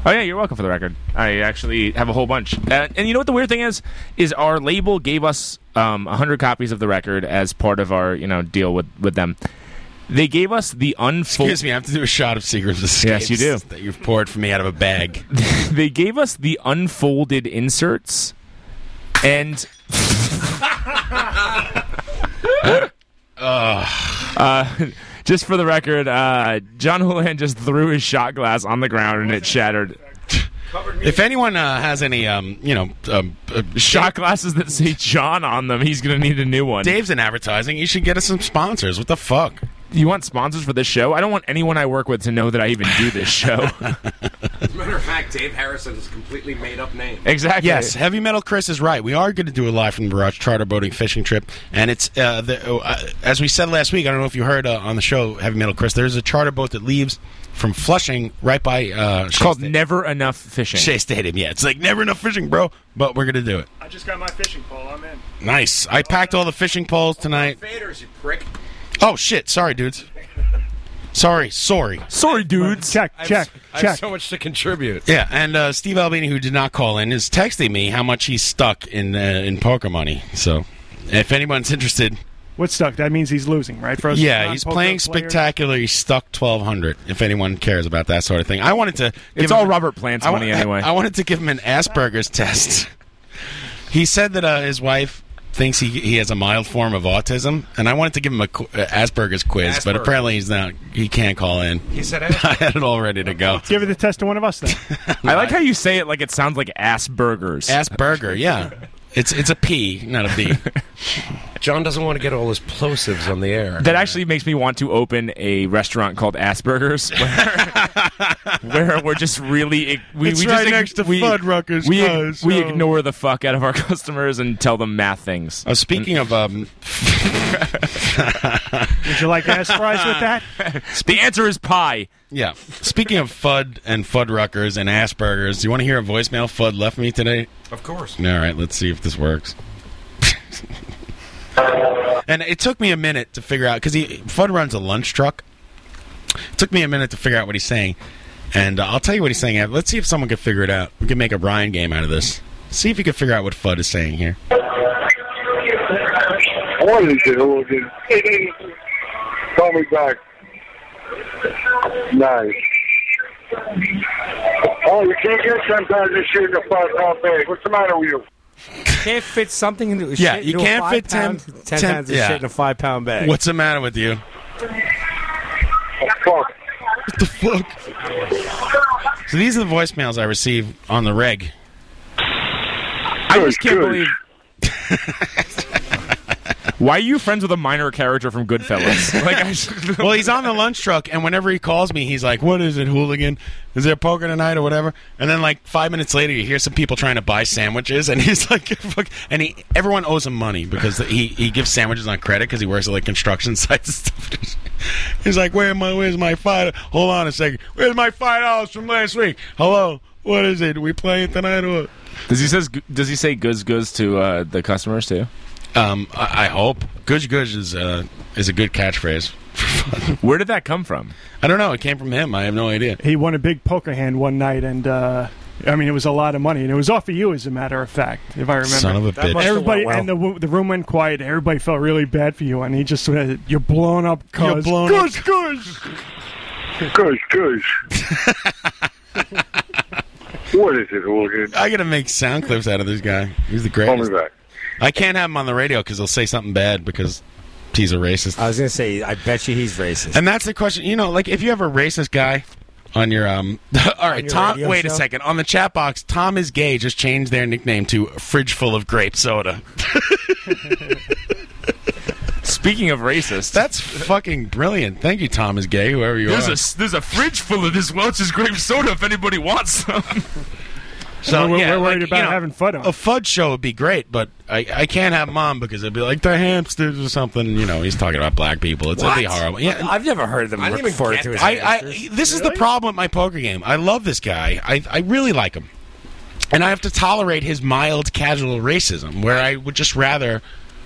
Speaker 4: Oh yeah, you're welcome for the record. I actually have a whole bunch. Uh, and you know what the weird thing is? Is our label gave us um, 100 copies of the record as part of our you know deal with with them. They gave us the unfold.
Speaker 11: Excuse me, I have to do a shot of Seagram's Escapes.
Speaker 4: Yes, you do.
Speaker 11: That you've poured for me out of a bag.
Speaker 4: they gave us the unfolded inserts and uh, just for the record uh, john houlihan just threw his shot glass on the ground and it shattered
Speaker 11: if anyone uh, has any, um, you know, um, uh,
Speaker 4: shot glasses that say john on them he's gonna need a new one
Speaker 11: Dave's in advertising. You should get us some sponsors. What the fuck?
Speaker 4: you want sponsors for this show i don't want anyone i work with to know that i even do this show
Speaker 12: As a matter of fact, Dave Harrison is a completely made up name.
Speaker 4: exactly
Speaker 11: Yes, Heavy Metal Chris is right. We are going to do a live from the barrage charter boating fishing trip, and it's uh, the, oh, uh, as we said last week. I don't know if you heard uh, on the show, Heavy Metal Chris. There's a charter boat that leaves from Flushing right by uh,
Speaker 4: it's
Speaker 11: Shea
Speaker 4: called
Speaker 11: Sta-
Speaker 4: never enough fishing
Speaker 11: Shea Stadium. Yeah, it's like never enough fishing, bro. But we're going to do it.
Speaker 13: I just got my fishing pole. I'm in.
Speaker 11: Nice. I packed all the fishing poles tonight.
Speaker 12: Faders, you prick.
Speaker 11: Oh shit! Sorry, dudes. Sorry, sorry.
Speaker 4: Sorry, dudes.
Speaker 13: Check,
Speaker 12: I have
Speaker 13: check,
Speaker 12: s- I have
Speaker 13: check.
Speaker 12: so much to contribute.
Speaker 11: Yeah, and uh, Steve Albini, who did not call in, is texting me how much he's stuck in uh, in poker money. So, if anyone's interested,
Speaker 13: What's stuck? That means he's losing, right? For us
Speaker 11: yeah, he's
Speaker 13: non-poker
Speaker 11: playing
Speaker 13: players?
Speaker 11: spectacular. He's stuck twelve hundred. If anyone cares about that sort of thing, I wanted to. Give
Speaker 4: it's
Speaker 11: him-
Speaker 4: all robert plant's
Speaker 11: I wa-
Speaker 4: money anyway
Speaker 11: I wanted to give him an Asperger's test. he said that uh, his wife thinks he he has a mild form of autism, and I wanted to give him a qu- uh, Asperger's quiz, but
Speaker 12: Asperger.
Speaker 11: apparently he's not. He can't call in.
Speaker 12: He said,
Speaker 11: I had it all ready to go.
Speaker 13: Give it the test to one of us then.
Speaker 4: I like how you say it like it sounds like ass burgers.
Speaker 11: Asperger, yeah. It's it's a P, not a B.
Speaker 12: John doesn't want to get all his plosives on the air.
Speaker 4: That actually makes me want to open a restaurant called Asperger's, where, where we're just really we,
Speaker 11: It's
Speaker 4: we
Speaker 11: right
Speaker 4: just, ig-
Speaker 11: next to
Speaker 4: we,
Speaker 11: Fuddruckers,
Speaker 4: We, ig-
Speaker 11: guys,
Speaker 4: we
Speaker 11: so-
Speaker 4: ignore the fuck out of our customers and tell them math things.
Speaker 11: Oh, speaking of um,
Speaker 13: Would you like ass fries with that?
Speaker 4: the answer is pie.
Speaker 11: yeah. Speaking of Fud and Fuddruckers and Aspergers, do you want to hear a voicemail Fud left me today?
Speaker 12: Of course.
Speaker 11: All right, let's see if this works. and it took me a minute to figure out because he Fud runs a lunch truck. It took me a minute to figure out what he's saying, and uh, I'll tell you what he's saying. Uh, Let's see if someone can figure it out. We can make a Ryan game out of this. See if you can figure out what Fud is saying here.
Speaker 18: What is it, Hooligan? Call me back. Nice. Oh, you can't get sometimes this shit in a five pound bag. What's the matter with you?
Speaker 6: Can't fit something into a
Speaker 11: Yeah,
Speaker 6: shit
Speaker 11: you
Speaker 6: into a
Speaker 11: can't
Speaker 6: five
Speaker 11: fit 10
Speaker 6: pound- 10
Speaker 11: 10
Speaker 6: pounds of
Speaker 11: yeah.
Speaker 6: shit in a five pound bag.
Speaker 11: What's the matter with you?
Speaker 18: Fuck.
Speaker 11: What the fuck? So these are the voicemails I receive on the reg.
Speaker 4: I just can't believe. Why are you friends with a minor character from Goodfellas? Like, I just,
Speaker 11: Well, he's on the lunch truck, and whenever he calls me, he's like, "What is it, hooligan? Is there poker tonight or whatever?" And then, like five minutes later, you hear some people trying to buy sandwiches, and he's like, "Fuck!" And he, everyone owes him money because he he gives sandwiches on credit because he works at like construction sites and stuff. he's like, "Where my where's my five? Hold on a second. Where's my five dollars from last week? Hello, what is it? We playing tonight or?" what?"
Speaker 4: does he says Does he say "goods goods" to uh, the customers too?
Speaker 11: Um, I, I hope "Gush Gush" is uh, is a good catchphrase.
Speaker 4: Where did that come from?
Speaker 11: I don't know. It came from him. I have no idea.
Speaker 13: He won a big poker hand one night, and uh, I mean, it was a lot of money, and it was off of you, as a matter of fact, if I remember.
Speaker 11: Son of a
Speaker 6: That
Speaker 11: bitch.
Speaker 6: must-
Speaker 13: Everybody
Speaker 6: Well-
Speaker 13: and the wo- the room went quiet. Everybody felt really bad for you, and he just said, "You're blown up, cuz.
Speaker 11: You're blown up.
Speaker 13: Cuz, cuz."
Speaker 18: Good, good. What is it, Hooligan?
Speaker 11: I gotta make sound clips out of this guy. He's the greatest.
Speaker 3: Oh
Speaker 18: me back.
Speaker 11: I can't have him on the radio because he'll say something bad because he's a racist.
Speaker 6: I was gonna say, I bet you he's racist.
Speaker 11: And that's the question. You know, like if you have a racist guy on your um, all right,
Speaker 6: your
Speaker 11: Tom.
Speaker 6: radio
Speaker 11: Wait a
Speaker 6: show?
Speaker 11: second. On the chat box, Tom is gay. Just changed their nickname to "Fridge Full of Grape Soda."
Speaker 15: Speaking of racist,
Speaker 11: that's fucking brilliant. Thank you, Tom is gay. Whoever you
Speaker 15: There's
Speaker 11: are.
Speaker 15: a there's a fridge full of this Welch's grape soda if anybody wants some.
Speaker 11: So
Speaker 15: We're-
Speaker 11: yeah,
Speaker 15: we're worried
Speaker 11: like,
Speaker 15: about
Speaker 11: you know,
Speaker 15: having
Speaker 11: fun. A fudge show would be great, but I, I can't have mom because it'd be like the hamsters or something. You know, he's talking about black people. It's, it'd be
Speaker 6: What?
Speaker 11: horrible. Yeah,
Speaker 6: I've never heard them
Speaker 11: I didn't even
Speaker 6: refer
Speaker 11: get
Speaker 6: to his
Speaker 11: that. I, I, this is the problem with my poker game. I love this guy. I, I really like him, and I have to tolerate his mild, casual racism, where I would just rather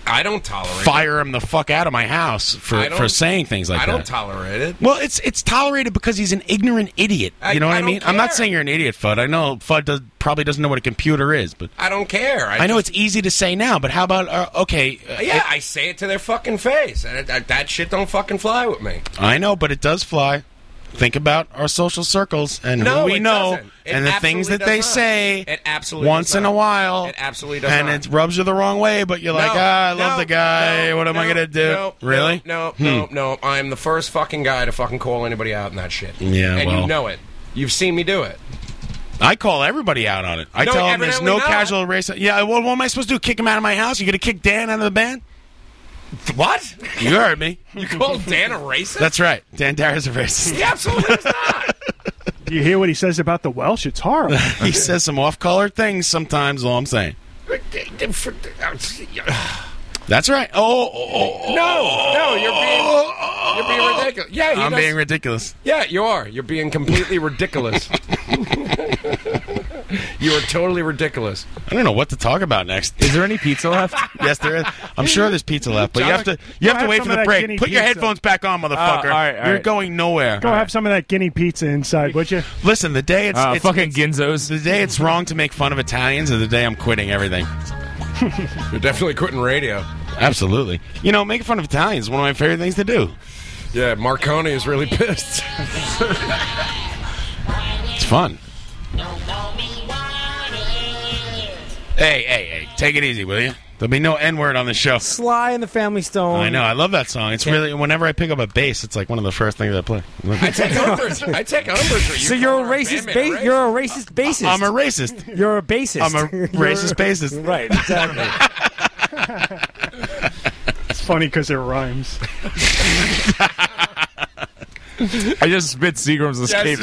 Speaker 12: I don't tolerate.
Speaker 11: fire him the fuck out of my house for,
Speaker 12: I don't-
Speaker 11: for saying things like
Speaker 12: I
Speaker 11: that.
Speaker 12: don't tolerate it.
Speaker 11: Well, it's it's tolerated because he's an ignorant idiot.
Speaker 12: I-
Speaker 11: you know what
Speaker 12: I
Speaker 11: I,
Speaker 12: don't
Speaker 11: mean? I'm not
Speaker 12: care.
Speaker 11: saying you're an idiot, Fudd. I know Fudd does, probably doesn't know what a computer is, but
Speaker 12: I don't care.
Speaker 11: I, know it's easy to say now. But how about uh, okay? uh,
Speaker 12: Yeah, I say it to their fucking face. And it- that shit don't fucking fly with me.
Speaker 11: I know, but it does fly. Think about our social circles and
Speaker 12: No,
Speaker 11: who we
Speaker 12: it
Speaker 11: know
Speaker 12: doesn't. It
Speaker 11: and the things
Speaker 12: absolutely
Speaker 11: that they
Speaker 12: does not.
Speaker 11: say
Speaker 12: It absolutely
Speaker 11: once
Speaker 12: does
Speaker 11: in a
Speaker 12: not.
Speaker 11: while.
Speaker 12: It absolutely does
Speaker 11: And
Speaker 12: not.
Speaker 11: it rubs you the wrong way, but you're like,
Speaker 12: No,
Speaker 11: ah, I love
Speaker 12: no,
Speaker 11: the guy.
Speaker 12: no,
Speaker 11: what am I
Speaker 12: no,
Speaker 11: going to do?
Speaker 12: no,
Speaker 11: really?
Speaker 12: No,
Speaker 11: Hmm.
Speaker 12: no, no, I'm the first fucking guy to fucking call anybody out in that shit.
Speaker 11: Yeah,
Speaker 12: and
Speaker 11: well.
Speaker 12: you know it. You've seen me do it.
Speaker 11: I call everybody out on it. I
Speaker 12: No,
Speaker 11: tell them there's
Speaker 12: evidently
Speaker 11: no
Speaker 12: not.
Speaker 11: casual race. Yeah, what, what am I supposed to do? Kick him out of my house? You going to kick Dan out of the band?
Speaker 12: What?
Speaker 11: You heard me.
Speaker 12: You called Dan a racist?
Speaker 11: That's right. Dan Dara's a racist.
Speaker 12: He absolutely is not.
Speaker 13: Do you hear what he says about the Welsh? It's horrible.
Speaker 11: he says some off-color things sometimes. All I'm saying. That's right. Oh, oh, oh, oh.
Speaker 12: No, no, you're being you're being ridiculous. Yeah, he
Speaker 11: I'm
Speaker 12: does-
Speaker 11: being ridiculous.
Speaker 12: Yeah, you are. You're being completely ridiculous. you are totally ridiculous.
Speaker 11: I don't know what to talk about next.
Speaker 15: Is there any pizza left?
Speaker 11: yes, there is. I'm sure there's pizza left, but you have to you have to wait for the break. Put your headphones back on, motherfucker.
Speaker 15: all right, all
Speaker 11: You're
Speaker 15: right.
Speaker 11: going nowhere.
Speaker 13: Go have some of that guinea pizza inside, would you?
Speaker 11: Listen, the day it's,
Speaker 13: Ah,
Speaker 4: Uh,
Speaker 11: it's fucking Ginzos. The day it's wrong to make fun of Italians, is the day I'm quitting everything.
Speaker 12: You're definitely quitting radio.
Speaker 11: Absolutely. You know, making fun of Italians is one of my favorite things to do.
Speaker 12: Yeah, Marconi is really pissed.
Speaker 11: It's fun. Hey, hey, hey! Take it easy, will you? There'll be no N word on the show.
Speaker 6: Sly and the Family Stone.
Speaker 11: I know. I love that song. It's really whenever I pick up a bass, it's like one of the first things I play.
Speaker 12: I take umbrage. I take umbrage. with You
Speaker 6: so you're a
Speaker 12: calling
Speaker 6: racist.
Speaker 12: Batman
Speaker 6: Ba- you're a racist bassist.
Speaker 11: I'm a racist.
Speaker 6: You're a bassist.
Speaker 11: I'm a
Speaker 6: You're-
Speaker 11: racist bassist.
Speaker 6: Right. Exactly.
Speaker 13: It's funny because it rhymes.
Speaker 15: I just spit Seagram's escape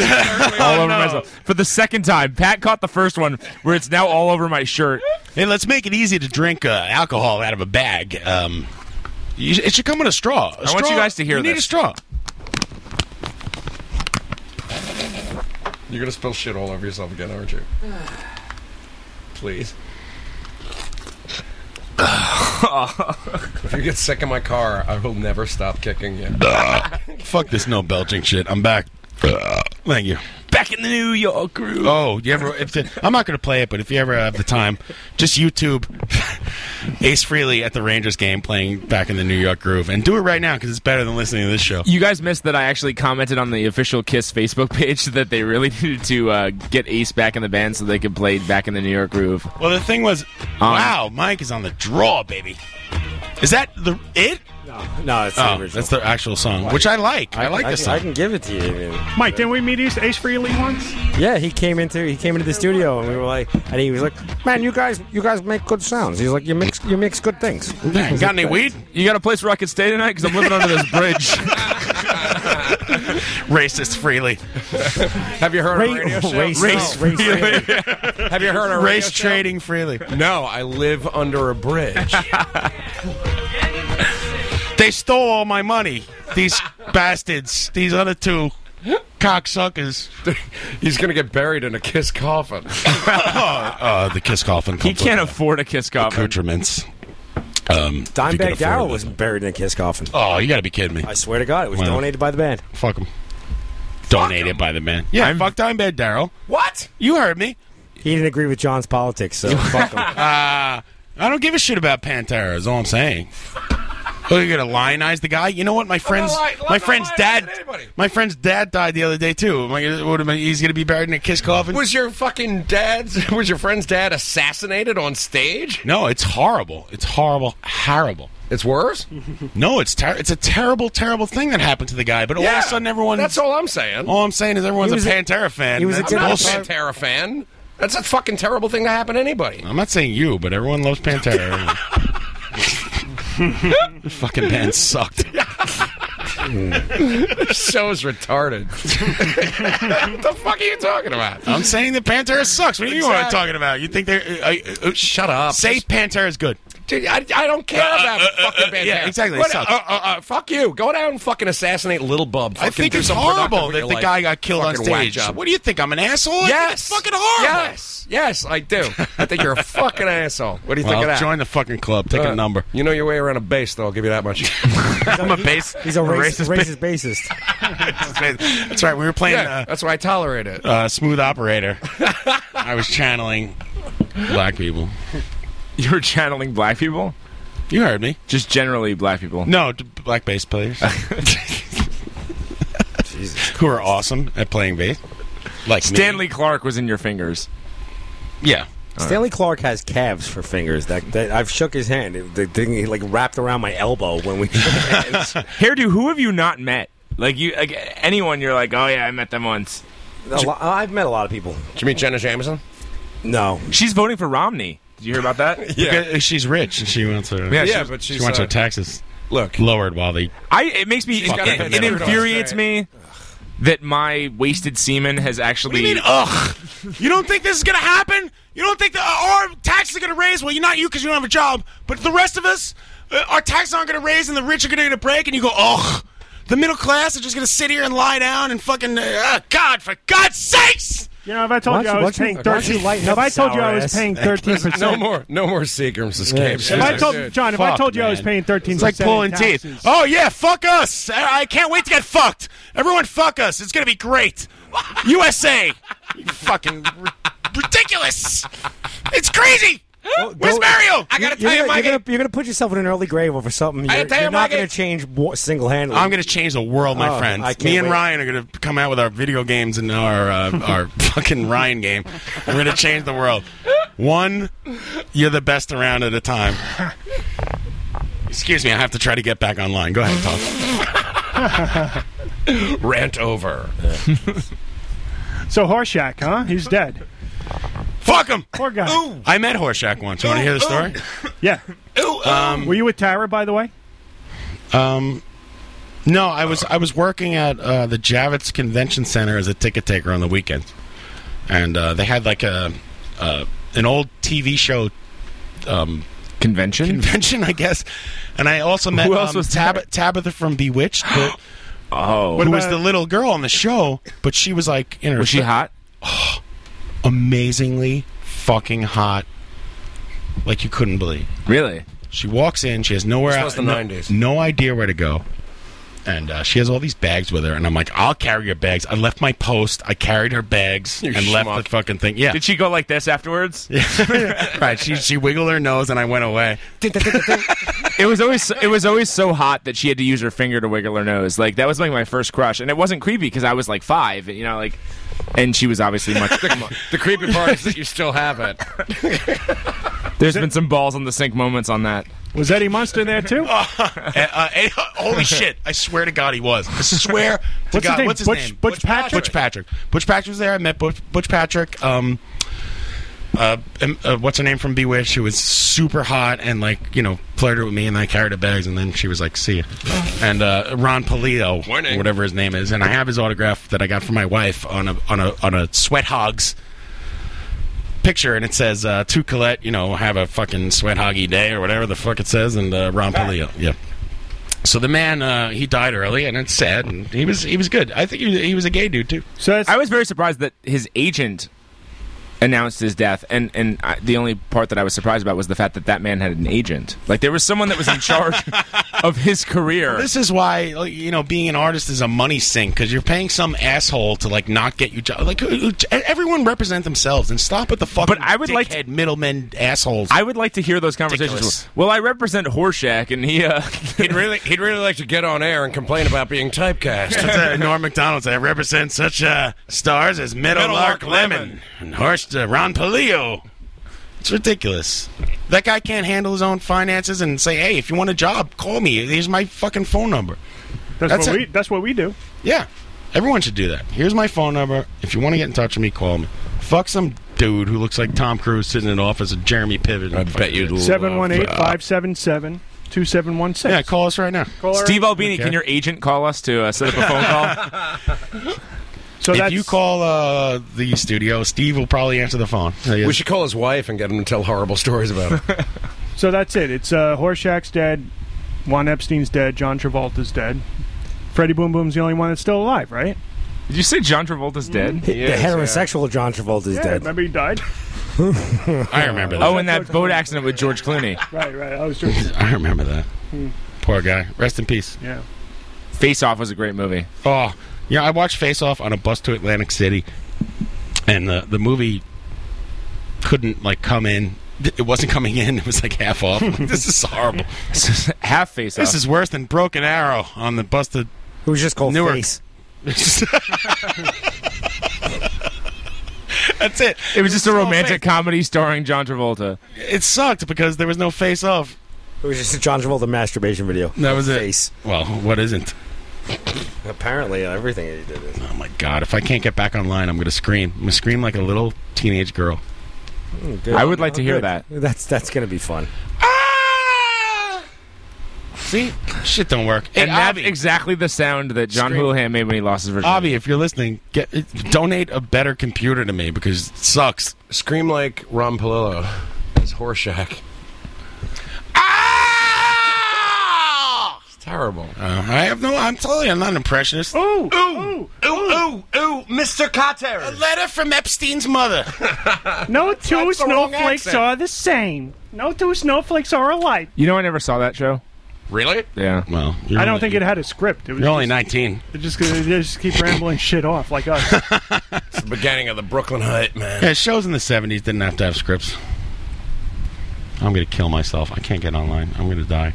Speaker 15: all over myself for the second time. Pat caught the first one where it's now all over my shirt.
Speaker 11: Hey, let's make it easy to drink uh, alcohol out of a bag. Um, you, it should come in a straw. I
Speaker 15: I want you guys to hear
Speaker 11: You need a
Speaker 15: this.
Speaker 11: straw.
Speaker 12: You're gonna spill shit all over yourself again, aren't you? Please. if you get sick in my car, I will never stop kicking you.
Speaker 11: Fuck this no belching shit. I'm back. Uh, Thank you.
Speaker 15: Back in the New York crew.
Speaker 11: Oh, you ever? If the, I'm not going to play it, but if you ever have the time, just YouTube Ace Freely at the Rangers game playing back in the New York groove, and do it right now because it's better than listening to this show.
Speaker 15: You guys missed that I actually commented on the official Kiss Facebook page that they really needed to uh, get Ace back in the band so they could play back in the New York groove.
Speaker 11: Well, the thing was, wow, Mike is on the draw, baby. Is that the it?
Speaker 6: No, it's
Speaker 11: oh, that's the actual song, which I like. I, like
Speaker 6: I,
Speaker 11: this
Speaker 6: I
Speaker 11: song.
Speaker 6: can give it to you.
Speaker 13: Mike, didn't we meet Ace Ace Frehley once?
Speaker 6: Yeah, he came into he came into the studio and we were like, and he was like, "Man, you guys, you guys make good sounds." He's like, "You mix, you mix good things."
Speaker 11: Got any weed?
Speaker 15: You got a place where I could stay tonight? Because I'm living under this bridge.
Speaker 11: Racist freely.
Speaker 12: Have you heard of a radio show? Have you heard of a radio
Speaker 11: race
Speaker 12: show?
Speaker 11: trading freely?
Speaker 12: No, I live under a bridge.
Speaker 11: They stole all my money. These bastards. These other two cocksuckers.
Speaker 12: He's gonna get buried in a kiss coffin.
Speaker 11: oh, oh, the kiss coffin.
Speaker 15: he
Speaker 11: comes
Speaker 15: can't
Speaker 11: with
Speaker 15: afford a Kiss coffin.
Speaker 11: accoutrements. Um, if you could
Speaker 6: Dimebag
Speaker 11: afford
Speaker 6: Darrell
Speaker 11: it.
Speaker 6: was buried in a kiss coffin.
Speaker 11: Oh, you got to be kidding me!
Speaker 6: I swear to God, it was
Speaker 11: Wow.
Speaker 6: donated by the band.
Speaker 11: Fuck him. Donated by the man. Yeah, fuck Dimebag Darrell.
Speaker 12: what?
Speaker 11: You heard me.
Speaker 6: He didn't agree with John's politics, so fuck him.
Speaker 11: Uh, I don't give a shit about Pantera. Is all I'm saying. Oh, you're gonna lionize the guy? You know what? My friend's
Speaker 10: li- I'm
Speaker 11: my
Speaker 10: not
Speaker 11: friend's
Speaker 10: lionizing
Speaker 11: dad. My friend's dad died the other day too. Am I gonna, what am I, he's gonna be buried in a kiss coffin?
Speaker 12: Was your fucking dad's? Was your friend's dad assassinated on stage?
Speaker 11: No, it's horrible. It's horrible. Horrible.
Speaker 12: It's worse.
Speaker 11: no, it's ter- it's a terrible, terrible thing that happened to the guy. But all of
Speaker 12: Yeah,
Speaker 11: a sudden, everyone.
Speaker 12: That's all I'm saying.
Speaker 11: All I'm saying is everyone's
Speaker 12: He was
Speaker 11: a
Speaker 12: a-
Speaker 11: Pantera fan.
Speaker 12: he was a
Speaker 11: That's
Speaker 12: I'm not a
Speaker 11: bullshit.
Speaker 12: Pantera fan. That's a fucking terrible thing to happen to anybody.
Speaker 11: I'm not saying you, but everyone loves Pantera. the fucking band sucked.
Speaker 12: this show is retarded. what the fuck are you talking about?
Speaker 11: I'm saying that Pantera sucks. What do you want
Speaker 12: Exactly.
Speaker 11: talking about? You think they're? Uh, uh, uh,
Speaker 12: Shut up.
Speaker 11: Say Pantera's good.
Speaker 12: Dude, I, I don't care
Speaker 11: Uh,
Speaker 12: about
Speaker 11: uh,
Speaker 12: fucking
Speaker 11: uh, uh,
Speaker 12: Pantera.
Speaker 11: yeah, exactly, it
Speaker 12: What-
Speaker 11: sucks.
Speaker 12: uh, uh, uh, fuck you. Go down and fucking assassinate Little Bub.
Speaker 11: I
Speaker 12: Fucking
Speaker 11: think
Speaker 12: do
Speaker 11: it's
Speaker 12: something productive
Speaker 11: horrible
Speaker 12: with
Speaker 11: that
Speaker 12: your
Speaker 11: the
Speaker 12: life.
Speaker 11: guy got killed on
Speaker 12: Fucking whack
Speaker 11: stage.
Speaker 12: job.
Speaker 11: What do you think? I'm an asshole? I think
Speaker 12: Yes.
Speaker 11: it's fucking horrible.
Speaker 12: Yes. Yes, I do. I think you're a fucking asshole. What do you think
Speaker 11: Well,
Speaker 12: of that?
Speaker 11: join the fucking club. Take
Speaker 12: Uh,
Speaker 11: a number.
Speaker 12: You know your way around a base, though. I'll give you that much.
Speaker 11: I'm a base.
Speaker 6: He's a,
Speaker 11: I'm
Speaker 6: racist,
Speaker 11: racist
Speaker 6: racist bassist.
Speaker 11: ba- That's right. We were playing
Speaker 12: Yeah, that's why I tolerate it.
Speaker 11: uh, uh, Smooth Operator. I was channeling black people.
Speaker 15: You were channeling black people?
Speaker 11: You heard me.
Speaker 15: Just generally black people.
Speaker 11: No, d- black bass players. Who are awesome at playing bass. Like me.
Speaker 15: Stanley Clark was in your fingers.
Speaker 11: Yeah.
Speaker 6: Stanley Clark has calves for fingers. That, that I've shook his hand. It- The thing he like wrapped around my elbow when we shook hands.
Speaker 15: Hairdo, who have you not met? Like you, like anyone, you're like, oh yeah, I met them once.
Speaker 6: A lo- I've met a lot of people.
Speaker 12: Did you meet Jenna Jameson?
Speaker 6: No,
Speaker 15: she's voting for Romney. Did you hear about that?
Speaker 11: Because she's rich and she wants her.
Speaker 15: Yeah, Yeah, she-
Speaker 12: but
Speaker 11: she
Speaker 12: she's,
Speaker 11: wants
Speaker 12: uh,
Speaker 11: her taxes
Speaker 12: look
Speaker 11: lowered while they.
Speaker 15: I. It makes me.
Speaker 11: She's
Speaker 15: It,
Speaker 11: got a
Speaker 15: it
Speaker 11: head shirt on.
Speaker 15: infuriates me that my wasted semen has
Speaker 11: What do
Speaker 15: actually.
Speaker 11: you mean? oh, Ugh. You don't think this is gonna happen? You don't think the uh, our taxes are gonna raise? Well, you're not you because you don't have a job, but the rest of us, uh, our taxes aren't gonna raise, and the rich are gonna get a break. And you go, ugh. The middle class are just gonna sit here and lie down and fucking. Uh, uh, God, for God's sakes!
Speaker 13: You know, if I told
Speaker 11: Why
Speaker 13: you
Speaker 11: don't
Speaker 13: I
Speaker 11: you-
Speaker 13: was
Speaker 11: why
Speaker 13: paying
Speaker 11: don't you- why don't you
Speaker 13: thirteen,
Speaker 11: lighten
Speaker 13: if
Speaker 11: up,
Speaker 13: I told you I
Speaker 11: sour
Speaker 13: was
Speaker 11: ass?
Speaker 13: paying thirteen
Speaker 12: no
Speaker 13: percent,
Speaker 12: more, no more Seagram's escapes.
Speaker 13: if I told John, if I
Speaker 11: Fuck,
Speaker 13: told you I
Speaker 11: man.
Speaker 13: was paying thirteen
Speaker 11: It's like
Speaker 13: percent,
Speaker 11: pulling teeth. Oh yeah, fuck us! I I can't wait to get fucked. Everyone, fuck us! It's gonna be great. USA, You fucking ri- ridiculous! It's crazy. Where's Mario?
Speaker 12: I gotta
Speaker 6: You're
Speaker 12: tell you,
Speaker 6: gonna-
Speaker 12: Mikey.
Speaker 6: You're gonna, you're gonna put yourself in an early grave over something.
Speaker 12: I
Speaker 6: You're,
Speaker 12: tell you,
Speaker 6: you're not
Speaker 12: Mikey.
Speaker 6: gonna change single handedly.
Speaker 11: I'm going to change the world, my
Speaker 6: Oh,
Speaker 11: friend.
Speaker 6: I can't
Speaker 11: Me and
Speaker 6: wait.
Speaker 11: Ryan are going to come out with our video games and our uh, our fucking Ryan game. We're going to change the world. One, you're the best around at a time. Excuse me, I have to try to get back online. Go ahead, Tom.
Speaker 12: Rant over.
Speaker 13: So Horshack, huh? He's dead.
Speaker 11: Fuck him.
Speaker 13: Poor guy.
Speaker 11: I met Horshack once. You want to hear the story?
Speaker 13: Yeah.
Speaker 11: Um,
Speaker 13: Were you with Tara, by the way?
Speaker 11: Um, no, I was I was working at uh, the Javits Convention Center as a ticket taker on the weekends, and uh, they had like a uh, an old TV show um,
Speaker 15: convention
Speaker 11: convention, I guess. And I also met
Speaker 15: Who else
Speaker 11: um,
Speaker 15: was
Speaker 11: Tab- Tabitha from Bewitched, who,
Speaker 15: Oh,
Speaker 11: who was the little girl on the show, but she was like in her
Speaker 15: Was she hot?
Speaker 11: amazingly fucking hot, like you couldn't believe.
Speaker 15: Really?
Speaker 11: She walks in. She has nowhere.
Speaker 12: This was the
Speaker 11: no,
Speaker 12: 90s.
Speaker 11: No idea where to go. And uh, she has all these bags with her, and I'm like, I'll carry your bags. I left my post. I carried her bags
Speaker 15: You
Speaker 11: and left
Speaker 15: schmuck.
Speaker 11: the fucking thing. Yeah,
Speaker 15: Did she go like this afterwards?
Speaker 11: right. She she wiggled her nose, and I went away.
Speaker 15: It was always it was always so hot that she had to use her finger to wiggle her nose. Like that was like my first crush, and it wasn't creepy because I was like five, you know, like, and she was obviously much.
Speaker 12: The creepy part is that you still have it.
Speaker 15: There's been some balls on the sink moments on that.
Speaker 13: Was Eddie Munster there too?
Speaker 11: Uh, uh, eh, holy shit! I swear to God, he was. I swear to
Speaker 13: What's his
Speaker 11: God,
Speaker 13: name?
Speaker 11: what's his
Speaker 13: Butch-
Speaker 11: name?
Speaker 13: Butch Patrick.
Speaker 11: Butch Patrick. Butch Patrick was there. I met Butch, Butch Patrick. Um, uh, um, uh, what's her name from Bewitched? Who was super hot and like you know flirted with me, and I carried her bags, and then she was like, "See ya." And uh, Ron Polito,
Speaker 12: Morning.
Speaker 11: whatever his name is, and I have his autograph that I got from my wife on a on a on a Sweat Hogs picture and it says uh, to Colette, you know, have a fucking sweat hoggy day or whatever the fuck it says, and uh, Ron Palillo. Yeah. So the man, uh, he died early, and it's sad. And he was he was good. I think he was, he was a gay dude too.
Speaker 13: So that's,
Speaker 15: I was very surprised that his agent announced his death, and and I, the only part that I was surprised about was the fact that that man had an agent. Like there was someone that was in charge.
Speaker 4: of his career.
Speaker 11: This is why like, you know being an artist is a money sink because you're paying some asshole to like not get you job. Like who- who- everyone represent themselves and stop with the fucking. But I would like to middlemen assholes.
Speaker 4: I would like to hear those conversations.
Speaker 11: Ridiculous.
Speaker 4: Well, I represent Horshack, and he. Uh,
Speaker 12: he'd really, he'd really like to get on air and complain about being typecast.
Speaker 11: That's, uh, Norm McDonald said, represent such uh, stars as Metal,
Speaker 12: Metal
Speaker 11: Lark,
Speaker 12: Lark
Speaker 11: Lemon, and Horst uh, Ron Palillo. It's ridiculous. That guy can't handle his own finances and say, hey, if you want a job, call me. Here's my fucking phone number.
Speaker 13: That's, what
Speaker 11: it.
Speaker 13: we. That's what we do.
Speaker 11: Yeah. Everyone should do that. Here's my phone number. If you want to get in touch with me, call me. Fuck some dude who looks like Tom Cruise sitting in an office with Jeremy Piven. I bet you'd
Speaker 6: uh,
Speaker 13: 718-577-2716.
Speaker 11: Yeah, call us right now.
Speaker 13: Call our-
Speaker 4: Steve Albini,
Speaker 11: Okay.
Speaker 4: can your agent call us to uh, set up a phone call?
Speaker 13: So
Speaker 11: if you call uh, the studio, Steve will probably answer the phone.
Speaker 12: We should call his wife and get him to tell horrible stories about him.
Speaker 13: So that's it. It's uh, Horshack's dead, Juan Epstein's dead, John Travolta's dead. Freddie Boom Boom's the only one that's still alive, right?
Speaker 4: Did you say John Travolta's dead?
Speaker 6: The heterosexual John Travolta is
Speaker 13: yeah,
Speaker 6: dead.
Speaker 13: remember he died?
Speaker 11: I remember that.
Speaker 4: Oh, in that boat accident with George Clooney.
Speaker 13: right, right. I was just
Speaker 11: I remember that.
Speaker 13: Hmm.
Speaker 11: Poor guy. Rest in peace.
Speaker 13: yeah.
Speaker 4: Face Off was a great movie.
Speaker 11: Oh, yeah. I watched Face Off on a bus to Atlantic City, and the the movie couldn't like come in. Th- It wasn't coming in. It was like half off. I'm like, this is horrible.
Speaker 4: half Face
Speaker 11: This
Speaker 4: Off.
Speaker 11: is worse than Broken Arrow on the bus to.
Speaker 6: It was just called
Speaker 11: Newark.
Speaker 6: Face.
Speaker 11: That's it.
Speaker 4: It was just a
Speaker 11: so
Speaker 4: romantic comedy starring John Travolta.
Speaker 11: It sucked because there was no Face Off.
Speaker 6: It was just a John Travolta masturbation video.
Speaker 11: That was it.
Speaker 6: Face.
Speaker 11: Well, what isn't?
Speaker 6: Apparently, uh, everything that he did is.
Speaker 11: Oh my God! If I can't get back online, I'm gonna scream. I'm gonna scream like a little teenage girl.
Speaker 6: Mm, good.
Speaker 4: I would like to
Speaker 6: Oh,
Speaker 4: hear
Speaker 6: good.
Speaker 4: that.
Speaker 6: That's that's gonna be fun.
Speaker 11: Ah! See, shit don't work. Hey,
Speaker 4: And that's
Speaker 11: Avi.
Speaker 4: exactly the sound that John
Speaker 11: Scream.
Speaker 4: Houlihan made when he lost his virginity.
Speaker 11: Avi, if you're listening, get donate a better computer to me because it sucks.
Speaker 12: Scream like Ron Palillo as Horshack.
Speaker 11: Ah!
Speaker 12: It's terrible.
Speaker 11: Uh, I have no. I'm totally. I'm not an impressionist.
Speaker 13: Ooh,
Speaker 11: ooh,
Speaker 12: ooh, ooh, ooh, Mr. Carter.
Speaker 11: A letter from Epstein's mother.
Speaker 13: No two
Speaker 11: That's the wrong
Speaker 13: snowflakes
Speaker 11: accent.
Speaker 13: are the same. No two snowflakes are alike.
Speaker 4: You know, I never saw that show.
Speaker 12: Really?
Speaker 4: Yeah.
Speaker 11: Well,
Speaker 13: I don't think it had a script. It was
Speaker 11: You're only
Speaker 13: just,
Speaker 11: 19.
Speaker 13: they just they just keep rambling shit off like us.
Speaker 12: It's the beginning of the Brooklyn Height, man.
Speaker 11: Yeah, shows in the 70s didn't have to have scripts. I'm gonna kill myself. I can't get online. I'm gonna die.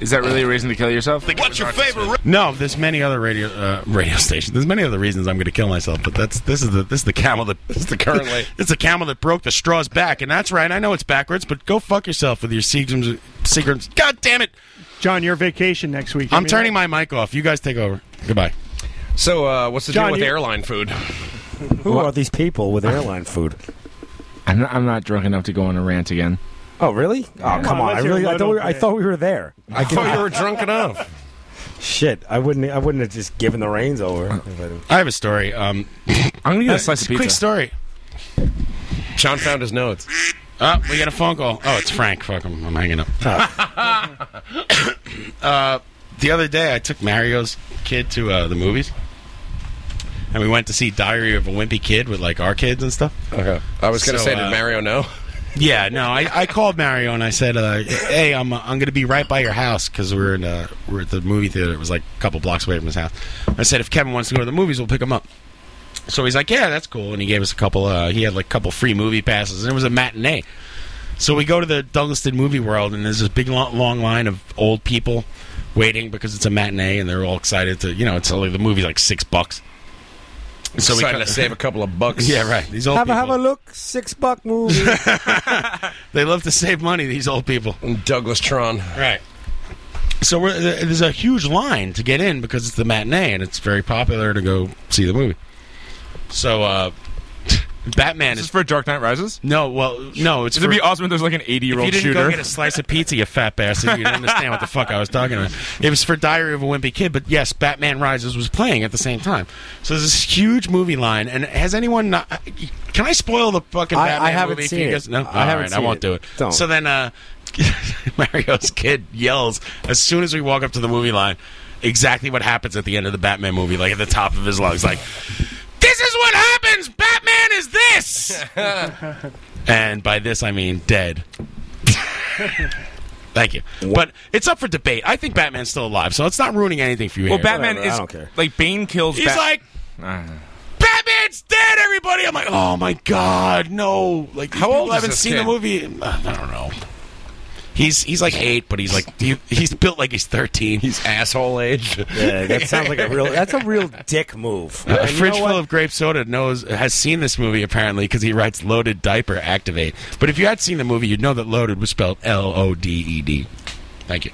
Speaker 4: Is that really a reason to kill yourself?
Speaker 10: What's your favorite?
Speaker 11: No, there's many other radio uh, radio stations. There's many other reasons I'm gonna kill myself. But that's this is the this is the camel that this is the
Speaker 12: Currently.
Speaker 11: it's the camel that broke the straw's back, and that's right. I know it's backwards, but go fuck yourself with your secrets. Secrets. God damn it!
Speaker 13: John, your vacation next week.
Speaker 11: I'm turning my mic off. You guys take over. Goodbye.
Speaker 12: So, uh, what's the
Speaker 13: John,
Speaker 12: deal with
Speaker 13: you-
Speaker 12: airline food?
Speaker 6: Who are these people with airline food?
Speaker 4: I'm not, I'm not drunk enough to go on a rant again.
Speaker 6: Oh, really? Oh, come on! I
Speaker 13: let's hear
Speaker 6: really, I
Speaker 13: Lodo
Speaker 6: thought, we, I
Speaker 13: play.
Speaker 6: thought we were there. I
Speaker 12: I thought you
Speaker 6: can,
Speaker 12: were drunk enough.
Speaker 6: shit, I wouldn't, I wouldn't have just given the reins over. if I didn't-
Speaker 11: I have a story. Um,
Speaker 4: I'm gonna get a slice of
Speaker 11: quick
Speaker 4: pizza.
Speaker 11: story.
Speaker 12: John found his notes.
Speaker 11: Oh, we got a phone call. Oh, it's Frank. Fuck, I'm, I'm hanging up. uh, the other day, I took Mario's kid to uh, the movies, and we went to see Diary of a Wimpy Kid with like our kids and stuff.
Speaker 12: Okay. I was going to
Speaker 11: So,
Speaker 12: say,
Speaker 11: uh,
Speaker 12: did Mario know?
Speaker 11: Yeah, no, I, I called Mario and I said, uh, "Hey, I'm uh, I'm gonna be right by your house because we're in uh, we're at the movie theater. It was like a couple blocks away from his house." I said, "If Kevin wants to go to the movies, we'll pick him up." So he's like, "Yeah, that's cool," and he gave us a couple. Uh, he had like a couple free movie passes, and it was a matinee. So we go to the Douglaston Movie World, and there's this big lo- long line of old people waiting because it's a matinee, and they're all excited to you know it's only the movie's like six bucks.
Speaker 12: So we
Speaker 11: cut-
Speaker 12: to save a couple of bucks.
Speaker 11: Yeah, right. These old
Speaker 6: Have a,
Speaker 11: people,
Speaker 6: have a look, six buck movie.
Speaker 11: they love to save money. These old people.
Speaker 12: Douglas Tron.
Speaker 11: Right. So we're, th- there's a huge line to get in because it's the matinee and it's very popular to go see the movie. So uh, Batman
Speaker 4: This
Speaker 11: is
Speaker 4: is for Dark Knight Rises.
Speaker 11: no, well, no, it's
Speaker 4: It'd
Speaker 11: for,
Speaker 4: be awesome if there's like an 80 year
Speaker 11: if you
Speaker 4: old
Speaker 11: didn't go
Speaker 4: shooter.
Speaker 11: get a slice of pizza, you fat bastard, you didn't understand what the fuck I was talking about. It was for Diary of a Wimpy Kid, but yes, Batman Rises was playing at the same time. So there's this huge movie line, and has anyone? Not, can I spoil the fucking
Speaker 6: I- I
Speaker 11: Batman
Speaker 6: haven't
Speaker 11: movie? for
Speaker 6: seen
Speaker 11: you
Speaker 6: it.
Speaker 11: guys? No,
Speaker 6: I
Speaker 11: All
Speaker 6: haven't
Speaker 11: right, I
Speaker 6: seen
Speaker 11: won't
Speaker 6: it.
Speaker 11: do it.
Speaker 6: Don't.
Speaker 11: So then, uh, Mario's kid yells as soon as we walk up to the movie line. Exactly what happens at the end of the Batman movie, like at the top of his lungs, like. This is what happens. Batman is this, and by this I mean dead. Thank you. But it's up for debate. I think Batman's still alive, so it's not ruining anything for you.
Speaker 4: Well,
Speaker 11: here.
Speaker 4: Batman is like Bane kills.
Speaker 11: He's like, Batman's dead, everybody. I'm like, oh my god, no! Like, how old?
Speaker 4: is
Speaker 11: Haven't
Speaker 4: this
Speaker 11: seen the
Speaker 4: kid?
Speaker 11: movie. Uh, I don't know. He's he's like eight, but he's like he, he's built like he's thirteen. He's asshole age.
Speaker 10: Yeah, that sounds like a real. That's a real dick move.
Speaker 11: A
Speaker 10: And you know
Speaker 11: fridge
Speaker 10: what?
Speaker 11: full of grape soda knows has seen this movie apparently because he writes "loaded diaper activate." But if you had seen the movie, you'd know that "loaded" was spelled L O D E D. Thank you.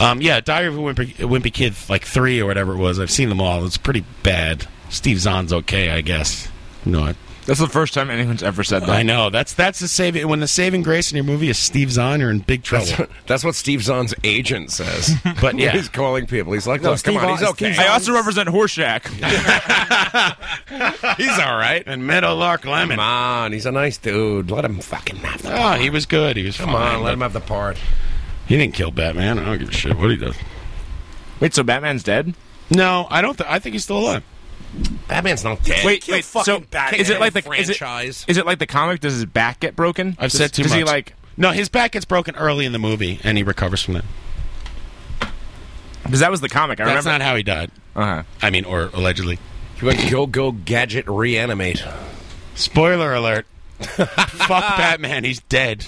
Speaker 11: Um, yeah, Diary of a Wimpy, Wimpy Kid, like three or whatever it was. I've seen them all. It's pretty bad. Steve Zahn's okay, I guess. No, I,
Speaker 4: That's the first time anyone's ever said that.
Speaker 11: I know. That's that's the saving. When the saving grace in your movie is Steve Zahn, you're in big trouble.
Speaker 12: That's what, that's what Steve Zahn's agent says.
Speaker 11: But, yeah.
Speaker 12: he's calling people. He's like,
Speaker 11: No,
Speaker 12: "Look,
Speaker 11: Steve
Speaker 12: come on, he's
Speaker 11: Zahn-
Speaker 12: okay."
Speaker 11: Steve Zahn- I also
Speaker 4: represent Horshack.
Speaker 11: he's all right. And Meadowlark Lemon.
Speaker 12: Come on, he's a nice dude. Let him fucking have the.
Speaker 11: Oh, he was good. He was
Speaker 12: Come on,
Speaker 11: fine,
Speaker 12: let
Speaker 11: but-
Speaker 12: him have the part.
Speaker 11: He didn't kill Batman. I don't give a shit what he does.
Speaker 4: Wait, so Batman's dead?
Speaker 11: No, I don't. Th- I think he's still alive.
Speaker 12: Batman's not dead.
Speaker 4: wait, wait. So is it like the is it- Is it, like the comic? Does his back get broken?
Speaker 11: I've
Speaker 4: does,
Speaker 11: said too
Speaker 4: does
Speaker 11: much.
Speaker 4: he like?
Speaker 11: no, his back gets broken early in the movie, and he recovers from that.
Speaker 4: Because that was the comic. I
Speaker 11: That's
Speaker 4: remember.
Speaker 11: not how he died.
Speaker 4: Uh-huh.
Speaker 11: I mean, or allegedly.
Speaker 12: He went go go gadget reanimate.
Speaker 11: Spoiler alert. Fuck Batman. He's dead.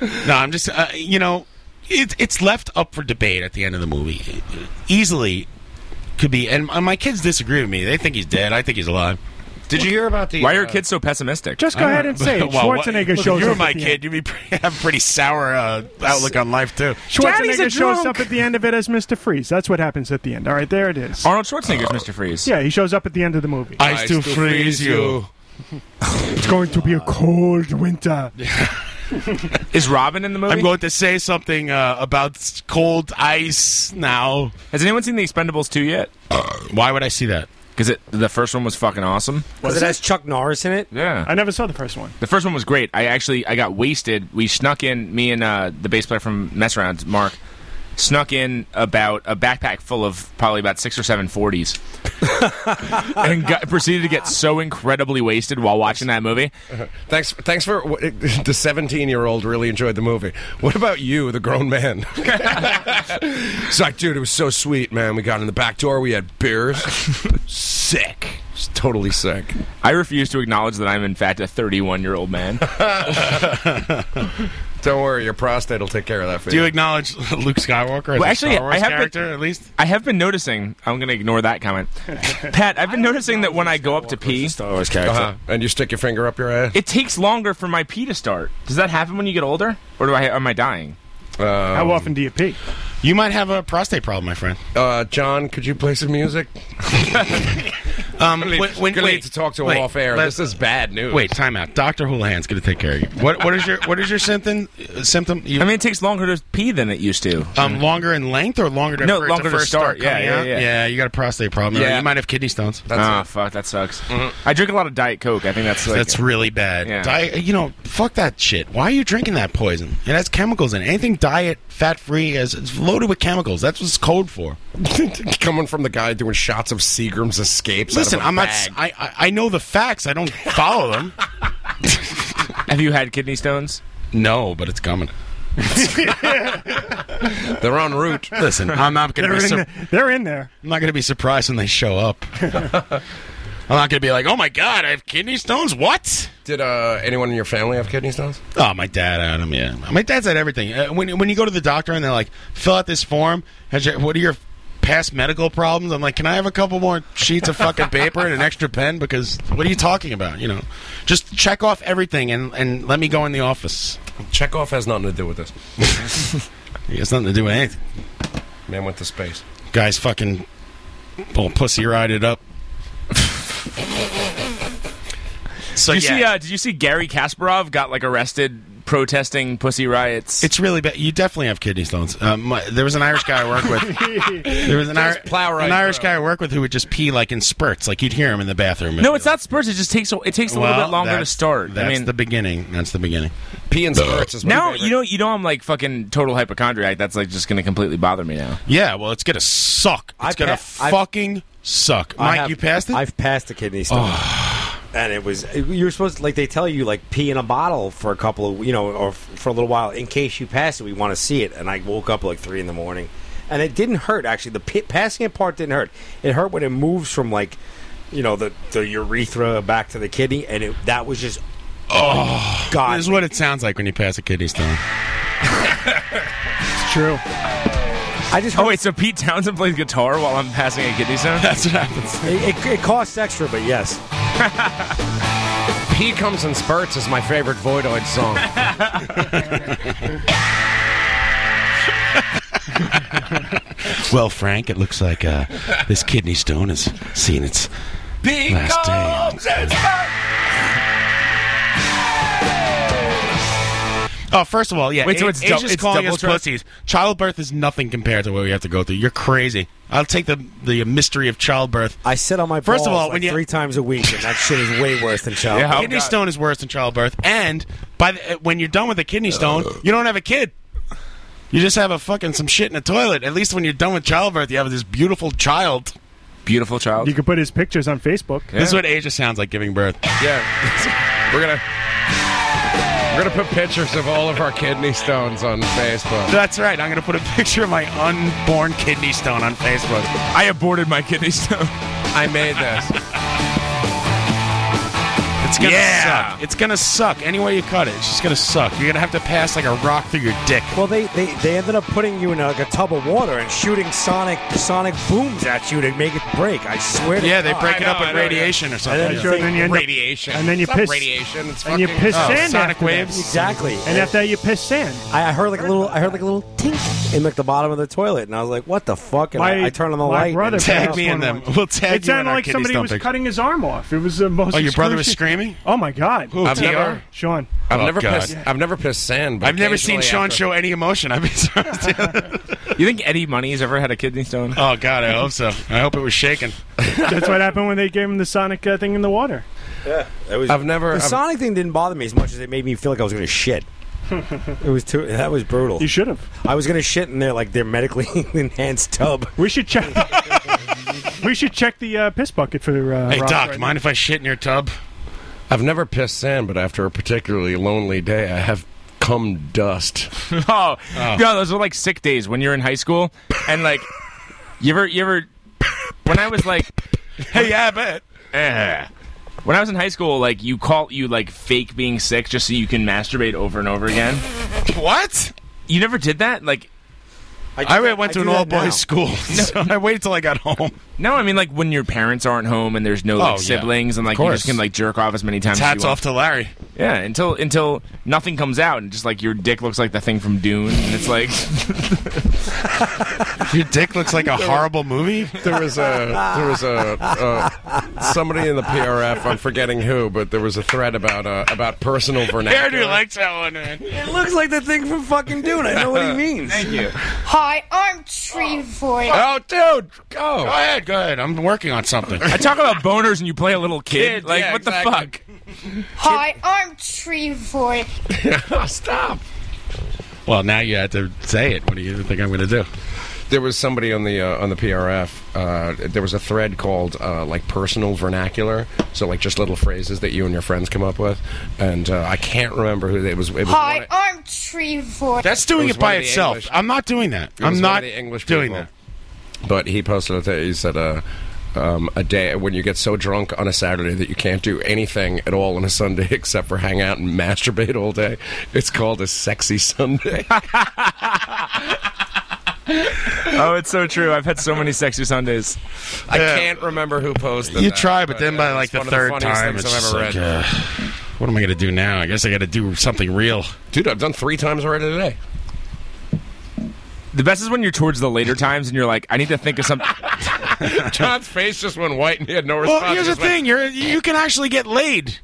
Speaker 11: no, I'm just, uh, you know, it, it's left up for debate at the end of the movie. Easily could be. And my- my kids disagree with me. They think he's dead. I think he's alive.
Speaker 12: Did you hear about the?
Speaker 4: Why are your kids so pessimistic?
Speaker 13: Just go ahead and say it.
Speaker 11: Well, what-
Speaker 13: Schwarzenegger
Speaker 11: look, if
Speaker 13: shows
Speaker 11: you were
Speaker 13: up
Speaker 11: my
Speaker 13: at the
Speaker 11: kid,
Speaker 13: end.
Speaker 11: you'd be pretty, have a pretty sour uh, outlook on life, too.
Speaker 13: Schwarzenegger shows up at the end of it as Mr. Freeze. That's what happens at the end. All right, there it is.
Speaker 4: Arnold Schwarzenegger's Mr. Freeze.
Speaker 13: Yeah, he shows up at the end of the movie.
Speaker 11: Ice to freeze you.
Speaker 13: It's going to be a cold winter.
Speaker 4: Is Robin in the movie?
Speaker 11: I'm going to say something uh, about s- cold ice now.
Speaker 4: Has anyone seen The Expendables 2 yet?
Speaker 11: Why would I see that?
Speaker 4: Because it the first one was fucking awesome.
Speaker 10: Was it has Chuck Norris in it?
Speaker 4: Yeah.
Speaker 13: I never saw the first one.
Speaker 4: The first one was great. I actually I got wasted. We snuck in me and uh, the bass player from Mess Around, Mark, snuck in about a backpack full of probably about six or seven forties, and got, proceeded to get so incredibly wasted while watching that movie.
Speaker 12: Thanks, thanks for the seventeen-year-old. Really enjoyed the movie. What about you, the grown man? it's like, dude, it was so sweet, man. We got in the back door. We had beers. sick. It's totally sick.
Speaker 4: I refuse to acknowledge that I'm in fact a 31 year old man.
Speaker 12: Don't worry, your prostate will take care of that for
Speaker 11: Do you
Speaker 12: you.
Speaker 11: acknowledge Luke Skywalker as
Speaker 4: Well,
Speaker 11: a
Speaker 4: actually,
Speaker 11: Star Wars
Speaker 4: I have
Speaker 11: character,
Speaker 4: been,
Speaker 11: at least?
Speaker 4: I have been noticing. I'm going to ignore that comment. Pat, I've been noticing that when I go up to pee,
Speaker 12: Uh-huh. And you stick your finger up your ass.
Speaker 4: it takes longer for my pee to start. Does that happen when you get older, or do I am I dying?
Speaker 13: How
Speaker 11: Um,
Speaker 13: often do you pee?
Speaker 11: You might have a prostate problem, my friend.
Speaker 12: Uh, John, could you play some music?
Speaker 11: Um,
Speaker 12: Gonna need-
Speaker 11: when- when-
Speaker 12: gonna
Speaker 11: wait,
Speaker 12: need to talk to him
Speaker 11: wait,
Speaker 12: off air.
Speaker 11: let-
Speaker 12: This is bad news.
Speaker 11: Wait, time out. Doctor Houlihan's going to take care of you. What what is your what is your symptom? uh, symptom? You,
Speaker 4: I mean, it takes longer to pee than it used to.
Speaker 11: um, longer in length or longer to
Speaker 4: No,
Speaker 11: for it
Speaker 4: longer
Speaker 11: to
Speaker 4: to
Speaker 11: first
Speaker 4: start. Yeah,
Speaker 11: coming
Speaker 4: yeah,
Speaker 11: out?
Speaker 4: yeah.
Speaker 11: You got a prostate problem.
Speaker 4: Yeah.
Speaker 11: You might have kidney stones.
Speaker 12: That's
Speaker 4: Ah, fuck, that sucks. I drink a lot of Diet Coke. I think that's like,
Speaker 11: Mm-hmm. That's really bad.
Speaker 4: Yeah.
Speaker 11: Diet, you know, fuck that shit. Why are you drinking that poison? It has chemicals in it. Anything diet fat free is it's loaded with chemicals. That's what it's code for.
Speaker 12: it. Coming from the guy doing shots of Seagram's escapes.
Speaker 11: Listen,
Speaker 12: out of a
Speaker 11: I'm not. s-
Speaker 12: bag.
Speaker 11: I, I I know the facts. I don't follow them.
Speaker 4: Have you had kidney stones?
Speaker 11: no, but it's coming.
Speaker 12: They're en route.
Speaker 11: Listen, I'm not going to
Speaker 13: They're
Speaker 11: be.
Speaker 13: in,
Speaker 11: sur-
Speaker 13: the, they're in there.
Speaker 11: I'm not going to be surprised when they show up. I'm not going to be like, oh my god, I have kidney stones. What?
Speaker 12: Did uh, anyone in your family have kidney stones?
Speaker 11: Oh, my dad had them. Yeah, my dad's had everything. Uh, when when you go to the doctor and they're like, fill out this form. Has your, what are your past medical problems? I'm like, can I have a couple more sheets of fucking paper and an extra pen? Because what are you talking about? You know, just check off everything and and let me go in the office.
Speaker 12: Chekhov has nothing to do with this.
Speaker 11: It's nothing to do with anything.
Speaker 12: Man went to space.
Speaker 11: Guys, fucking, well, pussy rided up. so
Speaker 4: Did you
Speaker 11: yeah,
Speaker 4: see? Uh, did you see Gary Kasparov got like arrested protesting pussy riots?
Speaker 11: It's really bad. You definitely have kidney stones. Um, my, there was an Irish guy I worked with. there was an, Ir-
Speaker 12: plow right
Speaker 11: an Irish
Speaker 12: through.
Speaker 11: guy I worked with who would just pee like in spurts. Like you'd hear him in the bathroom.
Speaker 4: no, it's not spurts. It just takes a, it takes a little
Speaker 11: Well,
Speaker 4: bit longer to
Speaker 11: that's-
Speaker 4: start.
Speaker 11: That's
Speaker 4: I mean,
Speaker 11: the beginning. That's the beginning.
Speaker 12: Pee and spurts is my
Speaker 4: now
Speaker 12: favorite.
Speaker 4: you know you know I'm like fucking total hypochondriac. That's like just gonna completely bother me now.
Speaker 11: Yeah. Well, it's gonna suck. It's
Speaker 10: I
Speaker 11: gonna
Speaker 10: pa- I-
Speaker 11: fucking suck.
Speaker 10: I
Speaker 11: Mike,
Speaker 10: have-
Speaker 11: you passed it. Oh,
Speaker 10: I've passed the kidney stone. and it was you're supposed to, like they tell you like pee in a bottle for a couple of you know or f- for a little while in case you pass it we want to see it and i woke up like three in the morning and it didn't hurt actually the p- passing it part didn't hurt it hurt when it moves from like you know the, the urethra back to the kidney and it that was just
Speaker 11: oh god this is what it sounds like when you pass a kidney stone
Speaker 13: it's true
Speaker 10: I just
Speaker 4: oh wait, so Pete Townsend plays guitar while I'm passing a kidney stone.
Speaker 11: That's what happens.
Speaker 10: it, it, it costs extra but yes
Speaker 12: Pee Comes in Spurts is my favorite Voidoid song.
Speaker 11: well, Frank, it looks like uh, this kidney stone has seen its
Speaker 19: Pete
Speaker 11: last day.
Speaker 19: comes and spurs.
Speaker 11: Oh, first of all, yeah.
Speaker 19: Wait, so
Speaker 11: A-
Speaker 19: it's dou-
Speaker 11: Asia's
Speaker 19: it's
Speaker 11: calling
Speaker 19: double
Speaker 11: us
Speaker 19: trust?
Speaker 11: pussies. Childbirth is nothing compared to what we have to go through. You're crazy. I'll take the the mystery of childbirth.
Speaker 10: I sit on my
Speaker 11: first of
Speaker 10: balls,
Speaker 11: all
Speaker 10: like,
Speaker 11: when you
Speaker 10: three times a week and that shit is way worse than childbirth.
Speaker 11: kidney stone is worse than childbirth, and by the, uh, when you're done with a kidney stone,
Speaker 10: Uh.
Speaker 11: you don't have a kid. You just have a fucking some shit in a toilet. At least when you're done with childbirth, you have this beautiful child.
Speaker 4: Beautiful child.
Speaker 13: You can put his pictures on Facebook.
Speaker 11: This is what Asia sounds like giving birth.
Speaker 12: Yeah, we're gonna we're gonna put pictures of all of our kidney stones on Facebook.
Speaker 11: That's right. I'm gonna put a picture of my unborn kidney stone on Facebook.
Speaker 4: I aborted my kidney stone.
Speaker 12: I made this.
Speaker 11: It's gonna
Speaker 12: Yeah.
Speaker 11: suck. It's gonna suck. Any way you cut it, it's just gonna suck. You're gonna have to pass like a rock through your dick.
Speaker 10: Well, they, they, they ended up putting you in like a tub of water and shooting sonic sonic booms at you to make it break. I swear to
Speaker 11: Yeah, they
Speaker 10: God.
Speaker 11: break it up with radiation or something.
Speaker 10: And then, you think-
Speaker 11: radiation.
Speaker 13: And then you
Speaker 11: It's not
Speaker 13: piss
Speaker 11: radiation. It's
Speaker 13: and you
Speaker 11: fucking-
Speaker 13: piss
Speaker 11: oh,
Speaker 13: sand.
Speaker 11: sonic
Speaker 13: after that.
Speaker 11: waves.
Speaker 10: Exactly.
Speaker 13: And after that, you piss sand.
Speaker 10: I I heard like a little I heard like a little tink in like the bottom of the toilet, and I was like, "What the fuck?" And I, I turned on the
Speaker 13: my
Speaker 10: light.
Speaker 13: Brother
Speaker 10: and
Speaker 13: passed one once. It sounded like somebody was cutting his arm off. It was the most.
Speaker 11: Oh, your brother was
Speaker 13: excruciating-
Speaker 11: screaming?
Speaker 13: Oh my god!
Speaker 11: Who, I've TR? never-
Speaker 13: Sean.
Speaker 12: I've
Speaker 11: Oh,
Speaker 12: never
Speaker 11: God.
Speaker 12: pissed. I've never pissed sand. But
Speaker 11: I've never seen
Speaker 12: occasionally
Speaker 11: Sean
Speaker 12: after-
Speaker 11: show any emotion. I've been.
Speaker 4: You think Eddie Money's ever had a kidney stone?
Speaker 11: oh God, I hope so. I hope it was shaking.
Speaker 13: That's what happened when they gave him the Sonic uh, thing in the water.
Speaker 10: Yeah, it was,
Speaker 12: I've never-
Speaker 10: The
Speaker 12: I've-
Speaker 10: sonic thing didn't bother me as much as it made me feel like I was going to shit. It was too. That was brutal.
Speaker 13: You should have.
Speaker 10: I was going to shit in their like their medically enhanced tub.
Speaker 13: We should check. we should check the uh, piss bucket for. Uh,
Speaker 12: Hey,
Speaker 13: Rob
Speaker 12: Doc,
Speaker 13: right
Speaker 11: mind if I shit in your tub?
Speaker 12: I've never pissed sand, but after a particularly lonely day, I have cum dust.
Speaker 4: oh, no, those were like sick days when you're in high school and like you ever you ever when I was like
Speaker 11: Hey, yeah, I bet.
Speaker 4: Eh. When I was in high school, like you call you like fake being sick just so you can masturbate over and over again.
Speaker 11: What?
Speaker 4: You never did that? Like
Speaker 10: I,
Speaker 11: went to an all boys school. so I waited till I got home.
Speaker 4: No, I mean like when your parents aren't home and there's no
Speaker 11: Oh,
Speaker 4: like
Speaker 11: yeah.
Speaker 4: siblings and
Speaker 11: Of
Speaker 4: like you
Speaker 11: course.
Speaker 4: just can like jerk off as many times. as
Speaker 11: Hats
Speaker 4: you want.
Speaker 11: off to Larry.
Speaker 4: Yeah, until until nothing comes out and just like your dick looks like the thing from Dune and it's like
Speaker 11: Your dick looks like a horrible movie.
Speaker 12: There was a there was a uh, somebody in the PRF. I'm forgetting who, but there was a thread about uh, about personal vernacular.
Speaker 11: Hairdo likes that one, man.
Speaker 10: It looks like the thing from fucking Dune. I know what he means. Thank
Speaker 4: you.
Speaker 20: Hi, I'm Trevoy.
Speaker 11: Oh, dude,
Speaker 12: go.
Speaker 11: Go ahead, go ahead. I'm working on something.
Speaker 4: I talk about boners and you play a little kid.
Speaker 11: Kid,
Speaker 4: like
Speaker 11: yeah,
Speaker 4: what
Speaker 11: exactly.
Speaker 4: the fuck?
Speaker 20: Hi, I'm Trevoy.
Speaker 12: Stop.
Speaker 11: Well, now you had to say it. What do you think I'm going to do?
Speaker 12: There was somebody on the uh, on the PRF. Uh, there was a thread called uh, like personal vernacular. So like just little phrases that you and your friends come up with, and uh, I can't remember who it was. It was one
Speaker 20: Hi,
Speaker 12: of-
Speaker 20: I'm Trevoy.
Speaker 11: That's doing
Speaker 12: It
Speaker 11: it,
Speaker 12: was
Speaker 11: by
Speaker 12: one of the
Speaker 11: itself.
Speaker 12: English-
Speaker 11: I'm not doing that.
Speaker 12: It was
Speaker 11: I'm
Speaker 12: one
Speaker 11: not
Speaker 12: of the English
Speaker 11: doing
Speaker 12: people.
Speaker 11: that.
Speaker 12: But he posted a thing. He said, uh, um, "A day when you get so drunk on a Saturday that you can't do anything at all on a Sunday except for hang out and masturbate all day. It's called a sexy Sunday."
Speaker 4: oh, it's so true. I've had so many sexy Sundays.
Speaker 12: I can't remember who posted.
Speaker 11: You
Speaker 12: that,
Speaker 11: try, but then by
Speaker 12: uh,
Speaker 11: like
Speaker 12: it's
Speaker 11: the
Speaker 12: one of
Speaker 11: third
Speaker 12: funniest
Speaker 11: time,
Speaker 12: things
Speaker 11: it's
Speaker 12: I've
Speaker 11: just
Speaker 12: ever
Speaker 11: like,
Speaker 12: read.
Speaker 11: uh, what am I going to do now? I guess I got to do something real.
Speaker 12: Dude, I've done three times already today.
Speaker 4: The best is when you're towards the later times and you're like, I need to think of something.
Speaker 12: John's face just went white and he had no response.
Speaker 11: Well, here's the
Speaker 12: Just went,
Speaker 11: thing: you're you can actually get laid.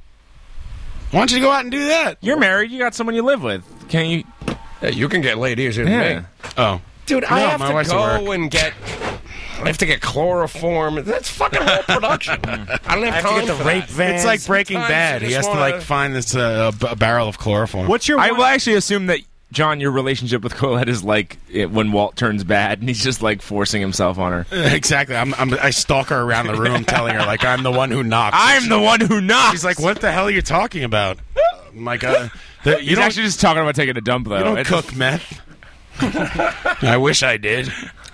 Speaker 11: Why don't you go out and do that?
Speaker 4: You're married. You got someone you live with. Can you?
Speaker 12: "Hey, you can get laid easier than
Speaker 4: Yeah.
Speaker 12: me.
Speaker 11: Oh,
Speaker 12: Dude, I
Speaker 11: No,
Speaker 12: have
Speaker 11: my
Speaker 12: to
Speaker 11: wife's at
Speaker 12: go
Speaker 11: work.
Speaker 12: and get. I have to get chloroform. That's fucking whole production. I don't have, time for that.
Speaker 11: It's like Breaking
Speaker 12: Sometimes
Speaker 11: Bad.
Speaker 12: you
Speaker 11: He
Speaker 12: just
Speaker 11: has to
Speaker 12: wanna-
Speaker 11: like find this uh, b- barrel of chloroform.
Speaker 13: What's your
Speaker 4: I
Speaker 13: one-
Speaker 4: will actually assume that John, your relationship with Colette is like it, when Walt turns bad and he's just like forcing himself on her.
Speaker 11: Exactly. I'm, I'm, I stalk her around the room, telling her like I'm the one who knocks.
Speaker 4: I'm the one who knocks.
Speaker 11: She's like, "What the hell are you talking about?" My God, The-
Speaker 4: he's
Speaker 11: don't-
Speaker 4: actually just talking about taking a dump though.
Speaker 11: you don't
Speaker 4: It's-
Speaker 11: cook meth. I wish I did.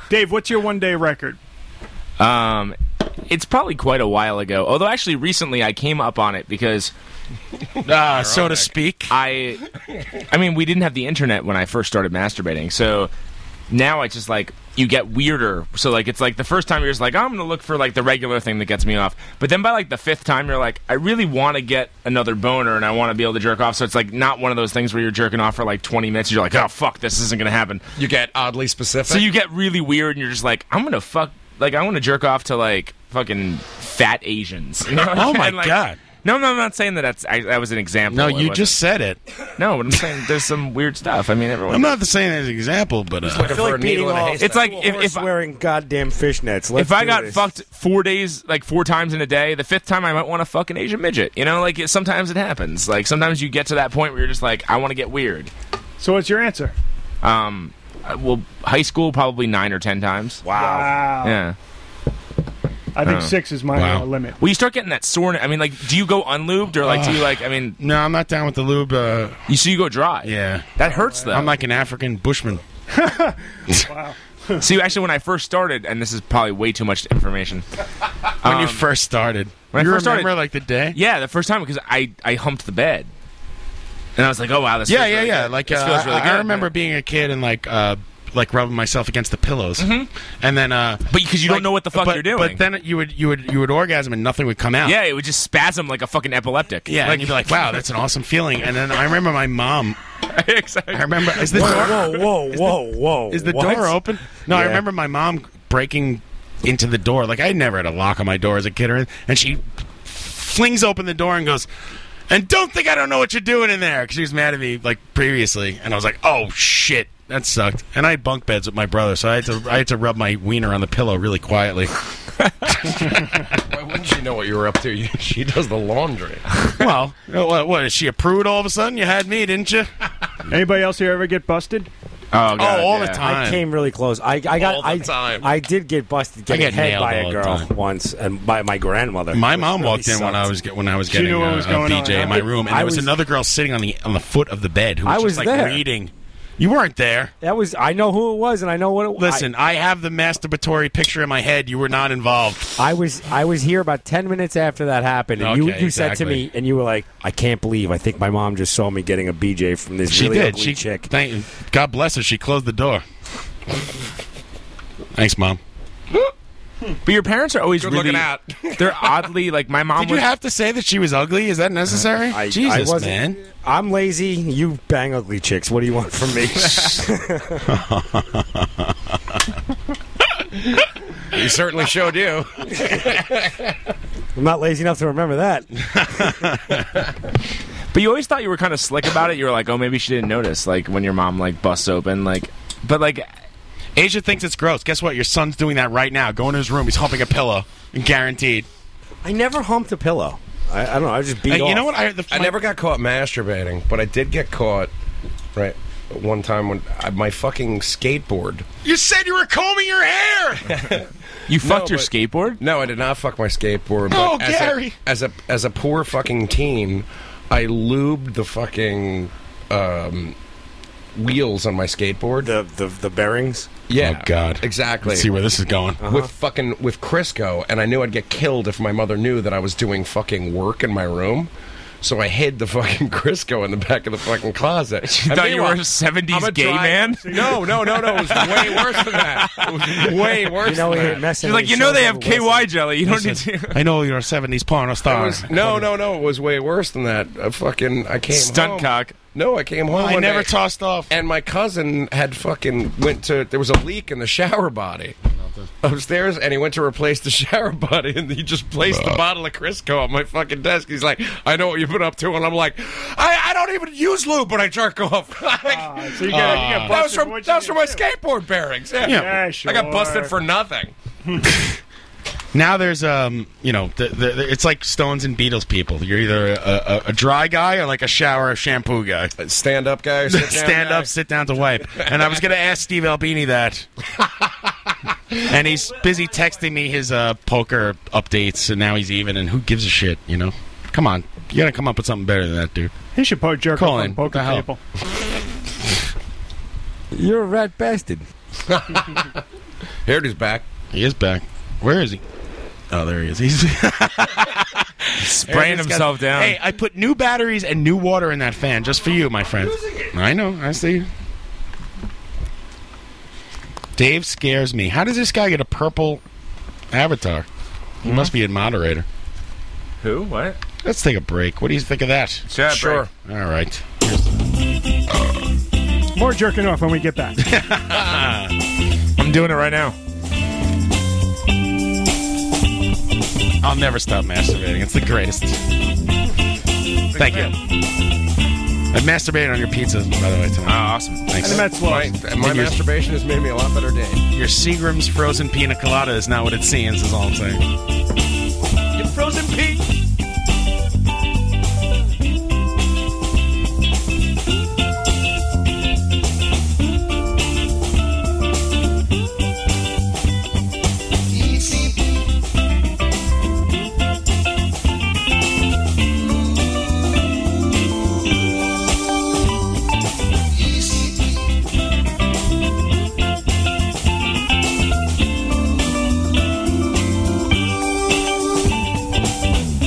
Speaker 13: Dave, what's your one day record?
Speaker 4: Um, it's probably quite a while ago. Although actually, recently I came up on it because,
Speaker 11: uh, so to speak,
Speaker 4: I, I mean, we didn't have the internet when I first started masturbating, so now it's just like you get weirder. So like it's like the first time you're just like, I'm gonna look for like the regular thing that gets me off, but then by like the fifth time you're like, I really want to get another boner and I want to be able to jerk off. So it's like not one of those things where you're jerking off for like 20 minutes. And you're like, oh fuck, this isn't gonna happen.
Speaker 12: You get oddly specific.
Speaker 4: So you get really weird, and you're just like, I'm gonna fuck, like I want to jerk off to like fucking fat Asians. You know what I'm
Speaker 11: Oh, my
Speaker 4: saying? Like-
Speaker 11: God.
Speaker 4: No, no, I'm not saying that. That's Oh, I, that was an example.
Speaker 11: No,
Speaker 4: It
Speaker 11: you
Speaker 4: wasn't.
Speaker 11: just said it.
Speaker 4: no. But I'm saying there's some weird stuff. I mean, everyone.
Speaker 11: I'm not saying as an example, but uh,
Speaker 21: I feel like beating all.
Speaker 4: It's like if,
Speaker 21: if wearing goddamn fishnets. Let's
Speaker 4: if I
Speaker 21: do
Speaker 4: got
Speaker 21: this.
Speaker 4: fucked four days, like four times in a day, the fifth time I might want to fuck an Asian midget. You know, like it, sometimes it happens. Like sometimes you get to that point where you're just like, I want to get weird.
Speaker 13: So what's your answer?
Speaker 4: Um, uh, well, high school probably nine or ten times.
Speaker 13: Wow.
Speaker 4: Yeah.
Speaker 13: I think
Speaker 4: Oh.
Speaker 13: six is my
Speaker 4: Wow.
Speaker 13: uh, limit.
Speaker 4: Well, you start getting that soreness. I mean, like, do you go unlubed or like, do you like? I mean,
Speaker 11: no, I'm not down with the lube. Uh,
Speaker 4: you see, you go dry.
Speaker 11: Yeah,
Speaker 4: that hurts though.
Speaker 11: I'm like an African Bushman.
Speaker 4: see, actually, when I first started, and this is probably way too much information.
Speaker 11: When you
Speaker 4: Um,
Speaker 11: first started,
Speaker 4: when
Speaker 11: you
Speaker 4: I first started-
Speaker 11: remember like the day.
Speaker 4: yeah, the first time because I I humped the bed, and I was like, oh wow, this
Speaker 11: yeah,
Speaker 4: feels
Speaker 11: yeah,
Speaker 4: really
Speaker 11: yeah.
Speaker 4: good.
Speaker 11: Like
Speaker 4: this
Speaker 11: uh,
Speaker 4: feels really
Speaker 11: I,
Speaker 4: good.
Speaker 11: I remember being a kid and like uh, like rubbing myself against the pillows, and then uh,
Speaker 4: Mm-hmm. but because you don't know what the fuck
Speaker 11: but,
Speaker 4: you're doing.
Speaker 11: But then you would you would you would orgasm and nothing would come out.
Speaker 4: yeah, it would just spasm like a fucking epileptic.
Speaker 11: yeah.
Speaker 4: like
Speaker 11: and you'd be like, wow, that's an awesome feeling. And then I remember my mom.
Speaker 4: exactly.
Speaker 11: I remember is the
Speaker 21: Whoa,
Speaker 11: door
Speaker 21: whoa, whoa, whoa, whoa!
Speaker 11: is the
Speaker 21: what?
Speaker 11: door open? No, I
Speaker 21: Yeah.
Speaker 11: remember my mom breaking into the door. Like I never had a lock on my door as a kid, or anything, and she flings open the door and goes. And don't think I don't know what you're doing in there because she was mad at me like previously, and I was like, "Oh shit, that sucked." And I had bunk beds with my brother, so I had to I had to rub my wiener on the pillow really quietly.
Speaker 12: Why wouldn't she know what you were up to? she does the laundry.
Speaker 11: well, what, what is she a prude all of a sudden? You had me, didn't you?
Speaker 13: Anybody else here ever get busted?
Speaker 4: Oh,
Speaker 11: God, all the yeah. time.
Speaker 21: I came really close. I, I got.
Speaker 11: All the
Speaker 21: I,
Speaker 11: time.
Speaker 21: I did get busted getting
Speaker 11: get
Speaker 21: head
Speaker 11: nailed
Speaker 21: by
Speaker 11: all
Speaker 21: a
Speaker 11: the
Speaker 21: girl
Speaker 11: time.
Speaker 21: once, and by my grandmother.
Speaker 11: My
Speaker 21: which
Speaker 11: mom
Speaker 21: really
Speaker 11: walked in when
Speaker 21: sucked.
Speaker 11: I was get, when I was
Speaker 21: She
Speaker 11: getting
Speaker 21: knew what
Speaker 11: uh,
Speaker 21: was
Speaker 11: a
Speaker 21: going
Speaker 11: BJ
Speaker 21: on,
Speaker 11: in my
Speaker 21: huh?
Speaker 11: room, and
Speaker 21: I
Speaker 11: there was,
Speaker 21: was-
Speaker 11: another girl sitting on the on the foot of the bed who was,
Speaker 21: I was
Speaker 11: just like
Speaker 21: there.
Speaker 11: reading. You weren't there.
Speaker 21: That was. I know who it was, and I know what it was.
Speaker 11: Listen, I, have the masturbatory picture in my head. You were not involved.
Speaker 21: I was I was here about ten minutes after that happened, and you
Speaker 11: Okay,
Speaker 21: you said to
Speaker 11: exactly.
Speaker 21: me, and you were like, "I can't believe I think my mom just saw me getting a BJ from this
Speaker 11: She
Speaker 21: really
Speaker 11: did.
Speaker 21: ugly
Speaker 11: She
Speaker 21: chick."
Speaker 11: Thank, God bless her. She closed the door. Thanks, mom.
Speaker 4: But your parents are always
Speaker 12: Good
Speaker 4: really
Speaker 12: looking out.
Speaker 4: they're oddly like my mom.
Speaker 11: Did you
Speaker 4: was-
Speaker 11: have to say that she was ugly? Is that necessary?
Speaker 21: I, I
Speaker 11: Jesus,
Speaker 21: wasn't-
Speaker 11: man.
Speaker 21: I'm lazy. You bang ugly chicks. What do you want from me?
Speaker 12: You certainly showed you.
Speaker 21: I'm not lazy enough to remember that.
Speaker 4: But you always thought you were kind of slick about it. You were like, oh, maybe she didn't notice. Like when your mom like busts open, like, but like,
Speaker 11: Asia thinks it's gross. Guess what? Your son's doing that right now. Go in his room. He's humping a pillow. Guaranteed.
Speaker 21: I never humped a pillow. I, I don't know. I just beat.
Speaker 11: Hey, you
Speaker 21: off.
Speaker 11: know what? I, the,
Speaker 12: I never got caught masturbating, but I did get caught right one time when I, my fucking skateboard.
Speaker 11: You said you were combing your hair.
Speaker 4: you fucked your
Speaker 12: but-
Speaker 4: skateboard.
Speaker 12: No, I did not fuck my skateboard. But
Speaker 11: Oh,
Speaker 12: as
Speaker 11: Gary.
Speaker 12: A, as a as a poor fucking teen, I lubed the fucking um, wheels on my skateboard.
Speaker 21: the the the bearings.
Speaker 12: yeah,
Speaker 11: Oh, God.
Speaker 12: exactly.
Speaker 11: Let's see where this is going.
Speaker 4: Uh-huh.
Speaker 12: with fucking with Crisco, and I knew I'd get killed if my mother knew that I was doing fucking work in my room. So I hid the fucking Crisco in the back of the fucking closet.
Speaker 4: You
Speaker 12: And
Speaker 4: thought you were a
Speaker 12: meanwhile,
Speaker 4: 70s
Speaker 12: I'm a
Speaker 4: gay
Speaker 12: dry-
Speaker 4: man?
Speaker 12: No, no, no, no. It was way worse than that. It was way worse.
Speaker 21: You know we
Speaker 12: than
Speaker 21: ain't
Speaker 12: that.
Speaker 21: messing.
Speaker 4: She's like,
Speaker 21: with
Speaker 4: you know they have
Speaker 21: yourself over
Speaker 4: KY jelly. You don't need to.
Speaker 11: I know you're a 70s porn
Speaker 12: It
Speaker 11: star.
Speaker 12: was- no, no, no. It was way worse than that. I fucking I came
Speaker 4: Stunt
Speaker 12: home.
Speaker 4: cock.
Speaker 12: No, I came home.
Speaker 11: I
Speaker 12: one
Speaker 11: never
Speaker 12: day,
Speaker 11: tossed off.
Speaker 12: And my cousin had fucking went to. There was a leak in the shower body upstairs, and he went to replace the shower body, and he just placed the bottle of Crisco on my fucking desk. He's like, "I know what you've been up to," and I'm like, "I, I don't even use lube when I jerk off." Like,
Speaker 13: So you got, you got
Speaker 12: that was
Speaker 13: busted.
Speaker 12: from
Speaker 13: What'd
Speaker 12: that was
Speaker 13: you
Speaker 12: from my
Speaker 13: do?
Speaker 12: skateboard bearings. Yeah,
Speaker 11: Yeah.
Speaker 13: Yeah,
Speaker 12: I got busted
Speaker 13: sure.
Speaker 12: for nothing.
Speaker 11: Now there's um, you know, the, the, the- it's like Stones and Beatles people. You're either a, a, a dry guy or like a shower or shampoo guy.
Speaker 12: Stand up guy, or sit down
Speaker 11: stand
Speaker 12: guy?
Speaker 11: up, sit down to wipe. And I was gonna ask Steve Albini that, and he's busy texting me his uh, poker updates, and now he's even. And who gives a shit? You know, come on, you gotta come up with something better than that, dude.
Speaker 13: He should po- jerk
Speaker 11: Call
Speaker 13: off
Speaker 11: in.
Speaker 13: on poker
Speaker 11: The hell?
Speaker 13: table.
Speaker 11: You're a rat bastard.
Speaker 12: Heard he's back.
Speaker 11: He is back. Where is he? Oh, there he is. He's
Speaker 15: spraying
Speaker 11: Aaron's got-
Speaker 15: himself down.
Speaker 11: Hey, I put new batteries and new water in that fan just for you, my friend. I know. I see. Dave scares me. How does this guy get a purple avatar? He must be a moderator.
Speaker 15: Who? What?
Speaker 11: Let's take a break. What do you think of that?
Speaker 15: Sure, break. Sure.
Speaker 11: All right.
Speaker 13: More jerking off when we get back.
Speaker 15: I'm doing it right now.
Speaker 11: I'll never stop masturbating. It's the greatest. Thank you. I masturbated on your pizza, by the way. Tonight.
Speaker 15: Oh, awesome.
Speaker 11: Thanks.
Speaker 12: And that's why- My, my
Speaker 11: And your-
Speaker 12: masturbation has made me a lot better day.
Speaker 11: Your Seagram's frozen pina colada is not what it seems, is all I'm saying.
Speaker 12: You frozen pea.
Speaker 10: Easy.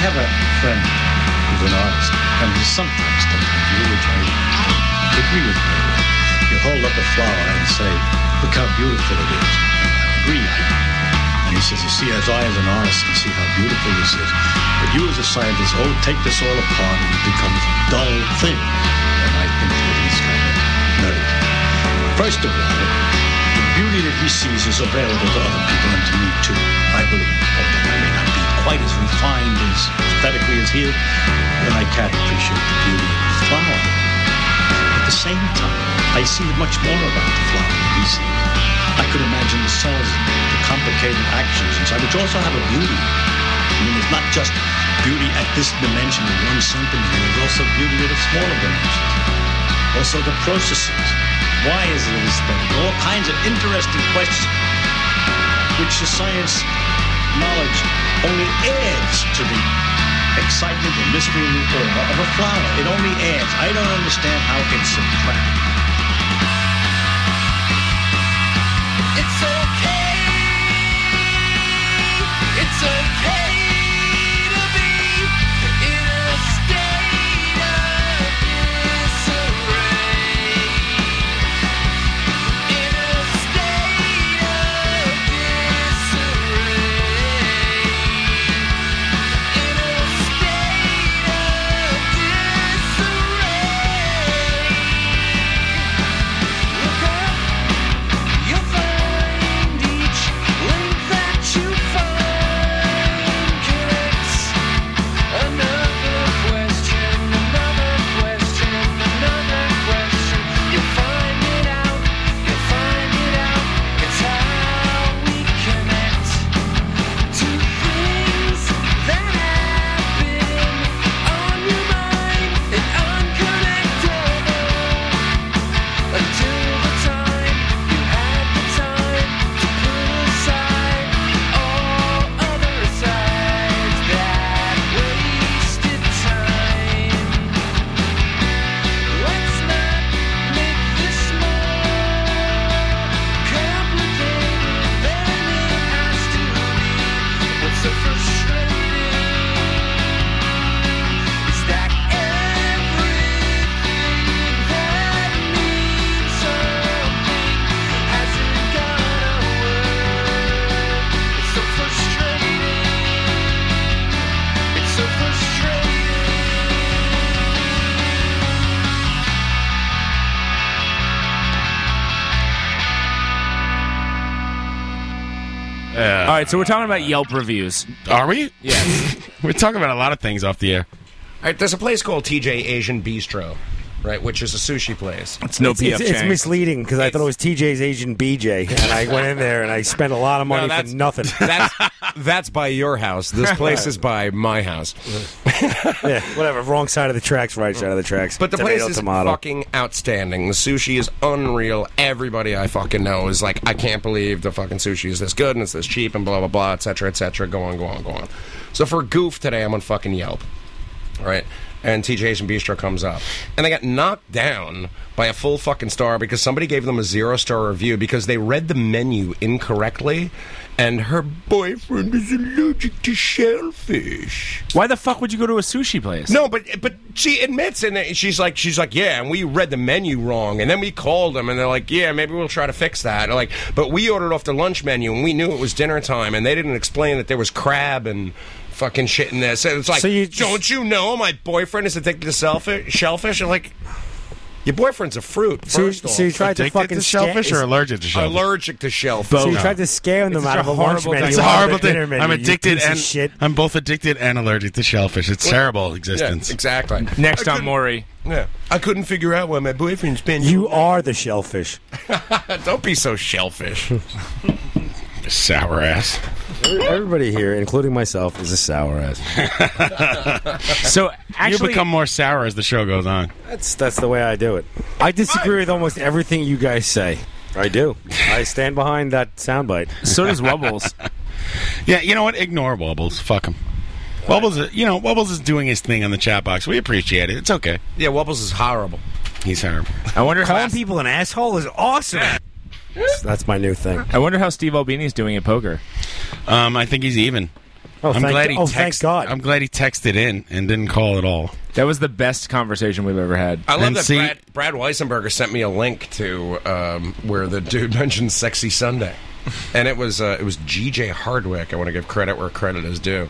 Speaker 22: have a friend who's an artist, and he sometimes takes a view which I agree with very well. You hold up a flower and say, look how beautiful it is. I agree. I- And he says, you see, as I as an artist can see how beautiful this is, but you as a scientist, oh, take this all apart and it becomes a dull thing. And I think that he's kind of nutty. First of all, the beauty that he sees is available to other people and to me too, I believe. Although I may not be quite as refined as aesthetically as he is, then I can appreciate the beauty of the flower. At the same time, I see much more about the flower than he sees. I could imagine the cells, the complicated actions inside, which also have a beauty. I mean, it's not just beauty at this dimension of one centimeter, there's also beauty at a smaller dimensions. Also the processes. Why is it aesthetic? All kinds of interesting questions which the science knowledge only adds to the excitement and mystery and the aura of a flower. It only adds. I don't understand how it's subtracted.
Speaker 10: It's okay. It's okay to be in a state of disarray. In a state of disarray. In a state of disarray. Look up. You'll find each link that you find connects another question, another question, another question. You find it out, you find it out. It's how we connect to things that happen on your mind and unconnectable. Until the time you had the time to put aside all other sides that wasted time. Let's not make this more complicated than it has to be. What's so frustrating is that everything that means something hasn't got a word. It's so frustrating. It's so frustrating.
Speaker 15: All right, so we're talking about Yelp reviews.
Speaker 11: Are we? Yeah. We're talking about a lot of things off the air.
Speaker 12: All right, there's a place called TJ Asian Bistro, right, which is a sushi place.
Speaker 6: it's, it's, it's misleading because I thought it was TJ's Asian BJ, and I went in there and I spent a lot of money for
Speaker 12: that's-
Speaker 6: nothing.
Speaker 12: That's that's by your house. This place is by my house.
Speaker 6: yeah, whatever. Wrong side of the tracks, right side of the tracks.
Speaker 12: But the
Speaker 6: tomato,
Speaker 12: place is
Speaker 6: tomato.
Speaker 12: fucking outstanding. The sushi is unreal. Everybody I fucking know is like, I can't believe the fucking sushi is this good and it's this cheap and blah blah blah, etc. etc. Go on, go on, go on. So for goof today, I'm on fucking Yelp, right? And TJ's and Bistro comes up, and they got knocked down by a full fucking star because somebody gave them a zero star review because they read the menu incorrectly, and her boyfriend is allergic to shellfish.
Speaker 15: Why the fuck would you go to a sushi place?
Speaker 12: No, but but she admits and she's like she's like yeah, and we read the menu wrong, and then we called them and they're like yeah, maybe we'll try to fix that. They're like, but we ordered off the lunch menu and we knew it was dinner time, and they didn't explain that there was crab and fucking shit in this. And it's like,
Speaker 6: So you-
Speaker 12: don't you know my boyfriend is addicted to selfish? Shellfish? And like, your boyfriend's a fruit.
Speaker 6: So you-
Speaker 12: first off.
Speaker 6: so you tried to Addicted fucking to sca- shellfish or
Speaker 11: allergic to shellfish?
Speaker 12: Allergic to shellfish.
Speaker 6: So you tried to scam them
Speaker 12: It's
Speaker 6: out
Speaker 12: such
Speaker 6: of
Speaker 12: a
Speaker 6: a lunch
Speaker 12: horrible
Speaker 6: menu.
Speaker 12: thing.
Speaker 11: It's a
Speaker 6: out of
Speaker 11: horrible
Speaker 6: the
Speaker 11: thing.
Speaker 6: dinner menu,
Speaker 11: I'm
Speaker 6: you
Speaker 11: addicted
Speaker 6: piece of
Speaker 11: and
Speaker 6: shit.
Speaker 11: I'm both addicted and allergic to shellfish. It's terrible existence.
Speaker 12: Yeah, exactly.
Speaker 15: Next
Speaker 12: I
Speaker 15: on
Speaker 12: couldn't-
Speaker 15: Maury.
Speaker 12: Yeah, I couldn't figure out why my boyfriend's been.
Speaker 6: You are the shellfish.
Speaker 12: Don't be so shellfish.
Speaker 11: Sour ass.
Speaker 6: Everybody here, including myself, is a sour ass.
Speaker 15: so
Speaker 11: you
Speaker 6: actually-
Speaker 11: become more sour as the show goes on.
Speaker 6: That's that's the way I do it. I disagree with almost everything you guys say. I do. I stand behind that soundbite.
Speaker 15: So does Wubbles.
Speaker 11: Yeah, you know what? Ignore Wubbles. Fuck him. Wubbles, you know, Wubbles is doing his thing on the chat box. We appreciate it. It's okay.
Speaker 12: Yeah, Wubbles is horrible.
Speaker 11: He's horrible.
Speaker 15: I wonder how
Speaker 6: Calling people an asshole is awesome. That's my new thing.
Speaker 15: I wonder how Steve Albini's doing at poker.
Speaker 11: Um, I think he's even.
Speaker 1: Oh,
Speaker 11: I'm
Speaker 1: thank-
Speaker 11: glad he
Speaker 1: oh,
Speaker 11: texted.
Speaker 1: thank God.
Speaker 11: I'm glad he texted in and didn't call at all.
Speaker 4: That was the best conversation we've ever had.
Speaker 12: I love that Brad, Brad Weisenberger sent me a link to um, where the dude mentioned "Sexy Sunday," and it was uh, it was G.J. Hardwick. I want to give credit where credit is due.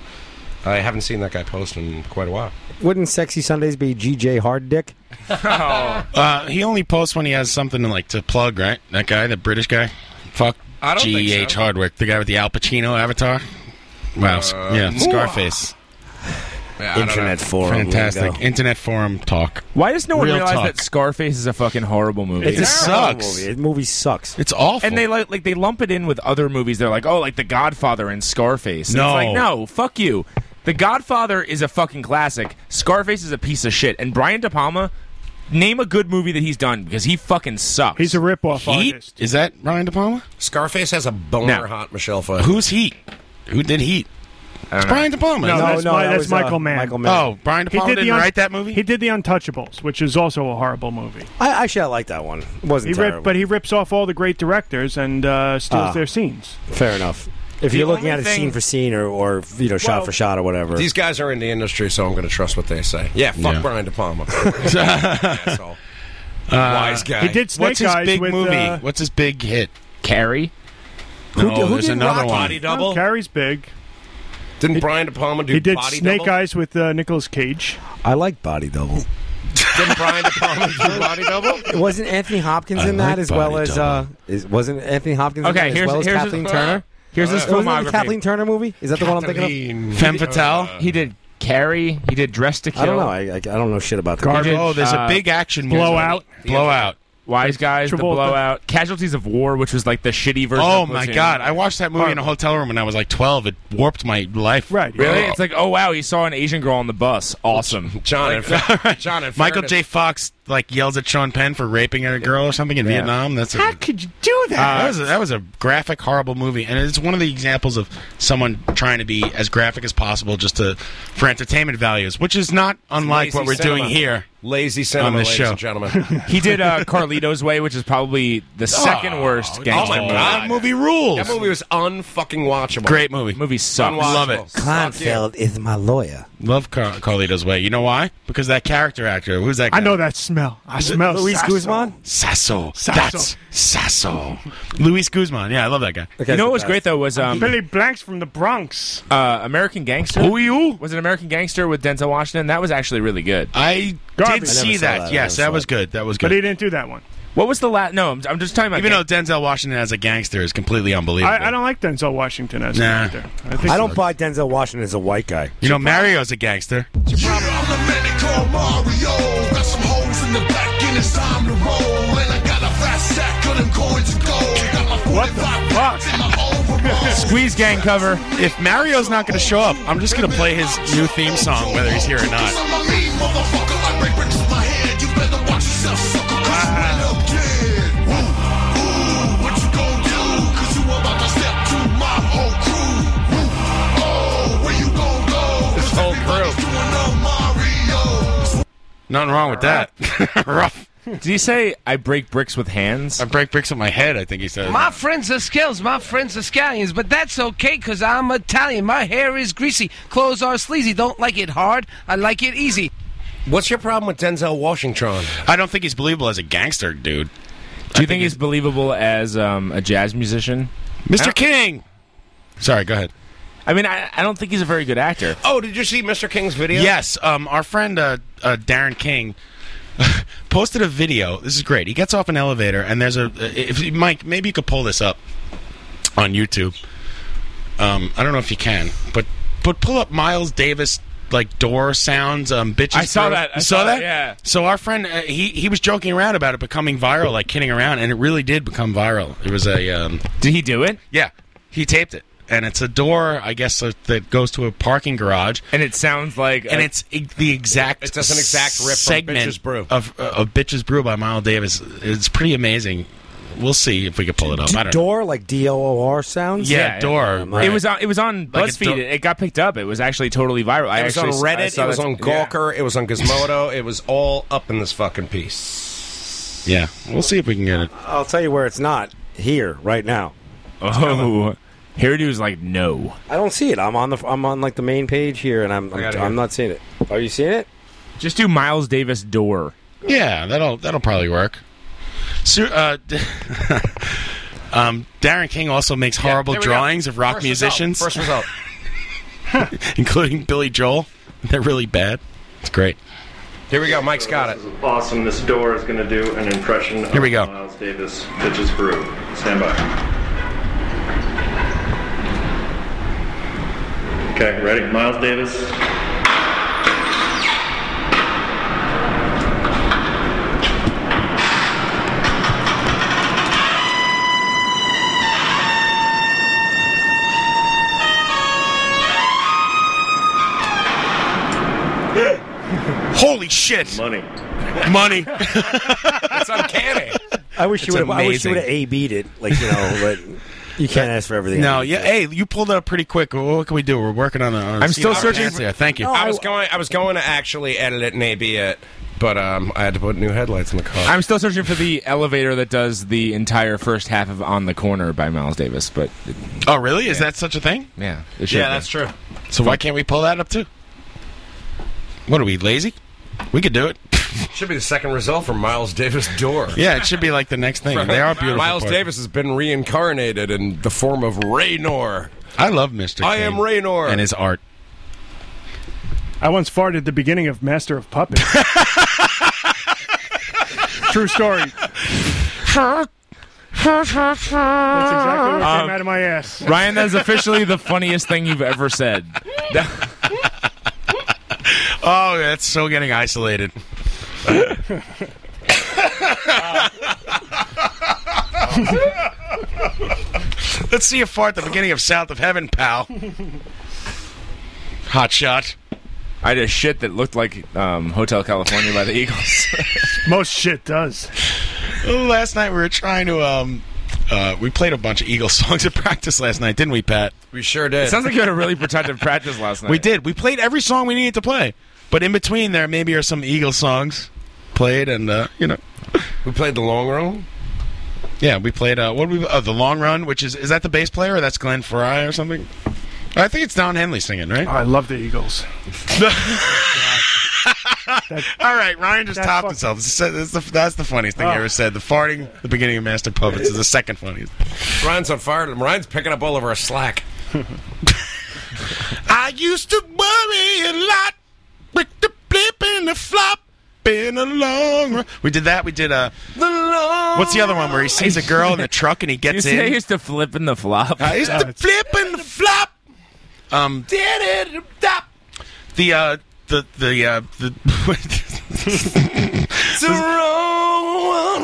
Speaker 12: I haven't seen that guy post in quite a while.
Speaker 1: Wouldn't Sexy Sundays be GJ Hard Dick?
Speaker 11: Uh, he only posts when he has something like to plug, right? That guy, the British guy. Fuck.
Speaker 12: I don't think
Speaker 11: G. H.
Speaker 12: so.
Speaker 11: Hardwick, the guy with the Al Pacino avatar. Wow. s-
Speaker 12: Uh,
Speaker 11: yeah,
Speaker 12: Mooah.
Speaker 11: Scarface.
Speaker 12: Yeah, I don't Internet know. forum, there you
Speaker 11: Fantastic.
Speaker 12: go.
Speaker 11: Internet forum talk.
Speaker 4: Why does no one
Speaker 11: Real
Speaker 4: realize
Speaker 11: talk.
Speaker 4: that Scarface is a fucking horrible movie?
Speaker 11: It It's a horrible sucks.
Speaker 1: movie. The movie sucks.
Speaker 11: It's awful.
Speaker 4: And they like, like they lump it in with other movies. They're like, oh, like The Godfather and Scarface. And
Speaker 11: No.
Speaker 4: it's like no, fuck you. The Godfather is a fucking classic. Scarface is a piece of shit. And Brian De Palma, name a good movie that he's done because he fucking sucks. He's
Speaker 13: a ripoff
Speaker 11: Heat? Is that Ryan De Palma?
Speaker 12: Scarface has a boner hot Michelle Pfeiffer.
Speaker 11: Who's Heat? Who did Heat? It's Brian De Palma.
Speaker 13: No,
Speaker 11: isn't it?
Speaker 13: that's, Mi- that's
Speaker 12: uh,
Speaker 13: Michael Mann.
Speaker 11: Oh, Brian De Palma
Speaker 13: the
Speaker 11: didn't
Speaker 13: Un-
Speaker 11: write that movie?
Speaker 13: He did The Untouchables, which is also a horrible movie.
Speaker 1: I, actually, I like that one. It
Speaker 13: He
Speaker 1: wasn't terrible.
Speaker 13: ripped, but he rips off all the great directors and uh, steals
Speaker 1: Ah.
Speaker 13: their scenes.
Speaker 1: Fair enough. If
Speaker 13: The
Speaker 1: you're looking
Speaker 13: only
Speaker 1: at it
Speaker 13: thing-
Speaker 1: scene for scene or, or you know, shot
Speaker 12: Well-
Speaker 1: for shot or whatever.
Speaker 12: These guys are in the industry, so I'm going to trust what they say. Yeah, fuck
Speaker 1: Yeah.
Speaker 12: Brian De Palma. Asshole. Wise guy.
Speaker 13: He did Snake
Speaker 11: What's his
Speaker 13: Eyes
Speaker 11: big
Speaker 13: with,
Speaker 11: movie?
Speaker 13: uh,
Speaker 11: What's his big hit?
Speaker 4: Carrie.
Speaker 11: No, Oh, there's another one.
Speaker 13: No, Carrie's big.
Speaker 12: Didn't Brian De Palma do
Speaker 13: he did
Speaker 12: Body
Speaker 13: Snake
Speaker 12: Double?
Speaker 13: Eyes with uh, Nicolas Cage.
Speaker 1: I like Body Double.
Speaker 12: Didn't Brian De Palma do Body Double?
Speaker 1: wasn't Anthony Hopkins
Speaker 12: I
Speaker 1: in that
Speaker 12: like
Speaker 1: as well
Speaker 12: Body
Speaker 1: as
Speaker 12: Double.
Speaker 1: uh, is, wasn't Anthony Hopkins in
Speaker 4: Okay,
Speaker 1: that as
Speaker 4: here's-
Speaker 1: well as
Speaker 4: here's his-
Speaker 1: Kathleen Turner?
Speaker 4: Here's his
Speaker 1: Wasn't it the
Speaker 4: filmography.
Speaker 1: Kathleen Turner movie? Is that the one I'm thinking of?
Speaker 11: Femme Fatale?
Speaker 4: He did Carrie. He did Dress to Kill.
Speaker 1: I don't know. I, I, I don't know shit about that.
Speaker 4: He did,
Speaker 11: Oh, there's a
Speaker 4: uh,
Speaker 11: big action movie.
Speaker 4: Blowout.
Speaker 11: Blowout.
Speaker 4: Wise Guys, The
Speaker 11: Travolta.
Speaker 4: Blowout, Casualties of War, which was like the shitty version.
Speaker 11: Oh
Speaker 4: of
Speaker 11: my
Speaker 4: Platoon.
Speaker 11: god! I watched that movie in a hotel room when I was like 12. It warped my life. Right?
Speaker 4: Really? It's like, oh wow, he saw an Asian girl on the bus. Awesome,
Speaker 12: John. John.
Speaker 11: Michael J. Fox like yells at Sean Penn for raping a girl or something in
Speaker 4: Yeah.
Speaker 11: Vietnam. That's a, uh,
Speaker 4: could you do
Speaker 11: that was a, that was a graphic, horrible movie, and it's one of the examples of someone trying to be as graphic as possible just to for entertainment values, which is not unlike
Speaker 12: Lazy
Speaker 11: what we're
Speaker 12: cinema.
Speaker 11: doing here.
Speaker 12: Lazy cinema,
Speaker 11: on this
Speaker 12: ladies
Speaker 11: show.
Speaker 12: and gentlemen.
Speaker 4: he did uh, Carlito's Way, which is probably
Speaker 11: Oh,
Speaker 4: the second worst gangster movie.
Speaker 11: movie rules.
Speaker 12: That movie was unfucking watchable.
Speaker 11: Great movie.
Speaker 4: Movie sucks.
Speaker 12: Unwatchable.
Speaker 11: Love it.
Speaker 1: Kleinfeld is my lawyer.
Speaker 11: Love Car- Carlito's Way. You know why? Because that character actor. Who's that? Guy?
Speaker 13: I know that smell. I smell
Speaker 11: Luis
Speaker 13: Sasso.
Speaker 11: Guzman? Sasso. That's Sasso. Luis Guzman. Yeah, I love that guy.
Speaker 4: you know what was great though was um,
Speaker 13: Billy Blanks from the Bronx.
Speaker 4: uh, American Gangster.
Speaker 11: Who you?
Speaker 4: Was it American Gangster with Denzel Washington? That was actually really good.
Speaker 11: I
Speaker 13: Garbage.
Speaker 11: did
Speaker 13: I never
Speaker 11: see
Speaker 13: saw
Speaker 11: that.
Speaker 13: that. I
Speaker 11: Yes,
Speaker 13: never
Speaker 11: that
Speaker 13: saw
Speaker 11: was
Speaker 13: it.
Speaker 11: good. That was
Speaker 13: But he
Speaker 11: good.
Speaker 13: didn't do that one.
Speaker 4: What was the last? No, I'm, I'm just talking about.
Speaker 11: Even though Denzel Washington as a gangster is completely unbelievable.
Speaker 13: I, I don't like Denzel Washington as
Speaker 11: Nah.
Speaker 13: an actor. I, think
Speaker 1: I don't buy Denzel Washington as a white guy.
Speaker 11: you know, Mario's a gangster.
Speaker 10: I'm the man they call Mario. Got some holes in the back and it's time to roll. And I got a fat sack of them coins to go. Got my 45 bucks in my overalls.
Speaker 4: Squeeze Gang cover.
Speaker 11: If Mario's not going to show up, I'm just going to play his new theme song, whether he's here or
Speaker 10: Cause
Speaker 11: not.
Speaker 10: I'm a mean motherfucker. I break bricks with my head. You better watch yourself, sucker. Cause you went up dead. Woo, ooh, what you gon' do? Cause you about to step to my whole crew. Woo, oh, where you gon' go? This whole crew. doing a Mario.
Speaker 11: Nothing wrong with that. Rough.
Speaker 4: Did he say I break bricks with hands? I
Speaker 11: break bricks with my head. I think he said.
Speaker 23: My friends are skills, my friends are scallions, but that's okay because I'm Italian. My hair is greasy, clothes are sleazy. Don't like it hard, I like it easy.
Speaker 12: What's your problem with Denzel Washington?
Speaker 11: I don't think he's believable as a gangster, dude.
Speaker 4: Do you think, he's believable as um, a jazz musician?
Speaker 11: Mr. King. Sorry, go ahead.
Speaker 4: I mean, I, I don't think he's a very good actor.
Speaker 12: Oh, did you see Mr. King's video?
Speaker 11: Yes, um, our friend uh, uh, Darren King posted a video. This is great. He gets off an elevator, and there's a. uh, If you- Mike, maybe you could pull this up on YouTube. Um, I don't know if you can, but but pull up Miles Davis like door sounds. Um, bitches.
Speaker 4: I saw
Speaker 11: Brew.
Speaker 4: that. I
Speaker 11: You
Speaker 4: saw that, yeah.
Speaker 11: So our friend uh, he he was joking around about it becoming viral, like kidding around, and it really did become viral. It was a. Um,
Speaker 4: Did he do it?
Speaker 11: yeah, he taped it. And it's a door, I guess, uh, that goes to a parking garage.
Speaker 4: And it sounds like
Speaker 11: And
Speaker 4: a-
Speaker 11: it's e- the exact.
Speaker 12: It's just an exact rip from
Speaker 11: segment
Speaker 12: Bitches Brew.
Speaker 11: of uh, of Bitches Brew by Miles Davis. It's pretty amazing. We'll see if we can pull it up. Oh, I don't know.
Speaker 1: door like D O O R sounds.
Speaker 11: Yeah, door. right.
Speaker 4: It was on. It was on
Speaker 11: Like a
Speaker 4: BuzzFeed.
Speaker 11: dope-
Speaker 4: it, it got picked up. It was actually totally viral. I
Speaker 12: It was on
Speaker 4: actually s- I
Speaker 12: Reddit.
Speaker 4: saw
Speaker 12: It was
Speaker 4: that-
Speaker 12: on
Speaker 4: yeah.
Speaker 12: Gawker. It was on Gizmodo. It was all up in this fucking piece.
Speaker 11: Yeah, we'll see if we can get it.
Speaker 1: I'll tell you where it's not here right now.
Speaker 4: Oh, Hairdo's like no.
Speaker 6: I don't see it. I'm on the I'm on like the main page here, and I'm
Speaker 4: I
Speaker 6: I'm,
Speaker 4: gotta
Speaker 6: I'm
Speaker 4: hear.
Speaker 6: not seeing it. Are you seeing it?
Speaker 4: Just do Miles Davis door.
Speaker 11: Yeah, that'll that'll probably work. Su- uh, d- um, Darren King also makes horrible
Speaker 12: there we go.
Speaker 11: drawings of rock
Speaker 12: First result.
Speaker 11: musicians,
Speaker 12: First result.
Speaker 11: including Billy Joel. They're really bad. It's great.
Speaker 12: Here we go. Mike's got it.
Speaker 24: Awesome. This door is going to do an impression
Speaker 11: Here we go.
Speaker 24: of Miles Davis pitches brew. Stand by. Okay, ready? Miles Davis.
Speaker 11: Holy shit!
Speaker 24: Money.
Speaker 11: Money.
Speaker 12: That's uncanny.
Speaker 6: I wish you
Speaker 11: It's
Speaker 6: would. I wish you
Speaker 11: amazing.
Speaker 6: would have a beat it. Like you know, but you can't ask for everything.
Speaker 11: No, yeah. Hey, you pulled up pretty quick. What can we do? We're working on the. on the scene. Yeah, thank you.
Speaker 12: I was going. I was going to actually edit it and AB it, but um, I had to put new headlights in the car.
Speaker 4: I'm still searching for the elevator that does the entire first half of On the Corner by Miles Davis, but
Speaker 11: Oh, really? Is that such a thing?
Speaker 4: yeah, it should
Speaker 11: Yeah,
Speaker 4: be.
Speaker 11: that's true. So why can't we pull that up too? What are we lazy? We could do it.
Speaker 12: Should be the second result from Miles Davis door.
Speaker 11: Yeah, it should be like the next thing. They are beautiful.
Speaker 12: Miles
Speaker 11: parts.
Speaker 12: Davis has been reincarnated in the form of Raynor.
Speaker 11: I love Mr.
Speaker 12: I am Raynor.
Speaker 11: and his art.
Speaker 13: I once farted at the beginning of Master of Puppets. True story. That's exactly what
Speaker 4: Um,
Speaker 13: came out of my ass.
Speaker 4: Ryan, that is officially the funniest thing you've ever said.
Speaker 11: Oh, that's so getting isolated. Let's see you fart the beginning of South of Heaven, pal. Hot shot.
Speaker 4: I had a shit that looked like um, Hotel California by the Eagles.
Speaker 13: Most shit does.
Speaker 11: Last night we were trying to um uh, we played a bunch of Eagles songs at practice last night, didn't we, Pat?
Speaker 12: We sure did.
Speaker 4: It sounds like you had a really protective practice last night.
Speaker 11: We did. We played every song we needed to play. But in between there maybe are some Eagles songs played and uh, you know.
Speaker 12: We played the long run.
Speaker 11: Yeah, we played uh what did we uh, the long run, which is is that the bass player or that's Glenn Fry or something? I think it's Don Henley singing, right?
Speaker 12: Uh,
Speaker 13: I love the Eagles.
Speaker 11: All right, Ryan just topped himself. It's the- it's the- That's the funniest thing you ever said. The farting, the beginning of Master Puppets is the second funniest.
Speaker 12: Ryan's on fire. Ryan's picking up all of our slack.
Speaker 11: I used to worry a lot with the blip and the flop. Been a long run. We did that. We did a. What's the other one where he sees a girl in the truck and he
Speaker 4: You
Speaker 11: gets
Speaker 4: see, I
Speaker 11: in?
Speaker 4: used to flip in the flop.
Speaker 11: I used to flip and the flop. Um, the uh, the the uh, the.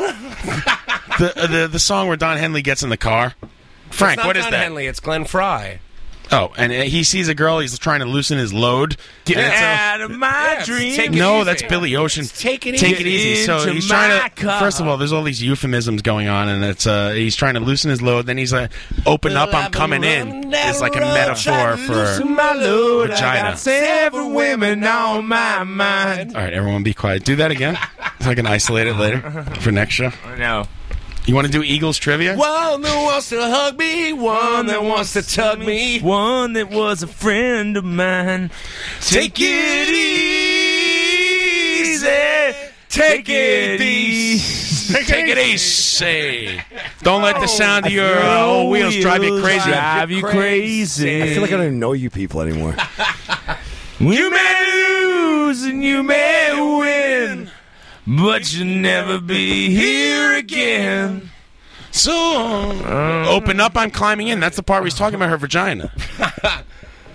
Speaker 11: the, uh, the the song where Don Henley gets in the car.
Speaker 12: it's
Speaker 11: Frank,
Speaker 12: not
Speaker 11: what is
Speaker 12: Don
Speaker 11: that?
Speaker 12: Henley, it's Glenn Fry.
Speaker 11: Oh, and uh, he sees a girl. He's trying to loosen his load. And it's, uh,
Speaker 4: of my
Speaker 12: it's
Speaker 4: dream.
Speaker 12: Take It
Speaker 11: no,
Speaker 12: Easy.
Speaker 11: that's Billy Ocean.
Speaker 12: Take It
Speaker 11: Take it
Speaker 12: Easy.
Speaker 11: easy. So
Speaker 12: Into
Speaker 11: he's trying
Speaker 12: my
Speaker 11: to.
Speaker 12: car.
Speaker 11: First of all, there's all these euphemisms going on, and it's uh, he's trying to loosen his load. Then he's like, "Open up, I'm coming in." It's like a metaphor for. vagina.
Speaker 4: several women on my mind.
Speaker 11: All right, everyone, be quiet. Do that again, so I can isolate it later for next show.
Speaker 4: I know.
Speaker 11: You want to do Eagles trivia?
Speaker 12: One that wants to hug me, one that wants to tug me.
Speaker 4: One that was a friend of mine.
Speaker 12: Take it easy. Take it easy.
Speaker 11: Take it easy. Don't let the sound of your uh, old wheels drive you crazy.
Speaker 4: Drive you crazy.
Speaker 6: I feel like I don't even know you people anymore.
Speaker 4: You may lose and you may win, but you'll never be here again.
Speaker 11: So
Speaker 4: Uh,
Speaker 11: open up. I'm climbing in. That's the part where he's talking about her vagina.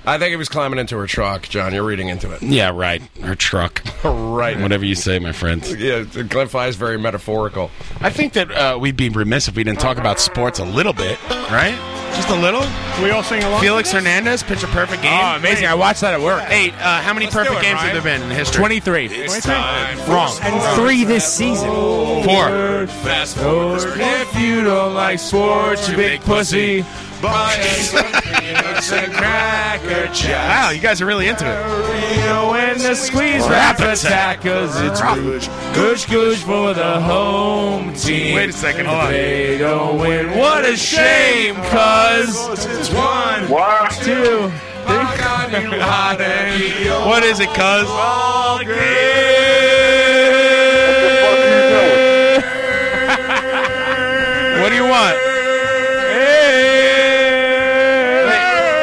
Speaker 12: I think he was climbing into her truck, John. You're reading into it.
Speaker 11: Yeah, right. Her truck.
Speaker 12: right.
Speaker 11: Whatever you say, my friends.
Speaker 12: Yeah, Glenn Fry is very metaphorical.
Speaker 11: I think that uh, we'd be remiss if we didn't talk about sports a little bit, right? Just a little.
Speaker 13: We all sing along.
Speaker 11: Felix Hernandez pitch a perfect game.
Speaker 4: Oh, amazing. I watched that at work.
Speaker 11: Hey, uh, how many perfect games have there been in history?
Speaker 4: 23.
Speaker 11: Wrong.
Speaker 6: and three this season.
Speaker 11: Four.
Speaker 4: Fast forward. If you don't like sports, you big pussy.
Speaker 25: Boys, peanuts and cracker
Speaker 11: Wow, you guys are really into it.
Speaker 25: in the squeeze
Speaker 11: rap attack, 'cause it's
Speaker 25: gooch, gooch, gooch for the home team.
Speaker 11: Wait a second, hold on.
Speaker 25: They don't win. What a shame, cuz it's one, two, three.
Speaker 11: What is it, cuz? What do you want? Wait.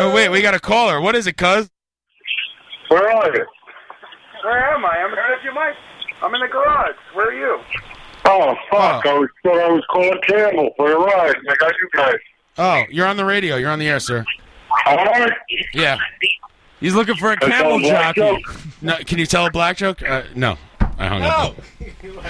Speaker 11: Oh, wait, we got a caller. What is it, cuz?
Speaker 10: Where are you? Where am I? I'm at your mic. I'm in the garage. Where are you? Oh, fuck. I was, thought I was calling Campbell for a ride. I got you guys.
Speaker 11: Oh, you're on the radio. You're on the air, sir.
Speaker 10: Hello?
Speaker 11: Yeah.
Speaker 4: He's looking for a
Speaker 11: That's
Speaker 4: camel
Speaker 11: all black
Speaker 4: jockey.
Speaker 11: No, can you tell a black joke? Uh, no. I hung up.
Speaker 25: No.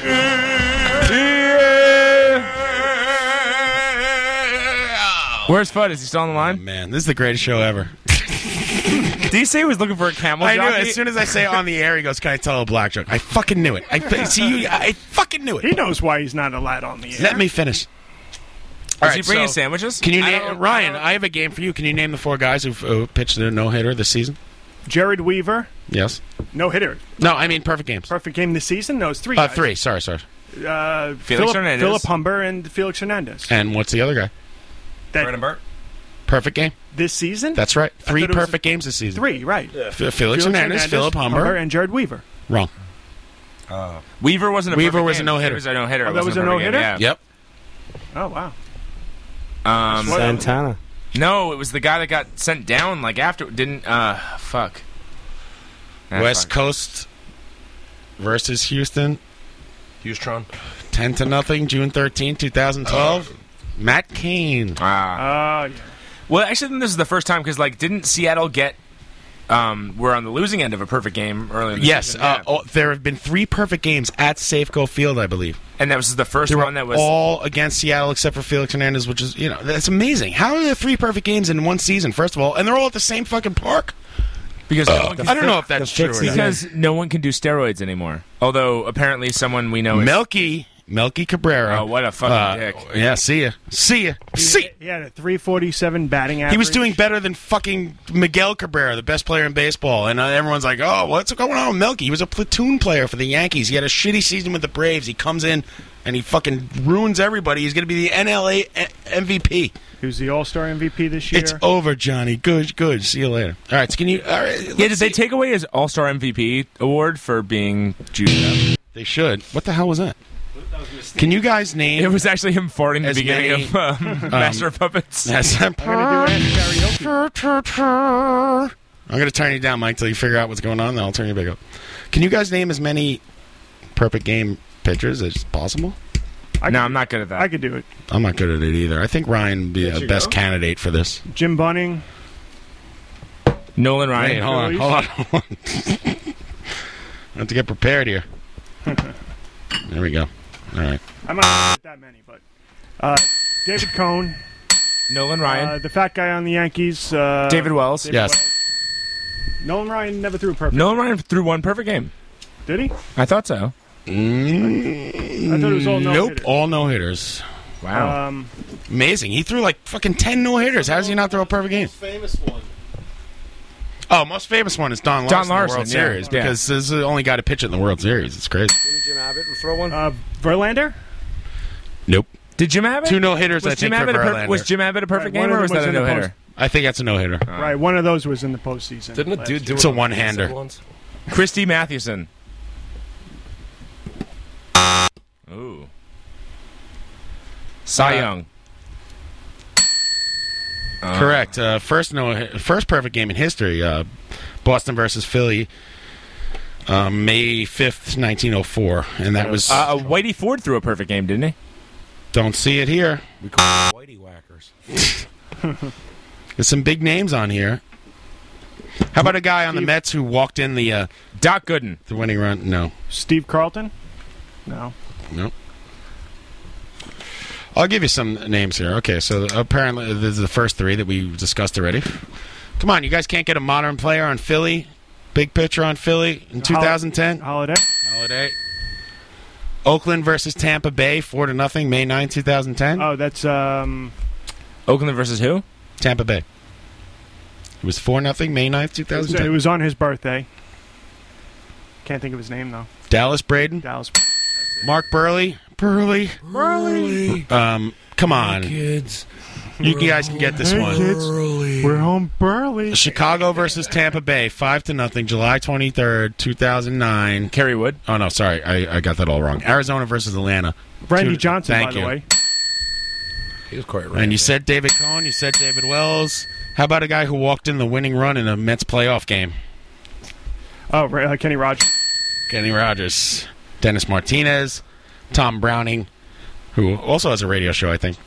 Speaker 4: Where's Fudd? Is he still on the line?
Speaker 11: Oh, man, this is the greatest show ever.
Speaker 4: DC was looking for a camel
Speaker 11: I knew
Speaker 4: jockey.
Speaker 11: it. As soon as I say on the air, he goes, "Can I tell a black joke?" I fucking knew it. I f- see you. I fucking knew it.
Speaker 13: He knows why he's not allowed on the air.
Speaker 11: Let me finish. All
Speaker 13: he bringing
Speaker 4: sandwiches?
Speaker 11: Can you
Speaker 13: I
Speaker 11: name Ryan? I have a game for you. Can you name the four guys who who pitched their no hitter this season?
Speaker 13: Jared Weaver,
Speaker 11: Yes.
Speaker 13: no hitter.
Speaker 11: No, I mean perfect games.
Speaker 13: Perfect game this season. Those three.
Speaker 11: Uh,
Speaker 13: guys.
Speaker 11: three. Sorry, sorry.
Speaker 13: Uh,
Speaker 11: Felix
Speaker 13: Philip,
Speaker 11: Hernandez.
Speaker 13: Philip Humber and Felix Hernandez.
Speaker 11: And what's the other guy?
Speaker 13: That
Speaker 11: Perfect game.
Speaker 13: this season.
Speaker 11: That's right.
Speaker 13: I
Speaker 11: Three
Speaker 13: thought it was
Speaker 11: perfect games this season.
Speaker 13: Three, right?
Speaker 11: F- Felix Hernandez, Philip Humber.
Speaker 13: and Jared Weaver.
Speaker 11: Wrong.
Speaker 4: Weaver wasn't a
Speaker 11: Weaver
Speaker 4: perfect
Speaker 11: was
Speaker 4: game.
Speaker 11: a no-hitter.
Speaker 4: It was a no hitter.
Speaker 13: Oh, that was a no-hitter?
Speaker 11: Yep.
Speaker 13: Oh wow.
Speaker 4: Yeah. Um,
Speaker 26: Santana.
Speaker 4: No, it was the guy that got sent down. Like after didn't. Uh, fuck. That's
Speaker 11: West Coast versus Houston.
Speaker 12: Houston.
Speaker 11: Ten to nothing. June 13, two thousand twelve.
Speaker 4: Oh.
Speaker 11: Matt Cain.
Speaker 13: Uh,
Speaker 4: Ah. Well, actually, I think this is the first time because like didn't Seattle get? Um, we're on the losing end of a perfect game earlier. In the
Speaker 11: Yes,
Speaker 4: season?
Speaker 11: uh, oh, there have been three perfect games at Safeco Field, I believe.
Speaker 4: and that was the first
Speaker 11: They were
Speaker 4: one that was
Speaker 11: all against Seattle except for Felix Hernandez, which is you know that's amazing. How are there three perfect games in one season? First of all, and they're all at the same fucking park.
Speaker 4: because
Speaker 11: Uh, I don't know if that's true. Or not.
Speaker 4: because no one can do steroids anymore. Although apparently someone we know is
Speaker 11: Melky Melky Cabrera.
Speaker 4: Oh, what a fucking
Speaker 11: Uh,
Speaker 4: dick!
Speaker 11: Yeah, see ya, see ya, see.
Speaker 13: He had a 347 batting average.
Speaker 11: He was doing better than fucking Miguel Cabrera, the best player in baseball, and uh, everyone's like, "Oh, what's going on with Melky?" He was a platoon player for the Yankees. He had a shitty season with the Braves. He comes in and he fucking ruins everybody. He's going to be the NLA MVP.
Speaker 13: Who's the All Star MVP this year?
Speaker 11: It's over, Johnny. Good, good. See you later. All right, so can you? All right,
Speaker 4: Yeah, did they take away his All Star MVP award for being juiced up?
Speaker 11: They should. What the hell was that? Can you guys name?
Speaker 4: It was actually him farting the
Speaker 11: As
Speaker 4: beginning
Speaker 11: many-
Speaker 4: of um,
Speaker 11: Um,
Speaker 4: Master of Puppets.
Speaker 11: That's I'm
Speaker 25: gonna do karaoke.
Speaker 11: going to turn you down, Mike, till you figure out what's going on. Then I'll turn you back up. Can you guys name as many perfect game pitchers as possible?
Speaker 4: no, I'm not good at that.
Speaker 13: I could do it.
Speaker 11: I'm not good at it either. I think Ryan would be
Speaker 13: Did
Speaker 11: the
Speaker 13: you
Speaker 11: best
Speaker 13: go?
Speaker 11: candidate for this.
Speaker 13: Jim Bunning.
Speaker 4: Nolan Ryan.
Speaker 11: Hey, hold on, hold on, hold on. I have to get prepared here. There we go. All right.
Speaker 13: I'm not that many, but uh, David Cohn,
Speaker 4: Nolan Ryan.
Speaker 13: uh, the fat guy on the Yankees. Uh,
Speaker 4: David Wells.
Speaker 13: David Wells. Nolan Ryan never threw a perfect.
Speaker 4: Nolan Ryan threw one perfect game.
Speaker 13: Did he?
Speaker 4: I thought so.
Speaker 13: I thought it was all no
Speaker 11: nope,
Speaker 13: hitters.
Speaker 11: all no hitters.
Speaker 4: Wow.
Speaker 13: Um,
Speaker 11: Amazing. He threw like fucking 10 no hitters. How does he not throw a perfect game?
Speaker 25: Famous one.
Speaker 11: Oh, most famous one is Don Larson,
Speaker 4: Don
Speaker 11: in
Speaker 4: Larson,
Speaker 11: the World
Speaker 4: yeah.
Speaker 11: Series
Speaker 4: Yeah.
Speaker 11: because this is the only guy to pitch it in the World Series. It's crazy.
Speaker 26: Jim Abbott throw one.
Speaker 13: uh, Verlander.
Speaker 11: Nope.
Speaker 4: Did Jim Abbott?
Speaker 11: Two no hitters,
Speaker 4: Was
Speaker 11: I
Speaker 4: Jim
Speaker 11: think, for
Speaker 4: Abbott a per-
Speaker 11: Verlander.
Speaker 4: was Jim Abbott a perfect
Speaker 13: Right,
Speaker 4: game
Speaker 13: one of
Speaker 4: or
Speaker 13: them
Speaker 4: was
Speaker 13: was
Speaker 4: that a
Speaker 13: in the
Speaker 4: no hitter?
Speaker 13: post.
Speaker 11: I think that's a no hitter.
Speaker 13: Right, one of those was in the postseason.
Speaker 12: Didn't a
Speaker 13: last
Speaker 12: dude do
Speaker 13: year.
Speaker 11: It's Uh. a
Speaker 12: it on
Speaker 11: one hander.
Speaker 12: the ones?
Speaker 4: Christy Mathewson. Ooh. Cy
Speaker 11: Uh,
Speaker 4: Young. Uh,
Speaker 11: Correct. Uh, first no, first perfect game in history. Uh, Boston versus Philly, uh, May fifth, nineteen oh four, and that was.
Speaker 4: Uh, Whitey Ford threw a perfect game, didn't he?
Speaker 11: don't see it here.
Speaker 12: We call them Whitey Whackers.
Speaker 11: There's some big names on here. How about a guy on the
Speaker 13: Steve-
Speaker 11: Mets who walked in the uh,
Speaker 4: Doc Gooden.
Speaker 11: the winning run? No,
Speaker 13: Steve Carlton. No.
Speaker 11: no. I'll give you some names here. Okay, so apparently this is the first three that we discussed already. Come on, you guys can't get a modern player on Philly, big pitcher on Philly in 2010.
Speaker 13: Holiday.
Speaker 11: Holiday. Oakland versus Tampa Bay, four to nothing, May 9, 2010.
Speaker 13: Oh, that's um,
Speaker 4: Oakland versus who?
Speaker 11: Tampa Bay. It was 4 nothing May 9th,
Speaker 13: It was, it
Speaker 11: 2010.
Speaker 13: was on his birthday. Can't think of his name though.
Speaker 11: Dallas Braden.
Speaker 13: Dallas.
Speaker 11: Mark Burley. Burley. Burley. Um, come on. kids. You guys can get this
Speaker 13: Hey,
Speaker 11: one.
Speaker 13: kids. We're home burly.
Speaker 11: Chicago versus Tampa Bay, five to nothing, July twenty third, two thousand nine. Kerry Wood. Oh no, sorry, I, I got that all wrong. Arizona versus Atlanta.
Speaker 13: Randy
Speaker 11: Two-
Speaker 13: Johnson,
Speaker 11: thank
Speaker 13: by the
Speaker 11: you.
Speaker 13: way.
Speaker 12: He was quite
Speaker 11: And you said David Cohen, you said David Wells. How about a guy who walked in the winning run in a Mets playoff game?
Speaker 13: Oh, right, uh, Kenny Rogers.
Speaker 11: Kenny Rogers, Dennis Martinez, Tom Browning, who also has a radio show, I think.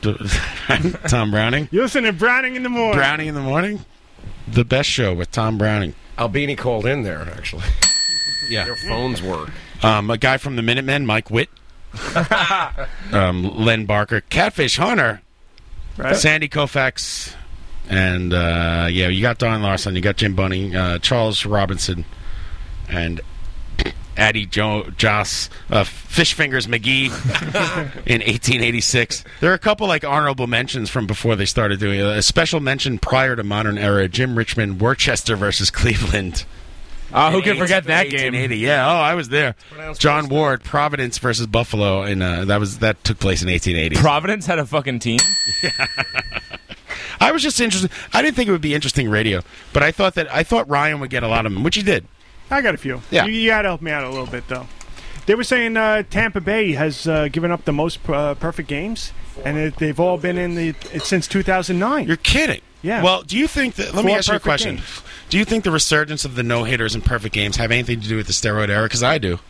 Speaker 11: Tom Browning.
Speaker 13: You listen to Browning in the morning.
Speaker 11: Browning in the morning. The best show with Tom Browning.
Speaker 12: Albini called in there actually.
Speaker 11: Yeah.
Speaker 12: Their phones were.
Speaker 11: Um, a guy from the Minutemen, Mike Witt. um, Len Barker, Catfish Hunter,
Speaker 13: Right.
Speaker 11: Sandy Koufax, and uh, yeah, you got Don Larson, you got Jim Bunny, uh, Charles Robinson, and Addie jo- Joss, uh, Fish Fingers McGee in 1886. There are a couple like honorable mentions from before they started doing it. A special mention prior to modern era: Jim Richmond, Worcester versus Cleveland.
Speaker 4: Uh, who
Speaker 11: In
Speaker 4: can forget that
Speaker 11: 1880.
Speaker 4: game?
Speaker 11: Yeah. Oh, I was there. John Ward, Providence versus Buffalo, and uh, that was that took place in 1880.
Speaker 4: Providence had a fucking team.
Speaker 11: I was just interested. I didn't think it would be interesting radio, but I thought that I thought Ryan would get a lot of them, which he did.
Speaker 13: I got a few.
Speaker 11: Yeah.
Speaker 13: You, you got to help me out a little bit, though. They were saying uh, Tampa Bay has uh, given up the most uh, perfect games, and it, they've all been in the it, since 2009. You're
Speaker 11: kidding.
Speaker 13: Yeah.
Speaker 11: Well, do you think that? Let me
Speaker 13: Four
Speaker 11: ask you a
Speaker 13: perfect
Speaker 11: question.
Speaker 13: games.
Speaker 11: Do you think the resurgence of the no hitters and perfect games have anything to do with the steroid era? Because I do.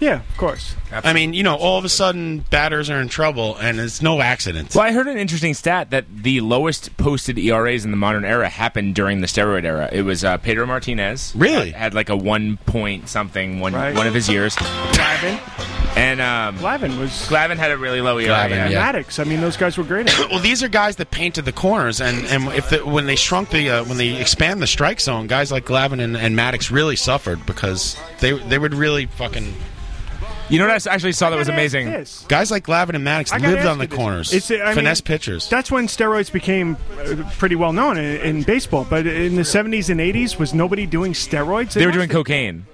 Speaker 13: Yeah, of course.
Speaker 11: I mean, you know, all of a sudden batters are in trouble, and it's no accident.
Speaker 4: Well, I heard an interesting stat that the lowest posted ERAs in the modern era happened during the steroid era. It was uh, Pedro Martinez.
Speaker 11: Really?
Speaker 4: Had, had like a one point something one
Speaker 13: Right.
Speaker 4: one of his years.
Speaker 13: Glavin.
Speaker 4: And um,
Speaker 13: Glavin was
Speaker 4: Glavin had a really low ERA. yeah.
Speaker 13: Maddox. I mean, those guys were great. At it.
Speaker 11: Well, these are guys that painted the corners, and, and if the, when they shrunk the uh, when they expand the strike zone, guys like Glavin and, and Maddox really suffered because they they would really fucking
Speaker 4: You know what I s- actually saw that was
Speaker 13: gotta ask
Speaker 4: amazing?
Speaker 13: this.
Speaker 11: guys like Glavin and Maddox
Speaker 13: I gotta
Speaker 11: lived
Speaker 13: ask
Speaker 11: on the
Speaker 13: you this.
Speaker 11: corners,
Speaker 13: It's, uh, I
Speaker 11: finesse
Speaker 13: mean,
Speaker 11: pitchers.
Speaker 13: That's when steroids became uh, pretty well known in, in baseball. But in the 70s and 80s, was nobody doing steroids?
Speaker 4: They were doing cocaine.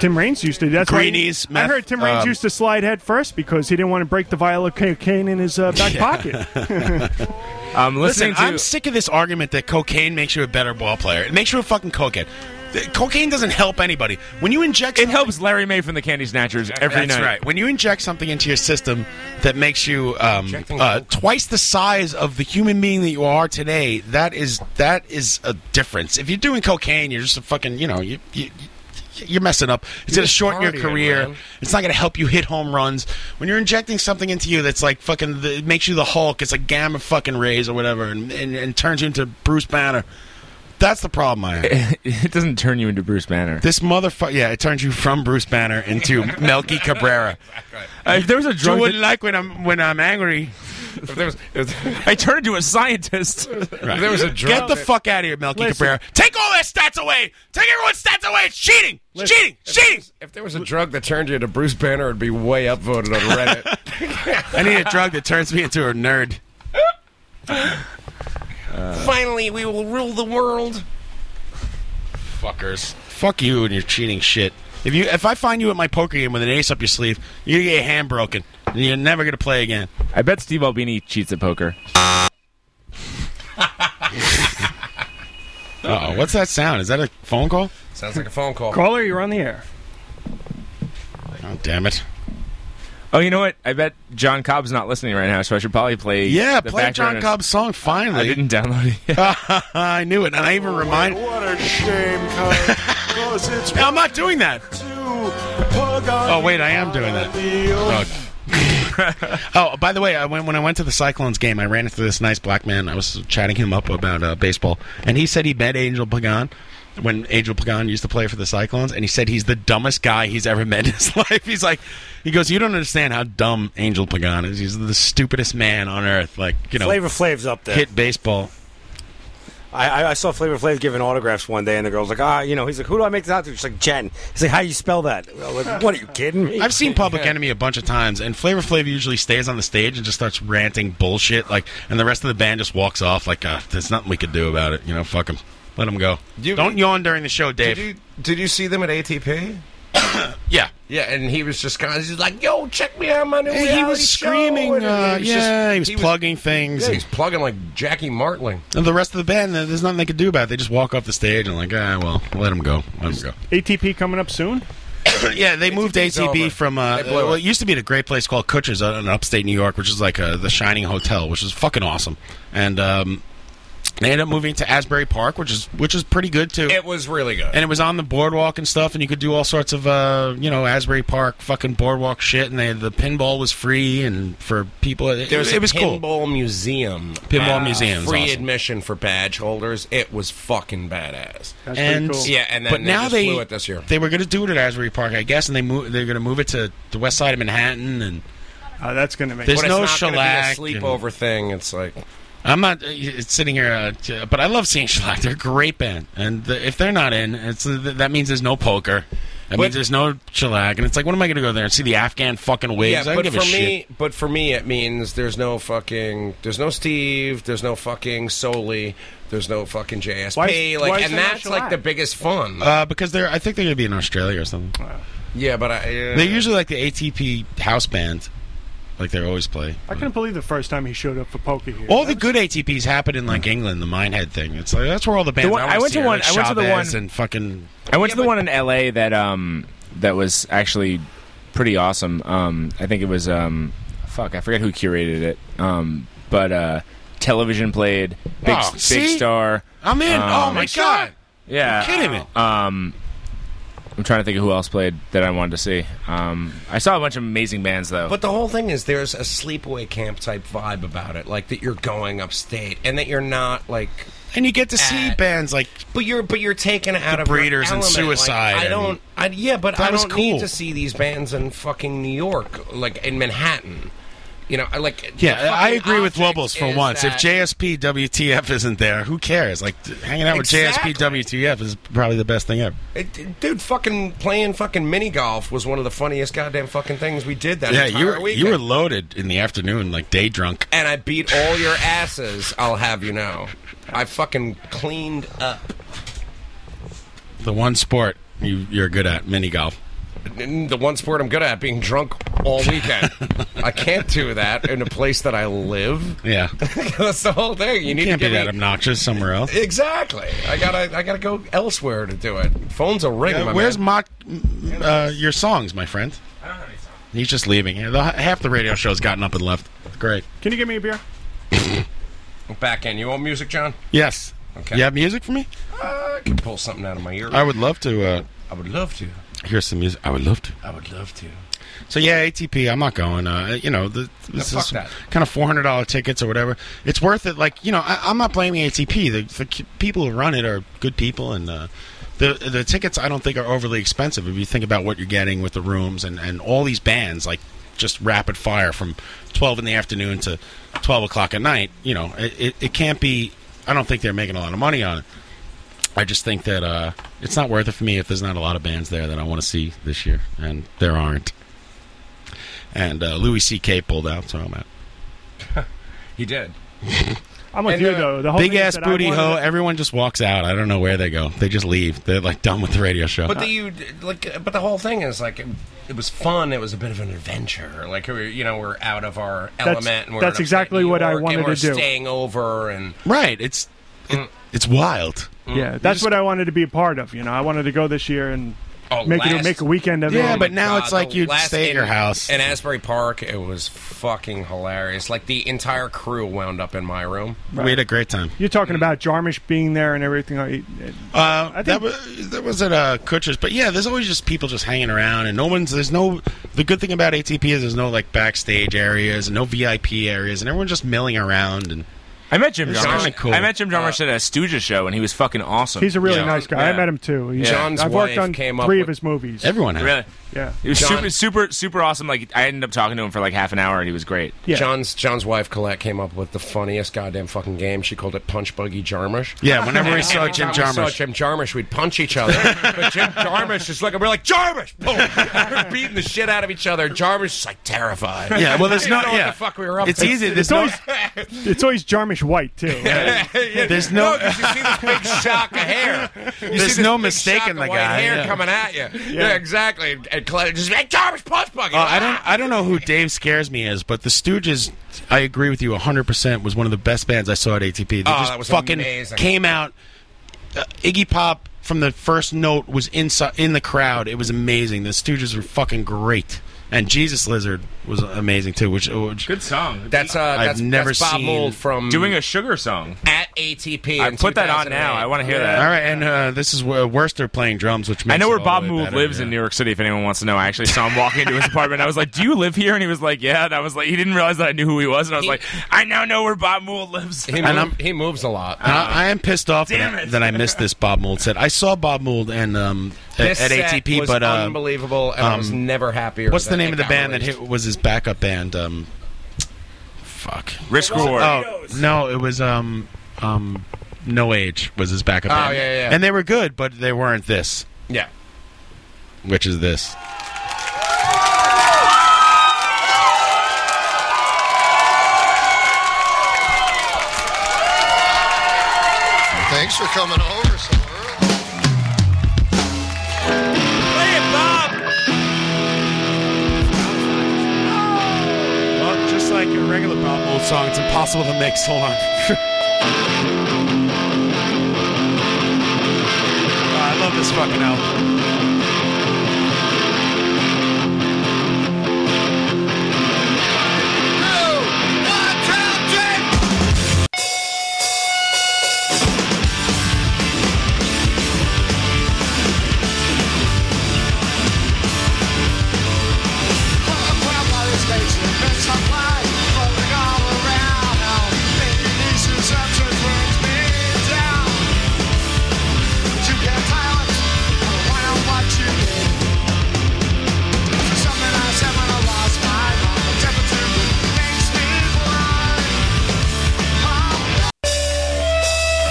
Speaker 13: Tim Raines used to. That's why-
Speaker 11: Greenies, meth,
Speaker 13: I heard Tim Raines
Speaker 11: um,
Speaker 13: used to slide head first because he didn't want to break the vial of cocaine in his uh, back pocket.
Speaker 4: I'm Um, listening
Speaker 11: Listen,
Speaker 4: to.
Speaker 11: I'm sick of this argument that cocaine makes you a better ball player. It makes you a fucking cokehead. Th- Cocaine doesn't help anybody. When you inject,
Speaker 4: it helps Larry May from the Candy Snatchers every
Speaker 11: That's
Speaker 4: night.
Speaker 11: right. When you inject something into your system that makes you um, uh, twice the size of the human being that you are today, that is that is a difference. If you're doing cocaine, you're just a fucking you know you. you you're messing up.
Speaker 12: You're
Speaker 11: It's going to
Speaker 12: just
Speaker 11: shorten your
Speaker 12: partying,
Speaker 11: career.
Speaker 12: man.
Speaker 11: It's not going to help you hit home runs. When you're injecting something into you that's like fucking the, it makes you the Hulk. It's like gamma fucking rays or whatever, and, and, and turns you into Bruce Banner. That's the problem I have.
Speaker 4: it doesn't turn you into Bruce Banner.
Speaker 11: This motherfucker. Yeah, it turns you from Bruce Banner into Melky Cabrera.
Speaker 4: Uh, if there was a drug
Speaker 11: you wouldn't like when I'm when I'm angry.
Speaker 12: If there was, if,
Speaker 4: I turned into a scientist.
Speaker 12: if there was a drug
Speaker 11: Get the
Speaker 12: that-
Speaker 11: fuck out of here, Melky
Speaker 12: Listen.
Speaker 11: Cabrera. Take all their stats away. Take everyone's stats away. It's cheating. It's cheating. It's cheating.
Speaker 12: If there was a drug that turned you into Bruce Banner, it'd be way upvoted on Reddit.
Speaker 11: I need a drug that turns me into a nerd.
Speaker 12: Finally, we will rule the world.
Speaker 11: Fuckers. Fuck you and your cheating shit. If you if I find you at my poker game with an ace up your sleeve, you're gonna get your hand broken. And you're never gonna play again.
Speaker 4: I bet Steve Albini cheats at poker.
Speaker 11: Oh, what's that sound? Is that a phone call?
Speaker 12: Sounds like a phone call.
Speaker 13: Caller, you're on the air.
Speaker 11: Oh damn it.
Speaker 4: Oh, you know what? I bet John Cobb's not listening right now, so I should probably play.
Speaker 11: Yeah,
Speaker 4: the
Speaker 11: play John
Speaker 4: background-
Speaker 11: Cobb's Uh, song finally.
Speaker 4: I didn't download it.
Speaker 11: I knew it, and I even remind.
Speaker 10: What a shame, cause it's
Speaker 11: No, I'm not doing that.
Speaker 10: pug on
Speaker 11: Oh wait, I am doing that. Oh. Oh, by the way, I went, when I went to the Cyclones game, I ran into this nice black man. I was chatting him up about uh, baseball, and he said he met Angel Pagan when Angel Pagan used to play for the Cyclones, and he said he's the dumbest guy he's ever met in his life. He's like, he goes, you don't understand how dumb Angel Pagan is. He's the stupidest man on earth. Like, you know,
Speaker 6: Flavor Flav's up there.
Speaker 11: hit baseball.
Speaker 6: I, I- I saw Flavor Flav giving autographs one day, and the girl's like, ah, you know, he's like, who do I make this out to? She's like, Jen. He's like, how do you spell that? I was like, what are you kidding me?
Speaker 11: I've seen Public Enemy a bunch of times, and Flavor Flav usually stays on the stage and just starts ranting bullshit, like, and the rest of the band just walks off, like, uh, there's nothing we could do about it. You know, fuck them, let them go. Don't yawn during the show, Dave.
Speaker 12: Did you, did you see them at ATP?
Speaker 11: yeah,
Speaker 12: yeah, and he was just kind of he's like, "Yo, check me out, my new."
Speaker 11: Hey, he was
Speaker 12: reality
Speaker 11: screaming,
Speaker 12: show. And
Speaker 11: uh, yeah, he was plugging things
Speaker 12: Yeah,
Speaker 11: and-
Speaker 12: he's plugging like Jackie Martling.
Speaker 11: And the rest of the band, uh, there's nothing they could do about it. They just walk off the stage and like, ah, well, let them go, let them go.
Speaker 13: ATP coming up soon.
Speaker 11: yeah, they moved
Speaker 13: ATP 's
Speaker 11: ATP
Speaker 13: over.
Speaker 11: from uh,
Speaker 13: They blew
Speaker 11: well,
Speaker 13: it.
Speaker 11: it used to be at a great place called Kutcher's out in upstate New York, which is like uh, the Shining Hotel, which is fucking awesome. And um, they ended up moving to Asbury Park, which is which is pretty good too.
Speaker 12: It was really good.
Speaker 11: And it was on the boardwalk and stuff, and you could do all sorts of uh, you know Asbury Park fucking boardwalk shit. And they, the pinball was free and for people. It,
Speaker 12: There's
Speaker 11: it was
Speaker 12: a
Speaker 11: cool.
Speaker 12: pinball museum. Uh,
Speaker 11: Pinball museum is
Speaker 12: Free
Speaker 11: awesome.
Speaker 12: admission for badge holders. It was fucking badass.
Speaker 11: and
Speaker 12: yeah, and then
Speaker 11: but
Speaker 12: they
Speaker 11: now
Speaker 12: just
Speaker 11: they
Speaker 12: blew it this year.
Speaker 11: They were going to do it at Asbury Park, I guess, and they move. They're going to move it to the west side of Manhattan, and
Speaker 13: uh, that's going to make.
Speaker 11: There's
Speaker 12: But it's
Speaker 11: no
Speaker 12: not gonna be a
Speaker 11: shellac.
Speaker 12: sleepover thing. It's like
Speaker 11: I'm not uh, it's sitting here, uh, t- but I love seeing shellac. They're a great band, and the, if they're not in, it's uh, th- that means there's no poker. That
Speaker 12: But-
Speaker 11: means there's no shellac, and it's like, what am I going to go there and see the Afghan fucking wigs? I
Speaker 12: Yeah,
Speaker 11: don't
Speaker 12: but
Speaker 11: give
Speaker 12: for
Speaker 11: a shit.
Speaker 12: me, but for me, it means there's no fucking, there's no Steve, there's no fucking Soli, there's no fucking JSP,
Speaker 11: Why is-
Speaker 12: like,
Speaker 11: why is
Speaker 12: and
Speaker 11: there no
Speaker 12: that's like
Speaker 11: shellac?
Speaker 12: the biggest fun.
Speaker 11: Uh, because they're, I think they're going to be in Australia or something.
Speaker 12: yeah, but I, uh,
Speaker 11: They're usually like the ATP house band, like they always play.
Speaker 13: I couldn't believe the first time he showed up for poker here.
Speaker 11: All the good ATPs happened in like England, the Minehead thing. It's like that's where all the bands.
Speaker 13: The one-
Speaker 11: I, wanna
Speaker 13: I went
Speaker 11: see
Speaker 13: to
Speaker 11: are,
Speaker 13: one-
Speaker 11: like
Speaker 13: I went to the
Speaker 11: Chavez
Speaker 13: one-
Speaker 11: and fucking.
Speaker 15: I went to the one in L.A. that um that was actually pretty awesome. Um, I think it was um fuck I forget who curated it. Um, but uh, television played big
Speaker 11: Oh,
Speaker 15: big
Speaker 11: see?
Speaker 15: star.
Speaker 11: I'm in. oh
Speaker 15: Um,
Speaker 11: my god!
Speaker 15: Yeah,
Speaker 11: You're kidding me.
Speaker 13: Uh,
Speaker 15: Um, I'm trying to think of who else played that I wanted to see. Um, I saw a bunch of amazing bands though.
Speaker 12: But the whole thing is there's a sleepaway camp type vibe about it, like that you're going upstate and that you're not like.
Speaker 11: And you get to see
Speaker 13: uh,
Speaker 11: bands like,
Speaker 12: but you're but you're taken out of your
Speaker 11: Breeders and
Speaker 12: element. Like,
Speaker 11: Suicide
Speaker 12: I
Speaker 11: and-
Speaker 12: don't. I, yeah, but
Speaker 11: That
Speaker 12: I
Speaker 11: was
Speaker 12: don't
Speaker 11: cool.
Speaker 12: need to see these bands in fucking New York, like in Manhattan. You know, I like the
Speaker 11: Yeah,
Speaker 12: fucking
Speaker 11: I agree with
Speaker 12: object
Speaker 11: Wobbles for
Speaker 12: is
Speaker 11: once. If
Speaker 12: that-
Speaker 11: JSP WTF isn't there, who cares? Like t- hanging out
Speaker 12: Exactly.
Speaker 11: with JSP WTF is probably the best thing ever.
Speaker 12: It- it- dude, fucking playing fucking mini golf was one of the funniest goddamn fucking things we did that
Speaker 11: yeah,
Speaker 12: entire
Speaker 11: you were
Speaker 12: weekend.
Speaker 11: you were loaded in the afternoon, like day drunk.
Speaker 12: and I beat all your asses. I'll have you know, I fucking cleaned up.
Speaker 11: The one sport you you're good at, mini golf.
Speaker 12: N- The one sport I'm good at being drunk all weekend. I can't do that in a place that I live.
Speaker 11: Yeah,
Speaker 12: That's the whole thing. You, need
Speaker 11: can't
Speaker 12: to
Speaker 11: be
Speaker 12: get
Speaker 11: that obnoxious somewhere else.
Speaker 12: Exactly. I gotta. I gotta go elsewhere to do it. Phone's a ring.
Speaker 11: Yeah,
Speaker 12: my
Speaker 11: where's
Speaker 12: man.
Speaker 11: mock uh, your songs, my friend? I don't have any songs. He's just leaving. Yeah, the- Half the radio show's gotten up and left. Great.
Speaker 13: Can you give me a beer?
Speaker 12: back in? You want music, John?
Speaker 11: Yes.
Speaker 12: Okay.
Speaker 11: You have music for me?
Speaker 12: I can pull something out of my ear.
Speaker 11: I would love to. Uh,
Speaker 12: I would love to.
Speaker 11: hear some music. I would love to.
Speaker 12: I would love to.
Speaker 11: So yeah, ATP. I'm not going. Uh, you know, the, this
Speaker 12: fuck
Speaker 11: is
Speaker 12: that.
Speaker 11: kind of four hundred dollar tickets or whatever. It's worth it. Like you know, I, I'm not blaming ATP. The, the c- people who run it are good people, and uh, the the tickets I don't think are overly expensive if you think about what you're getting with the rooms and and all these bands like just rapid fire from twelve in the afternoon to twelve o'clock at night. You know, it, it, it can't be. I don't think they're making a lot of money on it. I just think that uh, it's not worth it for me if there's not a lot of bands there that I want to see this year, and there aren't. And uh, Louis C.K. pulled out, so I'm out.
Speaker 12: He did.
Speaker 13: I'm with
Speaker 12: And,
Speaker 13: you
Speaker 12: uh,
Speaker 13: though. The whole
Speaker 11: Big
Speaker 13: thing is
Speaker 11: ass
Speaker 13: that Oh, I
Speaker 11: booty
Speaker 13: wanted
Speaker 11: hoe.
Speaker 13: to-
Speaker 11: Everyone just walks out. I don't know where they go. They just leave. They're like done with the radio show.
Speaker 13: Uh,
Speaker 12: But the, you like, but the whole thing is like, it, it was fun. It was a bit of an adventure. Like, we you know, we're out of our element. and we're
Speaker 13: that's
Speaker 12: in upstate
Speaker 13: exactly
Speaker 12: New
Speaker 13: what I
Speaker 12: York,
Speaker 13: wanted
Speaker 12: and we're
Speaker 13: to do.
Speaker 12: Staying over and
Speaker 11: right. It's it, it's wild.
Speaker 13: Yeah, that's what I wanted to be a part of. You know, I wanted to go this year and
Speaker 12: Oh,
Speaker 13: make it
Speaker 12: last-
Speaker 13: make a weekend of it.
Speaker 11: Yeah, but now
Speaker 12: God,
Speaker 11: it's like
Speaker 12: the
Speaker 11: you'd
Speaker 12: last-
Speaker 11: stay at
Speaker 12: in-
Speaker 11: your house.
Speaker 12: in Asbury Park. It was fucking hilarious. Like the entire crew wound up in my room.
Speaker 11: We had a great time.
Speaker 13: You're talking about Jarmish being there and everything. I-
Speaker 11: Uh, that was that was at uh, Kutcher's, but yeah, there's always just people just hanging around, and no one's there's no. The good thing about ATP is there's no like backstage areas, and no VIP areas, and everyone just milling around and
Speaker 4: I met Jim
Speaker 13: This
Speaker 4: John.
Speaker 13: is
Speaker 4: Marsh-
Speaker 13: cool.
Speaker 4: I met Jim John Marsh
Speaker 11: Uh,
Speaker 4: at a Stooges show, and he was fucking awesome.
Speaker 13: He's a really
Speaker 4: Yeah.
Speaker 13: nice guy. I
Speaker 4: Yeah.
Speaker 13: met him too. He's-
Speaker 4: John's
Speaker 13: I've worked
Speaker 4: wife
Speaker 13: on
Speaker 4: came up
Speaker 13: three
Speaker 4: with-
Speaker 13: of his movies.
Speaker 4: really,
Speaker 13: Yeah.
Speaker 4: It was
Speaker 12: John-
Speaker 4: super, super, super awesome. Like I ended up talking to him for like half an hour, and he was great.
Speaker 12: John's John's wife Colette came up with the funniest goddamn fucking game. She called it Punch Buggy Jarmusch.
Speaker 11: Yeah, whenever we
Speaker 12: And
Speaker 11: saw
Speaker 12: every
Speaker 11: Jim
Speaker 12: time we saw
Speaker 11: Jarmusch.
Speaker 12: Jim Jarmusch, we'd punch each other. but Jim Jarmusch is like, we're like Jarmusch, boom, We're beating the shit out of each other. Jarmusch is like terrified.
Speaker 11: Yeah, well, there's
Speaker 12: I don't
Speaker 11: no-
Speaker 12: know
Speaker 11: yeah.
Speaker 12: what the fuck we were up.
Speaker 11: It's
Speaker 12: to.
Speaker 11: easy, there's
Speaker 13: It's always, it's always Jarmish White too.
Speaker 11: There's no-
Speaker 12: because you see this big shock of hair. You see
Speaker 11: There's
Speaker 12: this
Speaker 11: no
Speaker 12: big
Speaker 11: mistaking
Speaker 12: shock of
Speaker 11: the
Speaker 12: white
Speaker 11: guy,
Speaker 12: hair
Speaker 11: yeah.
Speaker 12: coming at you. Yeah,
Speaker 11: Yeah.
Speaker 12: exactly. And Colette just like Jarmusch, punch Buggy.
Speaker 11: Uh, I don't. I don't know who Dave scares me is, but the Stooges. I agree with you 100. percent Was one of the best bands I saw at ATP. They
Speaker 12: Oh,
Speaker 11: just
Speaker 12: that was
Speaker 11: fucking
Speaker 12: amazing.
Speaker 11: came out. Uh, Iggy Pop from the first note was inside in the crowd. It was amazing. The Stooges were fucking great, and Jesus Lizard was amazing too. Which, which
Speaker 4: good song.
Speaker 12: That's uh,
Speaker 11: I've
Speaker 12: that's,
Speaker 11: never
Speaker 12: that's Bob
Speaker 11: seen
Speaker 12: Mould from
Speaker 4: doing a sugar song
Speaker 12: at ATP.
Speaker 4: I
Speaker 12: in
Speaker 4: put that on now.
Speaker 12: 2008.
Speaker 4: I want to hear
Speaker 11: All
Speaker 4: that.
Speaker 11: right, and uh, this is where Worcester playing drums, which makes
Speaker 4: I know
Speaker 11: it
Speaker 4: where
Speaker 11: all
Speaker 4: Bob
Speaker 11: the way
Speaker 4: Mould
Speaker 11: better,
Speaker 4: lives
Speaker 11: yeah.
Speaker 4: in New York City. If anyone wants to know, I actually saw him walking into his apartment. I was like, "Do you live here?" And he was like, "Yeah." And I was like, he didn't realize that I knew who he was. And I was like, "I now know where Bob Mould lives."
Speaker 12: He,
Speaker 11: And
Speaker 12: moved-
Speaker 11: I'm-
Speaker 12: he moves a lot.
Speaker 11: And I, I am pissed off
Speaker 12: Damn
Speaker 11: that I,
Speaker 12: it.
Speaker 11: that I missed this Bob Mould set. I saw Bob Mould and um, at,
Speaker 12: This
Speaker 11: at
Speaker 12: set
Speaker 11: ATP,
Speaker 12: was
Speaker 11: but uh,
Speaker 12: unbelievable, and I was
Speaker 11: um,
Speaker 12: never happier.
Speaker 11: What's
Speaker 12: that
Speaker 11: the name
Speaker 12: it
Speaker 11: of the
Speaker 12: got
Speaker 11: band that
Speaker 12: released.
Speaker 11: hit, was his backup band? Um, fuck.
Speaker 4: Risk Reward.
Speaker 11: Oh, no, it was um, um, No Age was his backup
Speaker 12: Oh,
Speaker 11: band.
Speaker 12: yeah, yeah, yeah.
Speaker 11: And they were good, but they weren't this,
Speaker 12: Yeah.
Speaker 11: which is this.
Speaker 10: Thanks for coming over so
Speaker 4: Oh.
Speaker 11: Well, just like your regular Bob Mould song, it's impossible to mix. Hold on. I love this fucking album.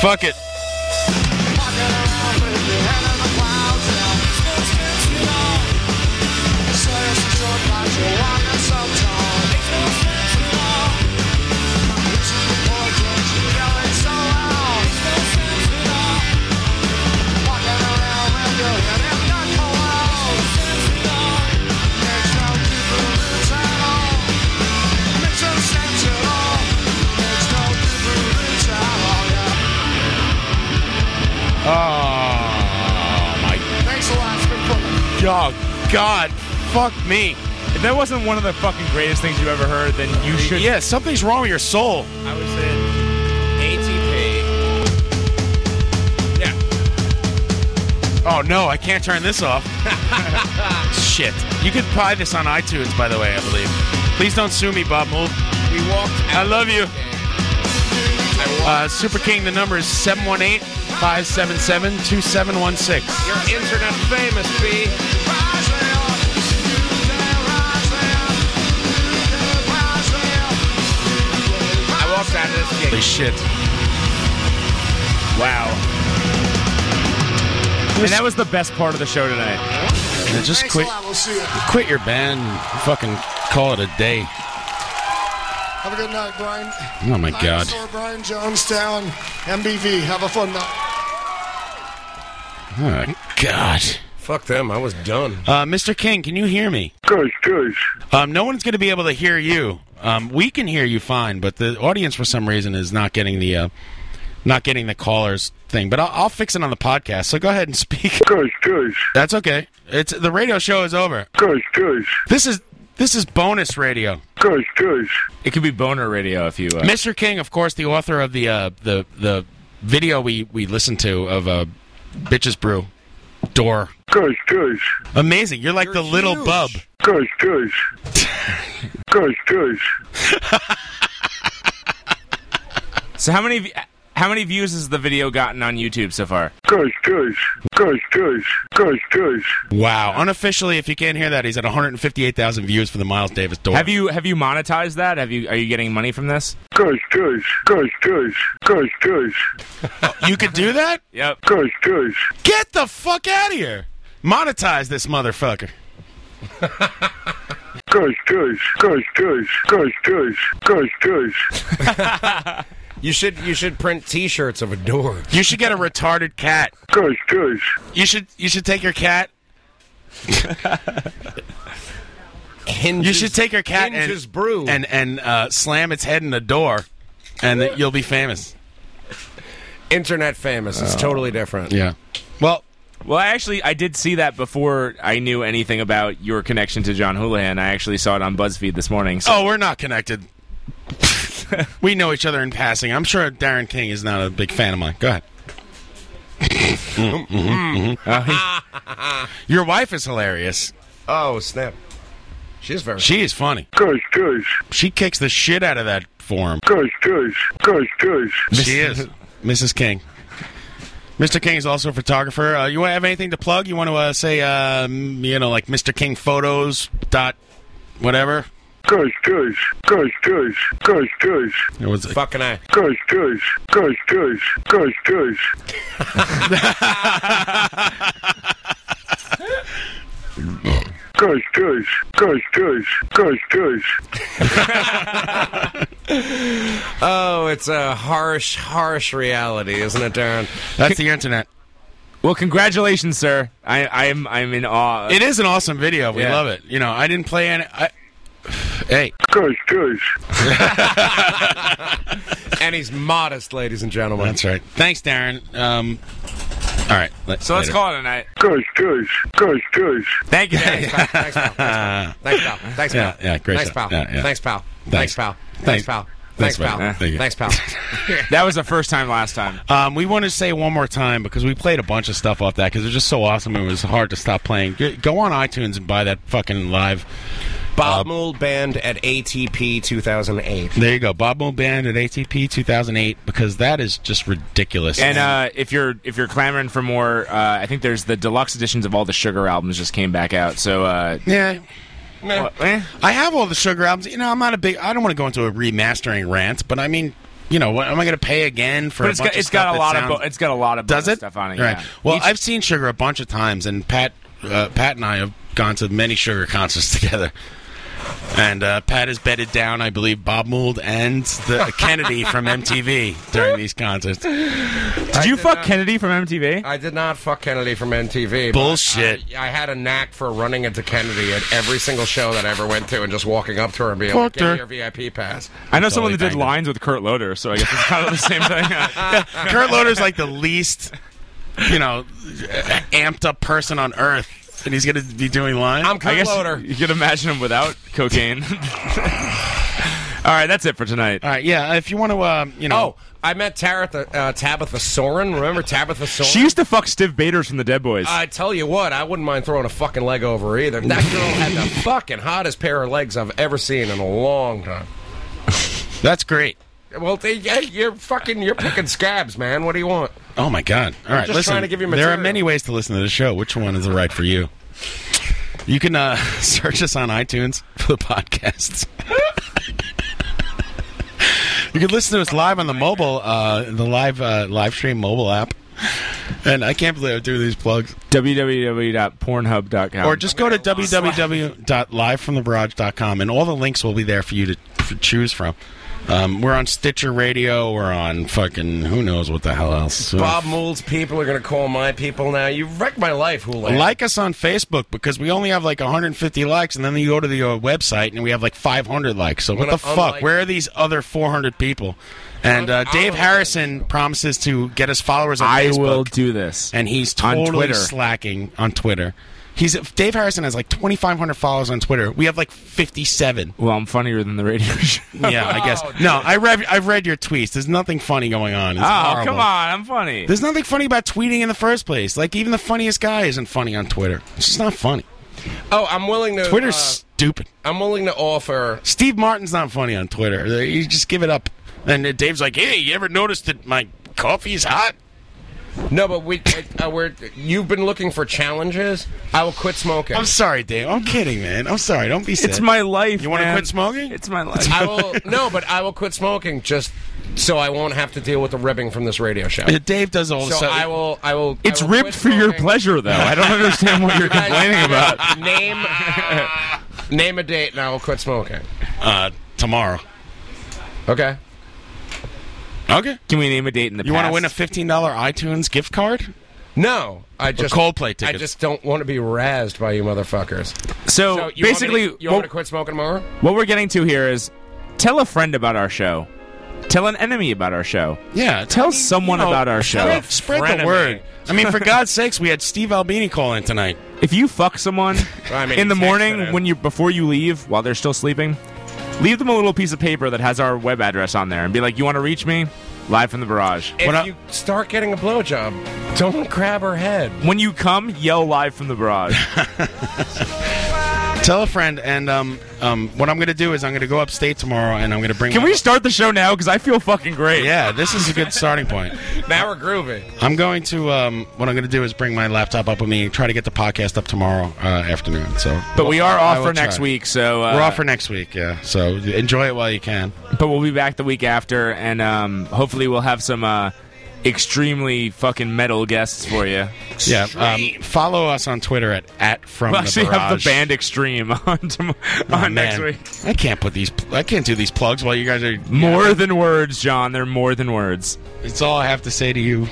Speaker 11: Fuck it. Oh my
Speaker 10: Thanks a lot. It's been fun.
Speaker 11: god, God, fuck me.
Speaker 4: If that wasn't one of the fucking greatest things you've ever heard, then you should.
Speaker 11: Yeah, something's wrong with your soul.
Speaker 4: I would say.
Speaker 12: ATP.
Speaker 11: Oh no, I can't turn this off. Shit. You could buy this on iTunes, by the way, I believe. Please don't sue me, Bob Mould.
Speaker 12: We walked
Speaker 11: I love you. Uh, Super King, the number is 718 577 2716.
Speaker 12: You're internet famous, B. I walked out of this gig.
Speaker 11: Holy shit. Wow.
Speaker 4: And that was the best part of the show tonight.
Speaker 11: And just
Speaker 10: Thanks a
Speaker 11: quit,
Speaker 10: lot. We'll see you.
Speaker 11: quit your band and fucking call it a day.
Speaker 10: Have a good night, Brian.
Speaker 11: Oh, my God.
Speaker 10: Dinosaur Brian Jonestown, MBV. Have a fun night.
Speaker 11: Oh, God.
Speaker 12: Fuck them. I was done.
Speaker 11: Uh, Mr. King, can you hear me?
Speaker 18: Good, good.
Speaker 11: Um, no one's going to be able to hear you. Um, we can hear you fine, but the audience for some reason is not getting the uh, not getting the callers thing. But I'll, I'll fix it on the podcast. So go ahead and speak.
Speaker 18: Good, good.
Speaker 11: That's okay. It's the radio show is over.
Speaker 18: Good, good.
Speaker 11: This is this is bonus radio.
Speaker 18: Good, good.
Speaker 4: It could be boner radio if you. Uh,
Speaker 11: Mr. King, of course, the author of the uh, the the video we we listened to of uh, Bitches Brew Door.
Speaker 18: Good, good.
Speaker 11: Amazing. You're like the little bub.
Speaker 18: Good, good. good, good.
Speaker 4: So how many v- how many views has the video gotten on YouTube so far?
Speaker 18: Guys, guys, guys, guys, guys, guys.
Speaker 11: Wow. Unofficially, if you can't hear that, he's at 158,000 views for the Miles Davis door.
Speaker 4: Have you have you monetized that? Have you are you getting money from this?
Speaker 18: Guys, guys, guys, guys, guys, guys.
Speaker 11: you could do that?
Speaker 4: Yep.
Speaker 18: Guys, guys.
Speaker 11: Get the fuck out of here. Monetize this motherfucker.
Speaker 18: Guys, guys, guys, guys, guys, guys, guys, guys.
Speaker 12: You should you should print T-shirts of a door.
Speaker 11: You should get a retarded cat.
Speaker 18: Guys, guys.
Speaker 11: You should you should take your cat. you should take your cat
Speaker 12: hinges
Speaker 11: and and and uh, slam its head in the door, and then you'll be famous.
Speaker 12: Internet famous. It's totally different.
Speaker 11: Yeah. Well,
Speaker 4: well, I actually I did see that before I knew anything about your connection to John Houlihan. I actually saw it on BuzzFeed this morning. So
Speaker 11: Oh, we're not connected. we know each other in passing. I'm sure Darren King is not a big fan of mine. Go ahead. Mm, mhm, mhm. your wife is hilarious.
Speaker 12: Oh snap! She's very.
Speaker 11: She is funny.
Speaker 18: Guys, guys,
Speaker 11: She kicks the shit out of that forum.
Speaker 18: guys, guys, guys, guys.
Speaker 11: She is Mrs. King. Mr. King is also a photographer. Uh, you want to have anything to plug? You want to uh, say, um, you know, like Mr. King Photos dot whatever.
Speaker 18: Guys, guys, guys, guys, guys, guys.
Speaker 11: It was
Speaker 12: fucking I.
Speaker 18: Guys, guys, guys, guys, guys, guys. Guys, guys, guys, guys, guys, guys.
Speaker 12: Oh, it's a harsh, harsh reality, isn't it, Darren?
Speaker 11: That's the internet.
Speaker 4: well, congratulations, sir. I, I'm I'm in awe.
Speaker 11: It is an awesome video. We
Speaker 4: Yeah.
Speaker 11: love it. You know, I didn't play any. I, hey,
Speaker 18: Guys, guys.
Speaker 12: And he's modest, ladies and gentlemen.
Speaker 11: that's right. Thanks, Darren. Um, all right. let-
Speaker 4: so let's
Speaker 11: later.
Speaker 4: call it a night.
Speaker 18: Guys, guys, guys, guys.
Speaker 4: Thank you. Danny.
Speaker 12: Thanks, pal.
Speaker 11: Ah.
Speaker 12: Thanks, pal. Thanks, pal.
Speaker 11: Yeah, yeah, great
Speaker 12: Thanks,
Speaker 11: stuff.
Speaker 12: pal.
Speaker 11: Yeah, yeah.
Speaker 12: Thanks, pal.
Speaker 11: Thanks.
Speaker 12: Thanks, pal.
Speaker 11: Thanks.
Speaker 12: Thanks, pal.
Speaker 11: Thanks,
Speaker 12: Thanks, pal.
Speaker 11: man. Thank you.
Speaker 12: Thanks, pal.
Speaker 4: that was the first time last time.
Speaker 11: Um, we want to say one more time because we played a bunch of stuff off that because it was just so awesome. It was hard to stop playing. Go- Go on iTunes and buy that fucking live. Uh,
Speaker 12: Bob Mould Band at ATP 2008.
Speaker 11: There you go, Bob Mould Band at ATP 2008 because that is just ridiculous.
Speaker 4: And uh, if you're if you're clamoring for more, uh, I think there's the deluxe editions of all the Sugar albums just came back out. So uh,
Speaker 11: yeah,
Speaker 4: well, eh.
Speaker 11: I have all the Sugar albums. You know, I'm not a big. I don't want to go into a remastering rant, but I mean, you know, what am I going to pay again for?
Speaker 4: but
Speaker 11: a
Speaker 4: it's
Speaker 11: bunch
Speaker 4: got
Speaker 11: of
Speaker 4: it's got
Speaker 11: stuff
Speaker 4: a
Speaker 11: that
Speaker 4: lot
Speaker 11: sounds-
Speaker 4: of bo- it's got a lot of
Speaker 11: Does
Speaker 4: bonus
Speaker 11: it?
Speaker 4: stuff on it.
Speaker 11: Right.
Speaker 4: Yeah.
Speaker 11: Well,
Speaker 4: Each-
Speaker 11: I've seen Sugar a bunch of times, and Pat, uh, Pat and I have gone to many Sugar concerts together. And uh, Pat has bedded down, I believe, Bob Mould and the Kennedy from MTV during these concerts.
Speaker 4: did you fuck Kennedy from MTV?
Speaker 12: I did not fuck Kennedy from MTV. but
Speaker 11: Bullshit.
Speaker 12: I, I had a knack for running into Kennedy at every single show that I ever went to and just walking up to her and being like,
Speaker 11: Fucked
Speaker 12: give
Speaker 11: her.
Speaker 12: me your VIP pass.
Speaker 4: I know someone that did
Speaker 11: banged it.
Speaker 4: lines with Kurt Loder, so I guess it's kind of the same thing.
Speaker 11: Kurt Loder's like the least, you know, amped up person on earth, and he's going to be doing lines.
Speaker 12: I'm
Speaker 4: I
Speaker 12: Kurt
Speaker 4: guess
Speaker 12: Loder.
Speaker 4: you could imagine him without cocaine. all right, that's it for tonight.
Speaker 11: All right, yeah. If you want to, uh, you
Speaker 12: Oh,
Speaker 11: know,
Speaker 12: I met Taratha, uh, Tabitha Soren. Remember Tabitha Soren?
Speaker 4: She used to fuck Stiv Baders from the Dead Boys.
Speaker 12: I tell you what, I wouldn't mind throwing a fucking leg over her either. That girl had the fucking hottest pair of legs I've ever seen in a long time.
Speaker 11: that's great.
Speaker 12: Well, they, yeah, you're fucking, you're picking scabs, man. What do you want?
Speaker 11: Oh my God! All right,
Speaker 12: just
Speaker 11: listen.
Speaker 12: trying to give you
Speaker 11: there are
Speaker 12: material.
Speaker 11: many ways to listen to the show. Which one is the right for you? You can uh, search us on iTunes for the podcasts. you can listen to us live on the mobile, uh, the live uh, live stream mobile app. And I can't believe I do these plugs.
Speaker 4: www.pornhub.com.
Speaker 11: Or just go to www.livefromthebarrage.com, and all the links will be there for you to f- choose from. Um, we're on Stitcher Radio. We're on fucking who knows what the hell else.
Speaker 12: Bob Mould's people are going to call my people now. You wrecked my life, Hula.
Speaker 11: Like us on Facebook because we only have like 150 likes, and then you go to the uh, website and we have like 500 likes. So what
Speaker 12: gonna
Speaker 11: the fuck?
Speaker 12: unlike-
Speaker 11: Where are these other 400 people? And uh, Dave Harrison promises to get us followers on
Speaker 4: I
Speaker 11: Facebook,
Speaker 4: will do this.
Speaker 11: and he's
Speaker 4: on
Speaker 11: totally
Speaker 4: Twitter.
Speaker 11: slacking on Twitter. He's Dave Harrison has like 2,500 followers on Twitter. We have like 57.
Speaker 4: well, I'm funnier than the radio show.
Speaker 11: Yeah, I
Speaker 4: Oh,
Speaker 11: guess. No, I read. I've read your tweets. There's nothing funny going on. It's
Speaker 4: Oh,
Speaker 11: horrible.
Speaker 4: come on. I'm funny.
Speaker 11: There's nothing funny about tweeting in the first place. Like even the funniest guy isn't funny on Twitter. It's just not funny.
Speaker 12: oh, I'm willing to.
Speaker 11: Twitter's
Speaker 12: uh,
Speaker 11: stupid.
Speaker 12: I'm willing to offer.
Speaker 11: Steve Martin's not funny on Twitter. You just give it up. And uh, Dave's like, "Hey, you ever noticed that my coffee's hot?"
Speaker 12: No, but we uh, we're you've been looking for challenges. I will quit smoking.
Speaker 11: I'm sorry, Dave. I'm kidding, man. I'm sorry. Don't be sad.
Speaker 12: It's my life,
Speaker 11: You want to
Speaker 12: man.
Speaker 11: quit smoking? It's
Speaker 4: my life.
Speaker 12: I will no, but I will quit smoking just so I won't have to deal with the ribbing from this radio show.
Speaker 11: Yeah, Dave does all the
Speaker 12: So
Speaker 11: stuff.
Speaker 12: I will. I will.
Speaker 4: It's ripped for your pleasure, though. I don't understand what you're complaining about.
Speaker 12: Name name a date, and I will quit smoking.
Speaker 11: Uh, tomorrow.
Speaker 12: Okay.
Speaker 11: Okay.
Speaker 4: Can we name a date in the
Speaker 11: You
Speaker 4: past?
Speaker 11: want to win a fifteen dollar iTunes gift card?
Speaker 12: No, I
Speaker 11: Or
Speaker 12: just
Speaker 11: Coldplay tickets.
Speaker 12: I just don't want to be razzed by you motherfuckers.
Speaker 4: So,
Speaker 12: you want me to-
Speaker 4: Oh, basically,
Speaker 12: you want me
Speaker 4: what-
Speaker 12: to quit smoking tomorrow?
Speaker 4: What we're getting to here is tell a friend about our show. Tell an enemy about our show.
Speaker 11: Yeah.
Speaker 4: Tell someone
Speaker 11: know,
Speaker 4: about our show.
Speaker 11: Spread, spread the word. I mean, for God's sakes, we had Steve Albini call in tonight.
Speaker 4: If you fuck someone
Speaker 11: I mean,
Speaker 4: in the
Speaker 11: text
Speaker 4: morning
Speaker 11: it.
Speaker 4: when you before you leave while they're still sleeping, leave them a little piece of paper that has our web address on there and be like, "You want to reach me? Live from the barrage."
Speaker 12: If you start getting a blowjob, don't grab her head.
Speaker 4: When you come, yell live from the barrage.
Speaker 11: Tell a friend, and um, um, what I'm going to do is I'm going to go upstate tomorrow, and I'm going to bring.
Speaker 4: Can we start the show now? Because I feel fucking great.
Speaker 11: Yeah, this is a good starting point.
Speaker 12: Now we're grooving.
Speaker 11: I'm going to. Um, what I'm going to do is bring my laptop up with me and try to get the podcast up tomorrow uh, afternoon. So,
Speaker 4: But we are
Speaker 11: I
Speaker 4: off
Speaker 11: will
Speaker 4: for next
Speaker 11: try.
Speaker 4: week, so uh,
Speaker 11: We're off for next week. Yeah, so enjoy it while you can.
Speaker 4: But we'll be back the week after, and um, hopefully we'll have some uh, extremely fucking metal guests for you.
Speaker 11: Yeah, um, follow us on Twitter at at from
Speaker 4: we'll
Speaker 11: the
Speaker 4: actually have
Speaker 11: Barrage.
Speaker 4: the band Extreme on, tom-
Speaker 11: Oh,
Speaker 4: on next
Speaker 11: man.
Speaker 4: week.
Speaker 11: I can't put these. pl- I can't do these plugs while you guys are
Speaker 4: More than words, John. They're more than words.
Speaker 11: It's all I have to say to you,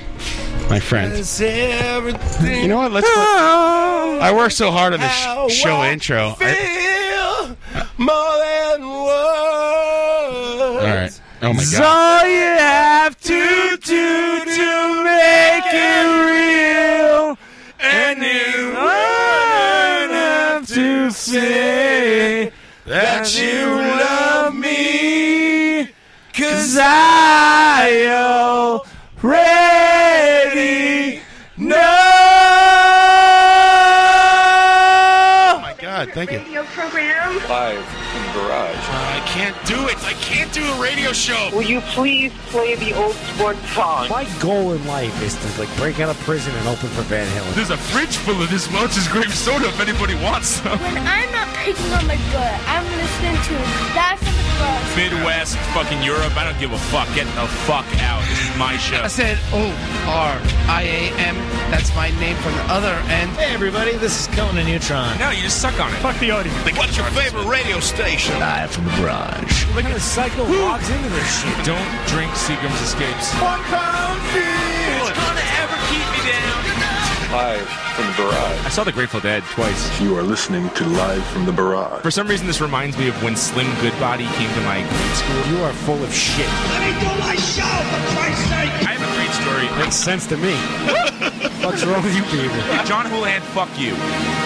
Speaker 11: my friend.
Speaker 12: everything.
Speaker 11: You know what? Let's. I worked so hard on this
Speaker 12: How
Speaker 11: sh- show
Speaker 12: I
Speaker 11: intro. I-
Speaker 12: feel more than words.
Speaker 11: all right. Oh my
Speaker 10: So-
Speaker 11: god.
Speaker 10: All
Speaker 4: you have to do to make it real,
Speaker 10: and you won't have to say that you love me, cause I already know.
Speaker 11: Oh my god. Thank you.
Speaker 2: Radio program.
Speaker 3: Live from the barrage.
Speaker 11: I can't do it. I can't do a radio show.
Speaker 5: Will you please play the old sport song?
Speaker 6: My goal in life is to like break out of prison and open for Van Halen.
Speaker 15: There's a fridge full of this Welch's grape soda if anybody wants some.
Speaker 7: When I'm not picking on my gut, I'm listening to Live from the Barrage.
Speaker 15: Midwest, fucking Europe. I don't give a fuck. Get the fuck out. This is my show.
Speaker 5: I said O R I A M. That's my name from the other end. Hey everybody, this is Conan Neutron.
Speaker 15: No, you just suck on it.
Speaker 13: Fuck the audience.
Speaker 15: What's your favorite radio station?
Speaker 22: Live from the barrage.
Speaker 6: Look at the cycle logs into this shit.
Speaker 15: Don't drink Seagram's Escapes.
Speaker 3: Live from the barrage.
Speaker 4: I saw The Grateful Dead twice.
Speaker 9: You are listening to Live from the Barrage.
Speaker 4: For some reason, this reminds me of when Slim Goodbody came to my grade school.
Speaker 6: You are full of shit.
Speaker 10: Let me do my show, for Christ's sake!
Speaker 15: I have a great story.
Speaker 6: Makes sense to me. What's wrong with you people?
Speaker 15: John Houlihan, fuck you.